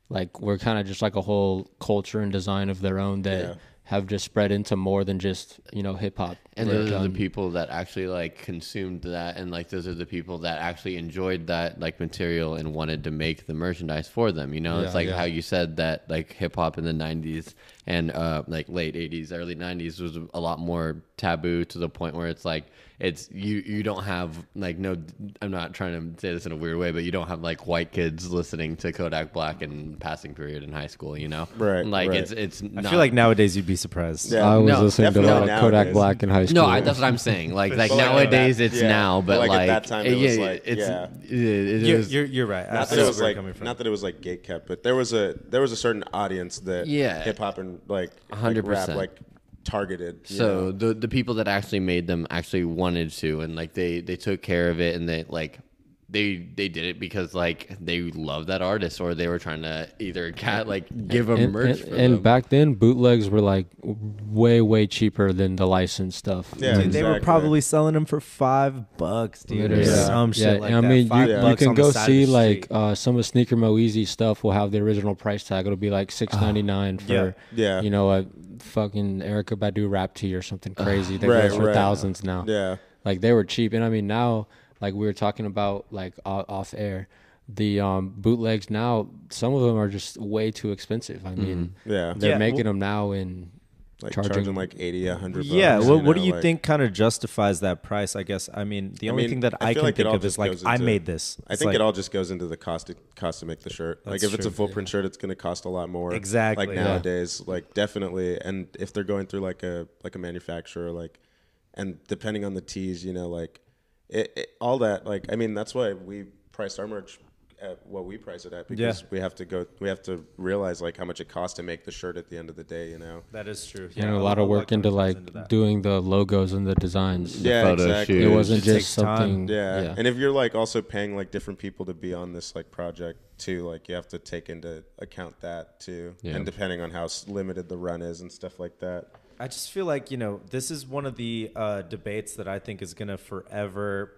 [SPEAKER 4] like we're kind of just like a whole culture and design of their own that
[SPEAKER 3] Yeah.
[SPEAKER 4] have just spread into more than just you know hip hop.
[SPEAKER 1] And
[SPEAKER 4] Like,
[SPEAKER 1] those are
[SPEAKER 4] um,
[SPEAKER 1] the people that actually like consumed that, and like those are the people that actually enjoyed that like material and wanted to make the merchandise for them. You know, it's
[SPEAKER 4] Yeah,
[SPEAKER 1] like
[SPEAKER 4] yeah.
[SPEAKER 1] how you said that like hip hop in the '90s and uh, like late '80s, early '90s was a lot more taboo to the point where it's like it's you you don't have like no. I'm not trying to say this in a weird way, but you don't have like white kids listening to Kodak Black and Passing Period in high school. You know,
[SPEAKER 3] Right,
[SPEAKER 1] Like
[SPEAKER 3] right.
[SPEAKER 1] it's it's. Not,
[SPEAKER 2] I feel like nowadays you'd be surprised.
[SPEAKER 3] Yeah.
[SPEAKER 4] I was
[SPEAKER 1] No,
[SPEAKER 4] listening to a lot
[SPEAKER 3] definitely
[SPEAKER 4] of Kodak
[SPEAKER 3] nowadays.
[SPEAKER 4] Black in high school.
[SPEAKER 1] No, I, that's what I'm saying. Like, like
[SPEAKER 3] But like at
[SPEAKER 1] nowadays
[SPEAKER 3] that-
[SPEAKER 1] it's
[SPEAKER 3] yeah.
[SPEAKER 1] now, but like,
[SPEAKER 3] But like at that time it was like-
[SPEAKER 1] it's,
[SPEAKER 3] yeah.
[SPEAKER 1] it, it
[SPEAKER 2] You're,
[SPEAKER 1] is-
[SPEAKER 2] you're, you're right. I
[SPEAKER 3] Not
[SPEAKER 2] see
[SPEAKER 3] that it
[SPEAKER 2] where
[SPEAKER 3] was
[SPEAKER 2] you're
[SPEAKER 3] like
[SPEAKER 2] coming from.
[SPEAKER 3] not that it was like gate kept, but there was a there was a certain audience that
[SPEAKER 1] Yeah.
[SPEAKER 3] hip hop and like like,
[SPEAKER 1] 100%.
[SPEAKER 3] rap, like targeted. you
[SPEAKER 1] so
[SPEAKER 3] know?
[SPEAKER 1] the the people that actually made them actually wanted to, and like they they took care of it, and they like they they did it because like they loved that artist, or they were trying to either cat like give them
[SPEAKER 4] and,
[SPEAKER 1] merch
[SPEAKER 4] and-
[SPEAKER 1] for
[SPEAKER 4] and
[SPEAKER 1] them.
[SPEAKER 4] back then bootlegs were like way way cheaper than the licensed stuff.
[SPEAKER 3] yeah,
[SPEAKER 2] Dude, they were
[SPEAKER 3] exactly.
[SPEAKER 2] probably selling them for five bucks, dude. Or
[SPEAKER 4] Yeah.
[SPEAKER 2] some shit
[SPEAKER 4] Yeah,
[SPEAKER 2] like
[SPEAKER 4] I
[SPEAKER 2] that.
[SPEAKER 4] mean,
[SPEAKER 2] Five
[SPEAKER 4] you, you
[SPEAKER 2] bucks
[SPEAKER 4] can
[SPEAKER 2] on the
[SPEAKER 4] go
[SPEAKER 2] side of
[SPEAKER 4] see
[SPEAKER 2] the
[SPEAKER 4] like
[SPEAKER 2] street.
[SPEAKER 4] uh, some of Sneaker Mo Easy stuff will have the original price tag. It'll be like
[SPEAKER 1] Ah.
[SPEAKER 4] six ninety nine for
[SPEAKER 2] yeah,
[SPEAKER 3] yeah.
[SPEAKER 4] you know a fucking Erica Badu rap tee or something
[SPEAKER 1] Ah.
[SPEAKER 4] crazy that
[SPEAKER 3] Right,
[SPEAKER 4] goes for
[SPEAKER 3] right.
[SPEAKER 4] thousands now.
[SPEAKER 3] yeah,
[SPEAKER 4] Like they were cheap, and I mean now, like we were talking about like o- off air, the um, bootlegs now some of them are just way too expensive.
[SPEAKER 1] Mm-hmm.
[SPEAKER 4] I mean,
[SPEAKER 3] yeah,
[SPEAKER 4] they're
[SPEAKER 2] Yeah,
[SPEAKER 4] making
[SPEAKER 2] well-
[SPEAKER 4] them now and
[SPEAKER 3] like
[SPEAKER 4] charging-
[SPEAKER 3] charging, like eighty, a hundred.
[SPEAKER 2] yeah.
[SPEAKER 3] bucks,
[SPEAKER 2] What, what do
[SPEAKER 3] know,
[SPEAKER 2] you
[SPEAKER 3] like-
[SPEAKER 2] think kind of justifies that price? I guess. I mean, the
[SPEAKER 3] I
[SPEAKER 2] only
[SPEAKER 3] mean,
[SPEAKER 2] thing that I,
[SPEAKER 3] feel
[SPEAKER 2] can
[SPEAKER 3] like it
[SPEAKER 2] think
[SPEAKER 3] all
[SPEAKER 2] of is
[SPEAKER 3] just
[SPEAKER 2] like
[SPEAKER 3] goes
[SPEAKER 2] I
[SPEAKER 3] into-
[SPEAKER 2] made this.
[SPEAKER 3] I
[SPEAKER 2] It's
[SPEAKER 3] think
[SPEAKER 2] like-
[SPEAKER 3] it all just goes into the cost to, cost to make the shirt. Like
[SPEAKER 2] That's
[SPEAKER 3] if it's a
[SPEAKER 2] true,
[SPEAKER 3] full print shirt, it's going to cost a lot more.
[SPEAKER 2] Exactly.
[SPEAKER 3] Like
[SPEAKER 2] Yeah.
[SPEAKER 3] nowadays, like definitely, and if they're going through like a like a manufacturer, like, and depending on the tees, you know, like, it, it all that. Like I mean, that's why we priced our merch at what we price it at because we have to go. We have to realize like how much it costs to make the shirt at the end of the day. You know.
[SPEAKER 2] That is true.
[SPEAKER 4] You know, a lot of work into like doing the logos and the designs.
[SPEAKER 3] Yeah,
[SPEAKER 1] photo
[SPEAKER 3] exactly.
[SPEAKER 1] shoot.
[SPEAKER 4] It wasn't
[SPEAKER 2] It takes
[SPEAKER 4] just something.
[SPEAKER 2] time.
[SPEAKER 3] Yeah. and if you're like also paying like different people to be on this like project too, like you have to take into account that too,
[SPEAKER 1] Yeah.
[SPEAKER 3] and depending on how s- limited the run is and stuff like that.
[SPEAKER 2] I just feel like you know this is one of the uh, debates that I think is gonna forever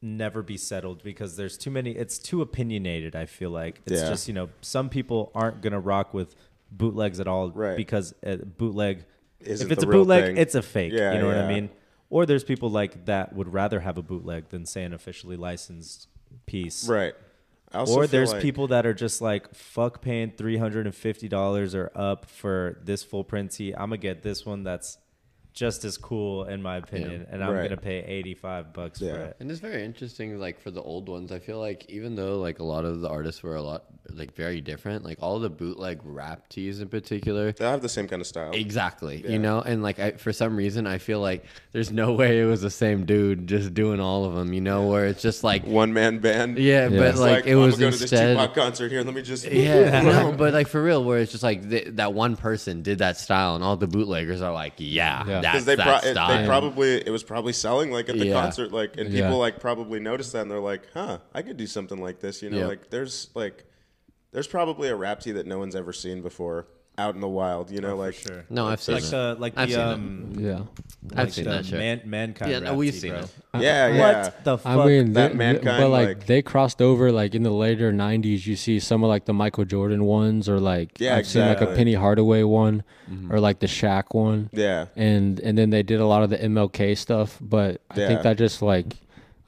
[SPEAKER 2] never be settled because there's too many. It's too opinionated. I feel like it's
[SPEAKER 3] Yeah.
[SPEAKER 2] just you know some people aren't gonna rock with bootlegs at all
[SPEAKER 3] Right.
[SPEAKER 2] because uh bootleg.
[SPEAKER 3] Isn't
[SPEAKER 2] if it's
[SPEAKER 3] the
[SPEAKER 2] a
[SPEAKER 3] real
[SPEAKER 2] bootleg,
[SPEAKER 3] thing.
[SPEAKER 2] it's a fake.
[SPEAKER 3] Yeah,
[SPEAKER 2] you know what I
[SPEAKER 3] yeah.
[SPEAKER 2] mean? Or there's people like that would rather have a bootleg than say an officially licensed piece.
[SPEAKER 3] Right. I also
[SPEAKER 2] Or
[SPEAKER 3] feel
[SPEAKER 2] there's
[SPEAKER 3] like-
[SPEAKER 2] people that are just like, fuck paying three hundred and fifty dollars or up for this full print tee. I'm gonna get this one that's just as cool in my opinion, and I'm
[SPEAKER 3] Right.
[SPEAKER 2] gonna pay eighty five bucks for
[SPEAKER 3] Yeah.
[SPEAKER 2] it.
[SPEAKER 1] And it's very interesting, like for the old ones. I feel like even though like a lot of the artists were a lot like very different, like all the bootleg rap tees in particular.
[SPEAKER 3] They have the same kind of style.
[SPEAKER 1] Exactly, you know, and like I, for some reason, I feel like there's no way it was the same dude just doing all of them, you know, where it's just like, yeah,
[SPEAKER 3] One man band.
[SPEAKER 1] but
[SPEAKER 3] It's
[SPEAKER 1] like, it
[SPEAKER 3] I'm
[SPEAKER 1] was
[SPEAKER 3] gonna go
[SPEAKER 1] instead,
[SPEAKER 3] to this Tupac concert here. Let me just
[SPEAKER 1] yeah, no, but like for real, where it's just like th- that one person did that style, and all the bootleggers are like, yeah,
[SPEAKER 4] Yeah.
[SPEAKER 1] that's
[SPEAKER 3] because they, pro-
[SPEAKER 1] that
[SPEAKER 3] it-
[SPEAKER 1] style.
[SPEAKER 3] they probably it was probably selling like at the
[SPEAKER 1] Yeah.
[SPEAKER 3] concert like and
[SPEAKER 4] Yeah.
[SPEAKER 3] people like probably noticed that and they're like huh i could do something like this you know
[SPEAKER 1] Yeah.
[SPEAKER 3] like there's like there's probably a rap tee that no one's ever seen before out in the wild you know like
[SPEAKER 2] Oh, Sure.
[SPEAKER 1] no, I've seen
[SPEAKER 2] Like
[SPEAKER 1] it.
[SPEAKER 2] the like
[SPEAKER 1] I've
[SPEAKER 2] the
[SPEAKER 1] seen it.
[SPEAKER 2] um
[SPEAKER 4] Yeah.
[SPEAKER 1] I've
[SPEAKER 2] like
[SPEAKER 1] seen
[SPEAKER 2] the
[SPEAKER 1] that shit.
[SPEAKER 2] man, mankind.
[SPEAKER 1] yeah, no,
[SPEAKER 2] rap
[SPEAKER 1] we've
[SPEAKER 2] tee,
[SPEAKER 1] seen
[SPEAKER 2] bro.
[SPEAKER 1] it.
[SPEAKER 3] yeah Uh, yeah
[SPEAKER 2] What the fuck?
[SPEAKER 4] I mean,
[SPEAKER 3] That
[SPEAKER 4] that
[SPEAKER 3] mankind,
[SPEAKER 4] but like,
[SPEAKER 3] like-
[SPEAKER 4] they crossed over like in the later '90s. You see some of like the Michael Jordan ones, or like
[SPEAKER 3] Yeah,
[SPEAKER 4] I've seen like
[SPEAKER 3] exactly. Mm-hmm.
[SPEAKER 4] a Penny Hardaway one, or like the Shaq one.
[SPEAKER 3] yeah
[SPEAKER 4] and and then they did a lot of the MLK stuff, but I
[SPEAKER 3] Yeah.
[SPEAKER 4] think that just like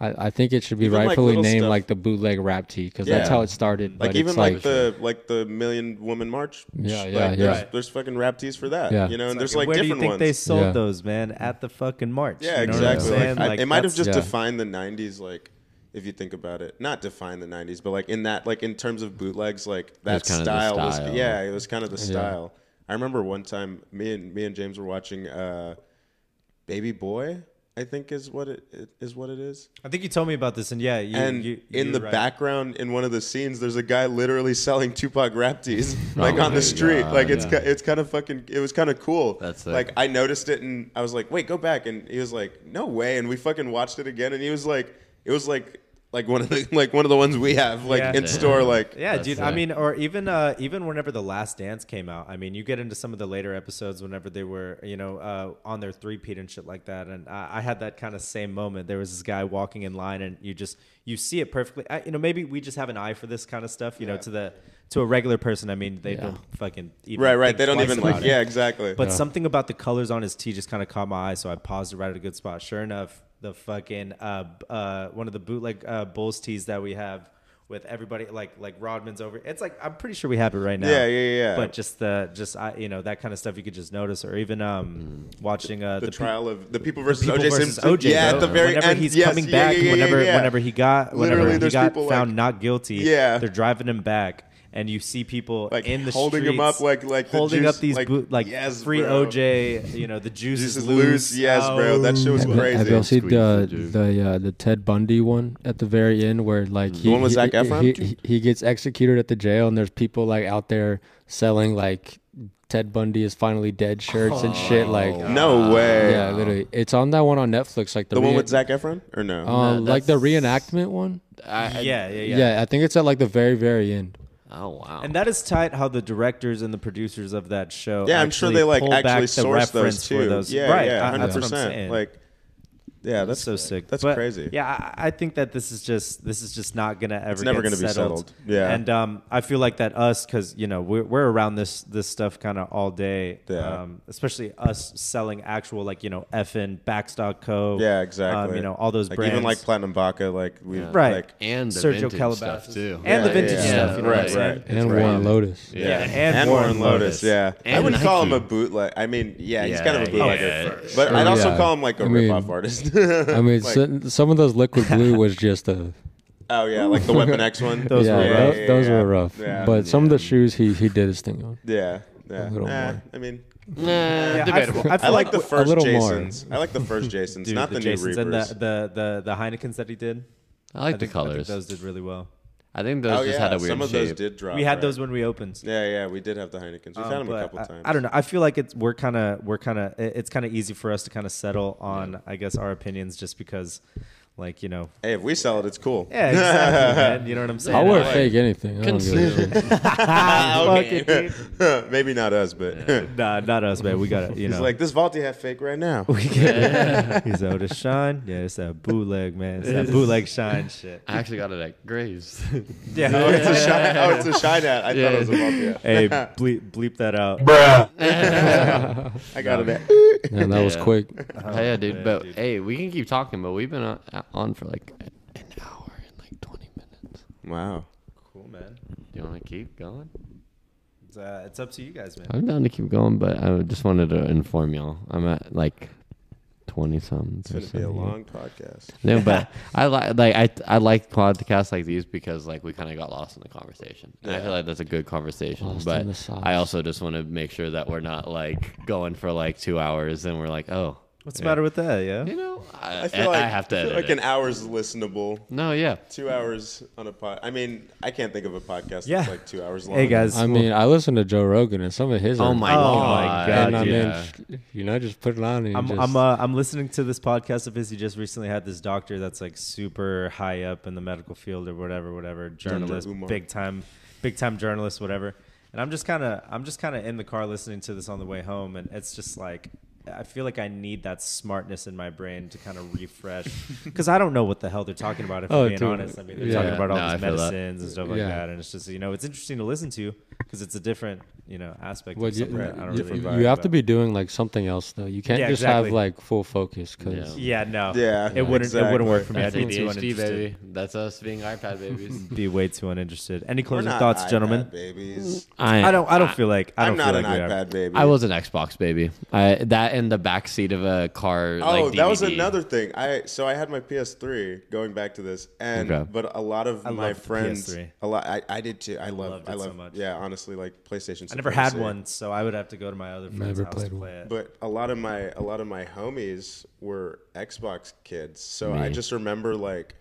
[SPEAKER 4] I, I think it should be
[SPEAKER 3] Even, like,
[SPEAKER 4] rightfully
[SPEAKER 3] little
[SPEAKER 4] named
[SPEAKER 3] stuff.
[SPEAKER 4] like the bootleg rap tee because that's
[SPEAKER 3] Yeah.
[SPEAKER 4] how it started.
[SPEAKER 3] like
[SPEAKER 4] but
[SPEAKER 3] even
[SPEAKER 4] it's
[SPEAKER 3] like, the like the million woman march
[SPEAKER 4] Yeah,
[SPEAKER 3] Like,
[SPEAKER 4] yeah, yeah.
[SPEAKER 3] there's,
[SPEAKER 2] Right.
[SPEAKER 3] there's fucking rap tees for that
[SPEAKER 4] Yeah.
[SPEAKER 3] you know and
[SPEAKER 2] It's
[SPEAKER 3] there's
[SPEAKER 2] like,
[SPEAKER 3] like
[SPEAKER 2] where do you
[SPEAKER 3] different
[SPEAKER 2] think they
[SPEAKER 3] ones
[SPEAKER 2] sold
[SPEAKER 4] Yeah.
[SPEAKER 2] those, man? At the fucking march.
[SPEAKER 3] Yeah,
[SPEAKER 2] You know what I'm
[SPEAKER 3] exactly.
[SPEAKER 2] saying?
[SPEAKER 3] Like, I-
[SPEAKER 2] Like,
[SPEAKER 3] it might have
[SPEAKER 2] that's-
[SPEAKER 3] just
[SPEAKER 4] Yeah.
[SPEAKER 3] defined the '90s, like if you think about it. Not define the '90s, but like in that, like in terms of bootlegs, like that
[SPEAKER 1] was kinda the
[SPEAKER 3] style, was,
[SPEAKER 1] style.
[SPEAKER 3] yeah, it was kind of the style. I remember one time, me and me and James were watching uh, Baby Boy. I think is what it, it is what it is.
[SPEAKER 2] I think you told me about this, and yeah, you,
[SPEAKER 3] And
[SPEAKER 2] you,
[SPEAKER 3] in
[SPEAKER 2] you're
[SPEAKER 3] the
[SPEAKER 2] right.
[SPEAKER 3] background, in one of the scenes, there's a guy literally selling Tupac rap tees, like on the street.
[SPEAKER 1] God,
[SPEAKER 3] like it's
[SPEAKER 1] yeah.
[SPEAKER 3] ki- it's kind of fucking. It was kind of cool.
[SPEAKER 1] That's sick.
[SPEAKER 3] like I noticed it, and I was like, "Wait, go back!" And he was like, "No way!" And we fucking watched it again, and he was like, "It was like like one of the like one of the ones we have like
[SPEAKER 2] Yeah.
[SPEAKER 3] in
[SPEAKER 2] Yeah.
[SPEAKER 3] store." Like
[SPEAKER 2] Yeah,
[SPEAKER 1] That's
[SPEAKER 2] dude. I
[SPEAKER 1] sick.
[SPEAKER 2] mean, or even uh, even whenever the Last Dance came out, I mean, you get into some of the later episodes whenever they were, you know, uh, on their three peat and shit like that. And I, I had that kind of same moment. There was this guy walking in line, and you just you see it perfectly. I, you know, maybe we just have an eye for this kind of stuff. You know, to the to a regular person, I mean, they don't fucking even
[SPEAKER 3] right, right.
[SPEAKER 2] think
[SPEAKER 3] They don't
[SPEAKER 2] twice
[SPEAKER 3] even
[SPEAKER 2] about
[SPEAKER 3] like
[SPEAKER 2] it.
[SPEAKER 3] yeah, exactly.
[SPEAKER 2] But something about the colors on his tee just kind of caught my eye, so I paused it right at a good spot. Sure enough, the fucking uh, b- uh, one of the bootleg uh, Bulls tees that we have with everybody, like like Rodman's over. It's like I'm pretty sure we have it right now.
[SPEAKER 3] Yeah, yeah, yeah.
[SPEAKER 2] But just the just I you know that kind of stuff you could just notice, or even um watching uh,
[SPEAKER 3] Mm-hmm. the,
[SPEAKER 2] the, people
[SPEAKER 3] trial of the people versus
[SPEAKER 2] People
[SPEAKER 3] OJ
[SPEAKER 2] versus
[SPEAKER 3] Simpson.
[SPEAKER 2] OJ,
[SPEAKER 3] yeah,
[SPEAKER 2] bro.
[SPEAKER 3] at the very
[SPEAKER 2] whenever
[SPEAKER 3] end,
[SPEAKER 2] he's
[SPEAKER 3] yes,
[SPEAKER 2] coming
[SPEAKER 3] yeah,
[SPEAKER 2] back,
[SPEAKER 3] yeah, yeah,
[SPEAKER 2] whenever
[SPEAKER 3] yeah, yeah.
[SPEAKER 2] whenever he got whenever
[SPEAKER 3] Literally,
[SPEAKER 2] he
[SPEAKER 3] there's
[SPEAKER 2] got
[SPEAKER 3] people,
[SPEAKER 2] found
[SPEAKER 3] like-
[SPEAKER 2] not guilty,
[SPEAKER 3] Yeah.
[SPEAKER 2] they're driving him back, and you see people
[SPEAKER 3] Like,
[SPEAKER 2] in the
[SPEAKER 3] holding him
[SPEAKER 2] streets
[SPEAKER 3] up like- like the
[SPEAKER 2] holding
[SPEAKER 3] juice-
[SPEAKER 2] up these
[SPEAKER 3] like,
[SPEAKER 2] boot like
[SPEAKER 3] yes,
[SPEAKER 2] free
[SPEAKER 3] bro.
[SPEAKER 2] OJ, you know the juice,
[SPEAKER 3] This
[SPEAKER 2] is Oh.
[SPEAKER 3] is loose. Yes, bro. That shit was
[SPEAKER 4] Have,
[SPEAKER 3] crazy.
[SPEAKER 4] have y'all seen
[SPEAKER 1] Squeeze
[SPEAKER 4] the
[SPEAKER 1] the juice.
[SPEAKER 4] the uh, the Ted Bundy one at the very end where like he,
[SPEAKER 3] one with
[SPEAKER 4] he-
[SPEAKER 3] Zac
[SPEAKER 4] he-
[SPEAKER 3] Efron?
[SPEAKER 4] He, he, he gets executed at the jail and there's people like out there selling like Ted Bundy is finally dead shirts and shit like
[SPEAKER 3] No way.
[SPEAKER 4] yeah literally it's on that one on Netflix like the,
[SPEAKER 3] The one
[SPEAKER 4] rea-
[SPEAKER 3] with Zach Efron or no?
[SPEAKER 4] um,
[SPEAKER 1] No,
[SPEAKER 4] like the
[SPEAKER 1] that's-
[SPEAKER 4] reenactment one
[SPEAKER 2] uh,
[SPEAKER 1] I, I,
[SPEAKER 2] yeah, yeah, yeah,
[SPEAKER 4] yeah. I think it's at like the very very end.
[SPEAKER 1] Oh wow.
[SPEAKER 2] And that is tight how the directors and the producers of that show.
[SPEAKER 3] Yeah, I'm sure they like
[SPEAKER 2] pull back
[SPEAKER 3] actually
[SPEAKER 2] the
[SPEAKER 3] source
[SPEAKER 2] reference
[SPEAKER 3] those
[SPEAKER 2] for
[SPEAKER 3] too.
[SPEAKER 2] those.
[SPEAKER 3] Yeah,
[SPEAKER 2] right,
[SPEAKER 3] yeah,
[SPEAKER 2] I-
[SPEAKER 3] hundred
[SPEAKER 2] that's what I'm
[SPEAKER 3] percent.
[SPEAKER 2] saying.
[SPEAKER 3] Like, yeah, that's
[SPEAKER 2] so sick.
[SPEAKER 3] That's
[SPEAKER 2] But,
[SPEAKER 3] crazy.
[SPEAKER 2] Yeah, I, I think that this is just this is just not gonna ever.
[SPEAKER 3] never
[SPEAKER 2] get
[SPEAKER 3] gonna be
[SPEAKER 2] settled.
[SPEAKER 3] settled. Yeah.
[SPEAKER 2] and um, I feel like that us because you know we're we're around this this stuff kind of all day.
[SPEAKER 3] Yeah.
[SPEAKER 2] Um, especially us selling actual like you know effing backstock co.
[SPEAKER 3] yeah, exactly.
[SPEAKER 2] Um, you know all those
[SPEAKER 3] like,
[SPEAKER 2] brands.
[SPEAKER 3] even like Platinum Baca, like we have
[SPEAKER 2] Right.
[SPEAKER 3] like,
[SPEAKER 1] and the
[SPEAKER 2] Sergio
[SPEAKER 1] vintage
[SPEAKER 2] Calabasas.
[SPEAKER 1] stuff too.
[SPEAKER 2] And the
[SPEAKER 3] Yeah,
[SPEAKER 2] vintage
[SPEAKER 3] yeah,
[SPEAKER 2] stuff,
[SPEAKER 1] yeah.
[SPEAKER 2] you know what I'm
[SPEAKER 1] Right,
[SPEAKER 2] saying?
[SPEAKER 3] right.
[SPEAKER 4] and
[SPEAKER 3] It's
[SPEAKER 4] Warren
[SPEAKER 3] crazy.
[SPEAKER 4] Lotus.
[SPEAKER 1] Yeah.
[SPEAKER 2] and Warren Lotus.
[SPEAKER 3] Yeah, I
[SPEAKER 1] And
[SPEAKER 3] wouldn't call him a
[SPEAKER 1] Nike.
[SPEAKER 3] bootleg. I mean, yeah, he's
[SPEAKER 1] Yeah,
[SPEAKER 3] kind of
[SPEAKER 1] yeah,
[SPEAKER 3] a bootlegger,
[SPEAKER 1] yeah.
[SPEAKER 3] but
[SPEAKER 4] Sure,
[SPEAKER 3] I'd also
[SPEAKER 4] yeah.
[SPEAKER 3] call him like a
[SPEAKER 4] I mean-
[SPEAKER 3] rip-off artist.
[SPEAKER 4] I mean,
[SPEAKER 3] Like-
[SPEAKER 4] so- some of those liquid glue was just a
[SPEAKER 3] oh yeah, like the Weapon X one.
[SPEAKER 2] Those
[SPEAKER 4] yeah,
[SPEAKER 2] were
[SPEAKER 4] tho-
[SPEAKER 2] rough.
[SPEAKER 4] those were rough.
[SPEAKER 3] Yeah.
[SPEAKER 4] but some of the shoes he he did his thing on.
[SPEAKER 3] yeah, yeah.
[SPEAKER 4] little
[SPEAKER 3] Eh,
[SPEAKER 4] more.
[SPEAKER 3] I mean,
[SPEAKER 1] Nah,
[SPEAKER 2] Yeah, I f-
[SPEAKER 1] debatable.
[SPEAKER 2] I, feel
[SPEAKER 3] I like the
[SPEAKER 2] w-
[SPEAKER 3] first
[SPEAKER 4] little more.
[SPEAKER 3] Jasons. I like the first Jasons,
[SPEAKER 2] dude,
[SPEAKER 3] not
[SPEAKER 2] the,
[SPEAKER 3] the new
[SPEAKER 2] Jasons and the,
[SPEAKER 3] Reapers.
[SPEAKER 2] the the the Heinekens that he did.
[SPEAKER 1] I like
[SPEAKER 2] I
[SPEAKER 1] the
[SPEAKER 2] think- I think
[SPEAKER 1] colors.
[SPEAKER 2] those did really well.
[SPEAKER 1] I think those
[SPEAKER 3] oh
[SPEAKER 1] just
[SPEAKER 3] yeah,
[SPEAKER 1] had a weird
[SPEAKER 3] some of
[SPEAKER 1] shape.
[SPEAKER 3] those did drop.
[SPEAKER 2] we had
[SPEAKER 3] Oh, right?
[SPEAKER 2] those when we opened.
[SPEAKER 3] Yeah, yeah, we did have the Heinekens. We've had
[SPEAKER 2] Um,
[SPEAKER 3] them a
[SPEAKER 2] but
[SPEAKER 3] couple
[SPEAKER 2] I,
[SPEAKER 3] times.
[SPEAKER 2] I don't know. I feel like it's we're kind of we're kind of it's kind of easy for us to kind of settle on I guess our opinions just because, like you know,
[SPEAKER 3] Hey, if we sell it, it's cool.
[SPEAKER 2] yeah, exactly. man, you know what I'm saying.
[SPEAKER 4] I wouldn't
[SPEAKER 2] Like,
[SPEAKER 4] fake anything. I don't give a
[SPEAKER 1] Consume.
[SPEAKER 4] shit.
[SPEAKER 2] fuck
[SPEAKER 3] Okay.
[SPEAKER 2] it, dude.
[SPEAKER 3] Maybe not us, but
[SPEAKER 2] Nah, not us, man. We gotta, you
[SPEAKER 3] he's
[SPEAKER 2] know.
[SPEAKER 3] like this Vaulty hat fake right now.
[SPEAKER 2] He's out of shine. Yeah, it's that bootleg, man. It's that bootleg shine shit.
[SPEAKER 1] I actually got it at Graves.
[SPEAKER 2] Yeah.
[SPEAKER 3] Oh, it's a shine. Oh, it's a shine hat. I thought it was a Vaulty hat.
[SPEAKER 2] Hey, bleep, bleep that out.
[SPEAKER 3] I got it.
[SPEAKER 4] Man, that was
[SPEAKER 1] Yeah.
[SPEAKER 4] quick.
[SPEAKER 3] Oh,
[SPEAKER 1] yeah, dude.
[SPEAKER 2] man,
[SPEAKER 1] but
[SPEAKER 2] dude.
[SPEAKER 1] hey, we can keep talking, but we've been on, on for like an hour and like 20 minutes.
[SPEAKER 3] Wow.
[SPEAKER 2] Cool, man.
[SPEAKER 1] Do you want to keep going?
[SPEAKER 2] It's, uh, it's up to you guys, man.
[SPEAKER 1] I'm down to keep going, but I just wanted to inform y'all. I'm at like 20 something.
[SPEAKER 3] It's gonna be a long podcast.
[SPEAKER 1] No, but I like like I I like podcasts like these because like we kind of got lost in the conversation. And I feel like that's a good conversation.
[SPEAKER 4] Lost
[SPEAKER 1] but
[SPEAKER 4] in the sauce.
[SPEAKER 1] I also just want to make sure that we're not like going for like two hours and we're like, oh,
[SPEAKER 2] What's
[SPEAKER 1] yeah.
[SPEAKER 2] the matter with that? Yeah.
[SPEAKER 1] You know, I,
[SPEAKER 3] I feel like
[SPEAKER 1] I have to
[SPEAKER 3] I feel
[SPEAKER 1] edit
[SPEAKER 3] like
[SPEAKER 1] it.
[SPEAKER 3] an hour's listenable.
[SPEAKER 1] No, yeah.
[SPEAKER 3] Two hours on a pod. I mean, I can't think of a podcast
[SPEAKER 2] Yeah.
[SPEAKER 3] that's like two hours long.
[SPEAKER 2] Hey guys.
[SPEAKER 4] I mean, I listen to Joe Rogan and some of his.
[SPEAKER 1] Oh
[SPEAKER 4] are-
[SPEAKER 1] my
[SPEAKER 2] Oh
[SPEAKER 1] god.
[SPEAKER 2] my God,
[SPEAKER 4] and I
[SPEAKER 1] yeah.
[SPEAKER 4] mean, you know, just put it on and you
[SPEAKER 2] I'm
[SPEAKER 4] just.
[SPEAKER 2] I'm uh, I'm listening to this podcast of his. He just recently had this doctor that's like super high up in the medical field or whatever, whatever journalist,
[SPEAKER 3] Umar.
[SPEAKER 2] big time, big time journalist, whatever. And I'm just kind of I'm just kind of in the car listening to this on the way home, and it's just like I feel like I need that smartness in my brain to kind of refresh because I don't know what the hell they're talking about. If
[SPEAKER 4] Oh,
[SPEAKER 2] I'm being
[SPEAKER 4] dude.
[SPEAKER 2] honest, I mean they're
[SPEAKER 4] Yeah.
[SPEAKER 2] talking about all
[SPEAKER 1] No,
[SPEAKER 2] these
[SPEAKER 1] I feel that.
[SPEAKER 2] medicines and stuff like
[SPEAKER 4] Yeah.
[SPEAKER 2] that, and it's just you know it's interesting to listen to because it's a different you know aspect.
[SPEAKER 4] Well,
[SPEAKER 2] of
[SPEAKER 4] you,
[SPEAKER 2] something that I don't
[SPEAKER 4] you-
[SPEAKER 2] really vibe
[SPEAKER 4] you have to
[SPEAKER 2] with.
[SPEAKER 4] be doing like something else though. You can't
[SPEAKER 2] Yeah,
[SPEAKER 4] just
[SPEAKER 2] exactly.
[SPEAKER 4] have like full focus because
[SPEAKER 1] Yeah.
[SPEAKER 2] Yeah, no.
[SPEAKER 3] Yeah,
[SPEAKER 2] it wouldn't. It wouldn't work for me. I'd
[SPEAKER 1] That's
[SPEAKER 2] be too
[SPEAKER 1] ADHD,
[SPEAKER 2] uninterested.
[SPEAKER 1] baby. That's us being iPad babies.
[SPEAKER 2] Be way too uninterested. Any
[SPEAKER 3] We're
[SPEAKER 2] closing
[SPEAKER 3] not
[SPEAKER 2] thoughts,
[SPEAKER 3] iPad
[SPEAKER 2] gentlemen?
[SPEAKER 3] Babies.
[SPEAKER 2] I don't. I don't feel like. I
[SPEAKER 3] I'm
[SPEAKER 2] don't
[SPEAKER 3] not
[SPEAKER 2] feel
[SPEAKER 3] an
[SPEAKER 2] like we are.
[SPEAKER 3] iPad baby.
[SPEAKER 1] I was an Xbox baby. I that in the back seat of a car.
[SPEAKER 3] Oh,
[SPEAKER 1] like,
[SPEAKER 3] that was
[SPEAKER 1] DVD.
[SPEAKER 3] another thing. I so I had my PS3 going back to this, and
[SPEAKER 1] Okay.
[SPEAKER 3] but a lot of my
[SPEAKER 2] loved the
[SPEAKER 3] friends,
[SPEAKER 2] PS3
[SPEAKER 3] a lot I, I did too. I love
[SPEAKER 2] loved
[SPEAKER 3] I
[SPEAKER 2] it so
[SPEAKER 3] love
[SPEAKER 2] much.
[SPEAKER 3] yeah. Honestly, like PlayStation.
[SPEAKER 2] I never had one, so I would have to go to my other friend's
[SPEAKER 4] Never
[SPEAKER 2] house
[SPEAKER 4] played
[SPEAKER 2] to
[SPEAKER 4] one.
[SPEAKER 2] play it.
[SPEAKER 3] But a lot of my a lot of my homies were Xbox kids, so I just remember like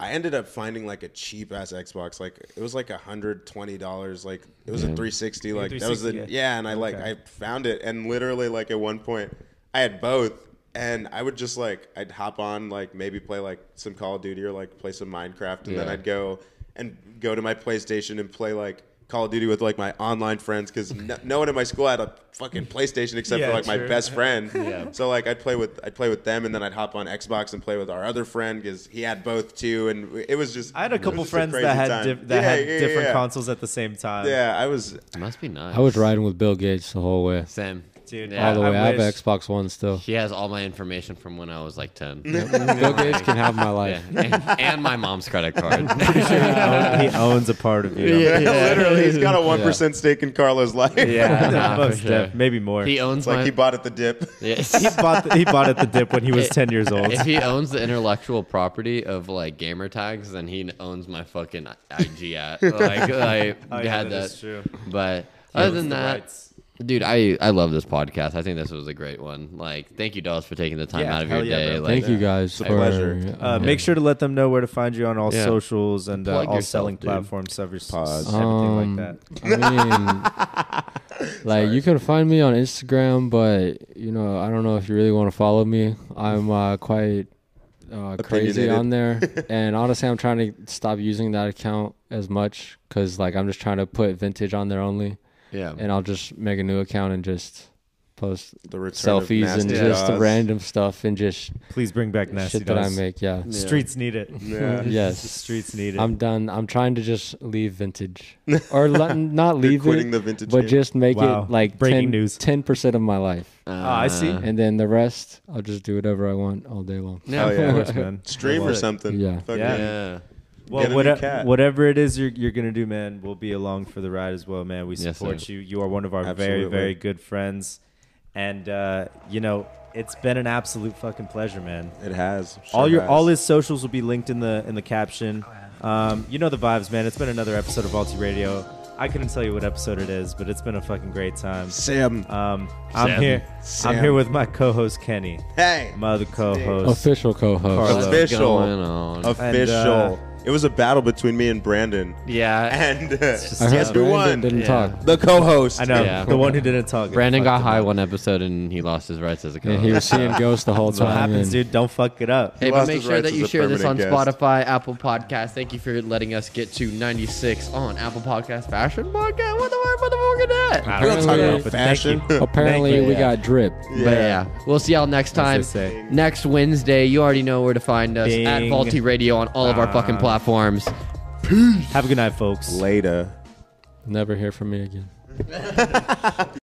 [SPEAKER 3] I ended up finding like a cheap ass Xbox, like it was like hundred twenty dollars, like it was a three sixty, like that was the
[SPEAKER 2] 360, yeah.
[SPEAKER 3] yeah, and I like I found it, and literally like at one point I had both, and I would just like I'd hop on like maybe play like some Call of Duty or like play some Minecraft, and then
[SPEAKER 1] Yeah.
[SPEAKER 3] I'd go and go to my PlayStation and play like. Call of Duty with like my online friends because no, no one in my school had a fucking PlayStation except
[SPEAKER 2] Yeah,
[SPEAKER 3] for like my
[SPEAKER 2] true.
[SPEAKER 3] best friend. So like I'd play with I'd play with them and then I'd hop on Xbox and play with our other friend because he had both too and it was just
[SPEAKER 2] I had a
[SPEAKER 3] it was
[SPEAKER 2] couple
[SPEAKER 3] just
[SPEAKER 2] friends
[SPEAKER 3] crazy
[SPEAKER 2] that had
[SPEAKER 3] time.
[SPEAKER 2] diff- that
[SPEAKER 3] Yeah,
[SPEAKER 2] had
[SPEAKER 3] yeah,
[SPEAKER 2] different
[SPEAKER 3] yeah.
[SPEAKER 2] consoles at the same time.
[SPEAKER 3] Yeah, I was
[SPEAKER 1] Must be nice.
[SPEAKER 4] I was riding with Bill Gates the whole way,
[SPEAKER 1] Same.
[SPEAKER 2] Dude,
[SPEAKER 1] Yeah.
[SPEAKER 4] all the
[SPEAKER 2] I
[SPEAKER 4] way. I, have
[SPEAKER 2] wish-
[SPEAKER 4] Xbox One still.
[SPEAKER 1] He has all my information from when I was like 10.
[SPEAKER 4] Bill Gates can have my life.
[SPEAKER 1] Yeah. And, and my mom's credit card.
[SPEAKER 2] He own- he owns a part of you. Yeah,
[SPEAKER 3] literally he's got a one stake in Carlo's life.
[SPEAKER 1] Yeah, nah, for
[SPEAKER 2] most
[SPEAKER 1] sure.
[SPEAKER 2] def- maybe more.
[SPEAKER 1] He
[SPEAKER 2] He,
[SPEAKER 1] owns
[SPEAKER 3] it's like
[SPEAKER 1] my.
[SPEAKER 3] he bought at the dip.
[SPEAKER 1] Yes.
[SPEAKER 2] bought the, he bought it the dip when he was ten years old.
[SPEAKER 1] if he owns the intellectual property of like gamer tags, then he owns my fucking IG at. Like I
[SPEAKER 2] Oh, yeah,
[SPEAKER 1] had
[SPEAKER 2] that
[SPEAKER 1] that.
[SPEAKER 2] is true.
[SPEAKER 1] But other
[SPEAKER 2] owns
[SPEAKER 1] than
[SPEAKER 2] the
[SPEAKER 1] that,
[SPEAKER 2] rights.
[SPEAKER 1] dude, I I love this podcast. I think this was a great one. Like, thank you, Dallas, for taking the time
[SPEAKER 2] Yeah,
[SPEAKER 1] out of your
[SPEAKER 2] hell yeah,
[SPEAKER 1] day.
[SPEAKER 2] bro.
[SPEAKER 1] Like,
[SPEAKER 4] Thank you guys. It's
[SPEAKER 3] a pleasure.
[SPEAKER 2] Uh, Make sure to let them know where to find you on all
[SPEAKER 1] Yeah.
[SPEAKER 2] socials and uh,
[SPEAKER 1] Plug
[SPEAKER 2] all
[SPEAKER 1] yourself,
[SPEAKER 2] selling
[SPEAKER 1] dude.
[SPEAKER 2] platforms, every,
[SPEAKER 3] Pause.
[SPEAKER 2] everything like that.
[SPEAKER 4] I mean, like you can find me on Instagram, but you know, I don't know if you really want to follow me. I'm uh, quite uh, crazy
[SPEAKER 3] Opinionated.
[SPEAKER 4] on there, and honestly, I'm trying to stop using that account as much because like I'm just trying to put vintage on there only,
[SPEAKER 1] Yeah.
[SPEAKER 4] and I'll just make a new account and just post
[SPEAKER 3] The return of
[SPEAKER 4] selfies and
[SPEAKER 3] Nasty
[SPEAKER 4] just
[SPEAKER 3] Jaws.
[SPEAKER 4] random stuff and just
[SPEAKER 2] Please bring back nasty
[SPEAKER 4] shit that I
[SPEAKER 2] Dogs.
[SPEAKER 4] make. Yeah.
[SPEAKER 1] Yeah.
[SPEAKER 2] Streets need it.
[SPEAKER 3] Yeah.
[SPEAKER 4] Yes.
[SPEAKER 2] The streets need it.
[SPEAKER 4] I'm done. I'm trying to just leave vintage, or le- not leave
[SPEAKER 3] quitting
[SPEAKER 4] it,
[SPEAKER 3] the vintage
[SPEAKER 4] but
[SPEAKER 3] game.
[SPEAKER 4] just make
[SPEAKER 2] Wow.
[SPEAKER 4] it like
[SPEAKER 2] Breaking
[SPEAKER 4] 10,
[SPEAKER 2] news.
[SPEAKER 4] percent of my life,
[SPEAKER 3] Uh-huh.
[SPEAKER 2] Ah, I see.
[SPEAKER 1] Uh,
[SPEAKER 4] and then the rest I'll just do whatever I want all day long.
[SPEAKER 1] Yeah.
[SPEAKER 3] Oh, yeah.
[SPEAKER 2] Of course, man.
[SPEAKER 3] Stream or something.
[SPEAKER 4] Yeah.
[SPEAKER 3] Fuck
[SPEAKER 2] Yeah.
[SPEAKER 1] yeah.
[SPEAKER 2] Well,
[SPEAKER 3] Get a new
[SPEAKER 2] whatever,
[SPEAKER 3] cat.
[SPEAKER 2] whatever it is you're, you're gonna do, man, we'll be along for the ride as well, man. We
[SPEAKER 1] Yes,
[SPEAKER 2] support
[SPEAKER 1] sir.
[SPEAKER 2] you. You are one of our very,
[SPEAKER 3] Absolutely.
[SPEAKER 2] very good friends, and uh, you know it's been an absolute fucking pleasure, man.
[SPEAKER 3] It has. Sure
[SPEAKER 2] all your
[SPEAKER 3] has.
[SPEAKER 2] all his socials will be linked in the in the caption. Um, you know the vibes, man. It's been another episode of Alti Radio. I couldn't tell you what episode it is, but it's been a fucking great time.
[SPEAKER 3] Sam.
[SPEAKER 2] Um, I'm
[SPEAKER 1] Sam.
[SPEAKER 2] here. I'm
[SPEAKER 3] Sam.
[SPEAKER 2] here with my co-host Kenny,
[SPEAKER 3] hey.
[SPEAKER 2] my other co-host.
[SPEAKER 4] Official co-host.
[SPEAKER 2] Carlos.
[SPEAKER 1] What's
[SPEAKER 3] Official.
[SPEAKER 1] going on?
[SPEAKER 3] Official.
[SPEAKER 2] And, uh,
[SPEAKER 3] It was a battle between me and Brandon.
[SPEAKER 1] Yeah.
[SPEAKER 3] And uh,
[SPEAKER 1] just-
[SPEAKER 4] I
[SPEAKER 3] yes,
[SPEAKER 4] heard
[SPEAKER 3] we
[SPEAKER 4] Brandon
[SPEAKER 3] won.
[SPEAKER 4] didn't
[SPEAKER 1] Yeah.
[SPEAKER 4] talk.
[SPEAKER 3] The co-host.
[SPEAKER 2] I know
[SPEAKER 1] Oh, Yeah.
[SPEAKER 2] the one who didn't talk.
[SPEAKER 1] Brandon got
[SPEAKER 2] Fucked it
[SPEAKER 1] high
[SPEAKER 2] up.
[SPEAKER 1] one episode and he lost his rights as a
[SPEAKER 4] And
[SPEAKER 1] co-host.
[SPEAKER 4] he was seeing ghosts the whole
[SPEAKER 2] That's what
[SPEAKER 4] time.
[SPEAKER 2] happens,
[SPEAKER 4] and-
[SPEAKER 2] dude. Don't fuck it up.
[SPEAKER 1] Hey, but
[SPEAKER 3] lost
[SPEAKER 1] make
[SPEAKER 3] his
[SPEAKER 1] sure
[SPEAKER 3] rights
[SPEAKER 1] that
[SPEAKER 3] as
[SPEAKER 1] you
[SPEAKER 3] a
[SPEAKER 1] share this on
[SPEAKER 3] permanent guest.
[SPEAKER 1] Spotify, Apple Podcast. Thank you for letting us get to 96 on Apple Podcast Fashion Podcast. What the fuck, what the fuck is that?
[SPEAKER 2] I
[SPEAKER 4] We
[SPEAKER 2] don't know,
[SPEAKER 4] don't talk about
[SPEAKER 2] but thank
[SPEAKER 3] fashion.
[SPEAKER 2] you.
[SPEAKER 4] Apparently,
[SPEAKER 2] Thank you.
[SPEAKER 4] we
[SPEAKER 2] Yeah.
[SPEAKER 4] got drip.
[SPEAKER 1] But yeah, we'll see y'all next time.
[SPEAKER 2] As they say.
[SPEAKER 1] Next Wednesday, you already know where to find us at
[SPEAKER 2] Ding.
[SPEAKER 1] Faulty Radio on all of our fucking
[SPEAKER 2] Ah.
[SPEAKER 1] platforms.
[SPEAKER 2] Have a good night, folks.
[SPEAKER 3] Later.
[SPEAKER 4] Never hear from me again.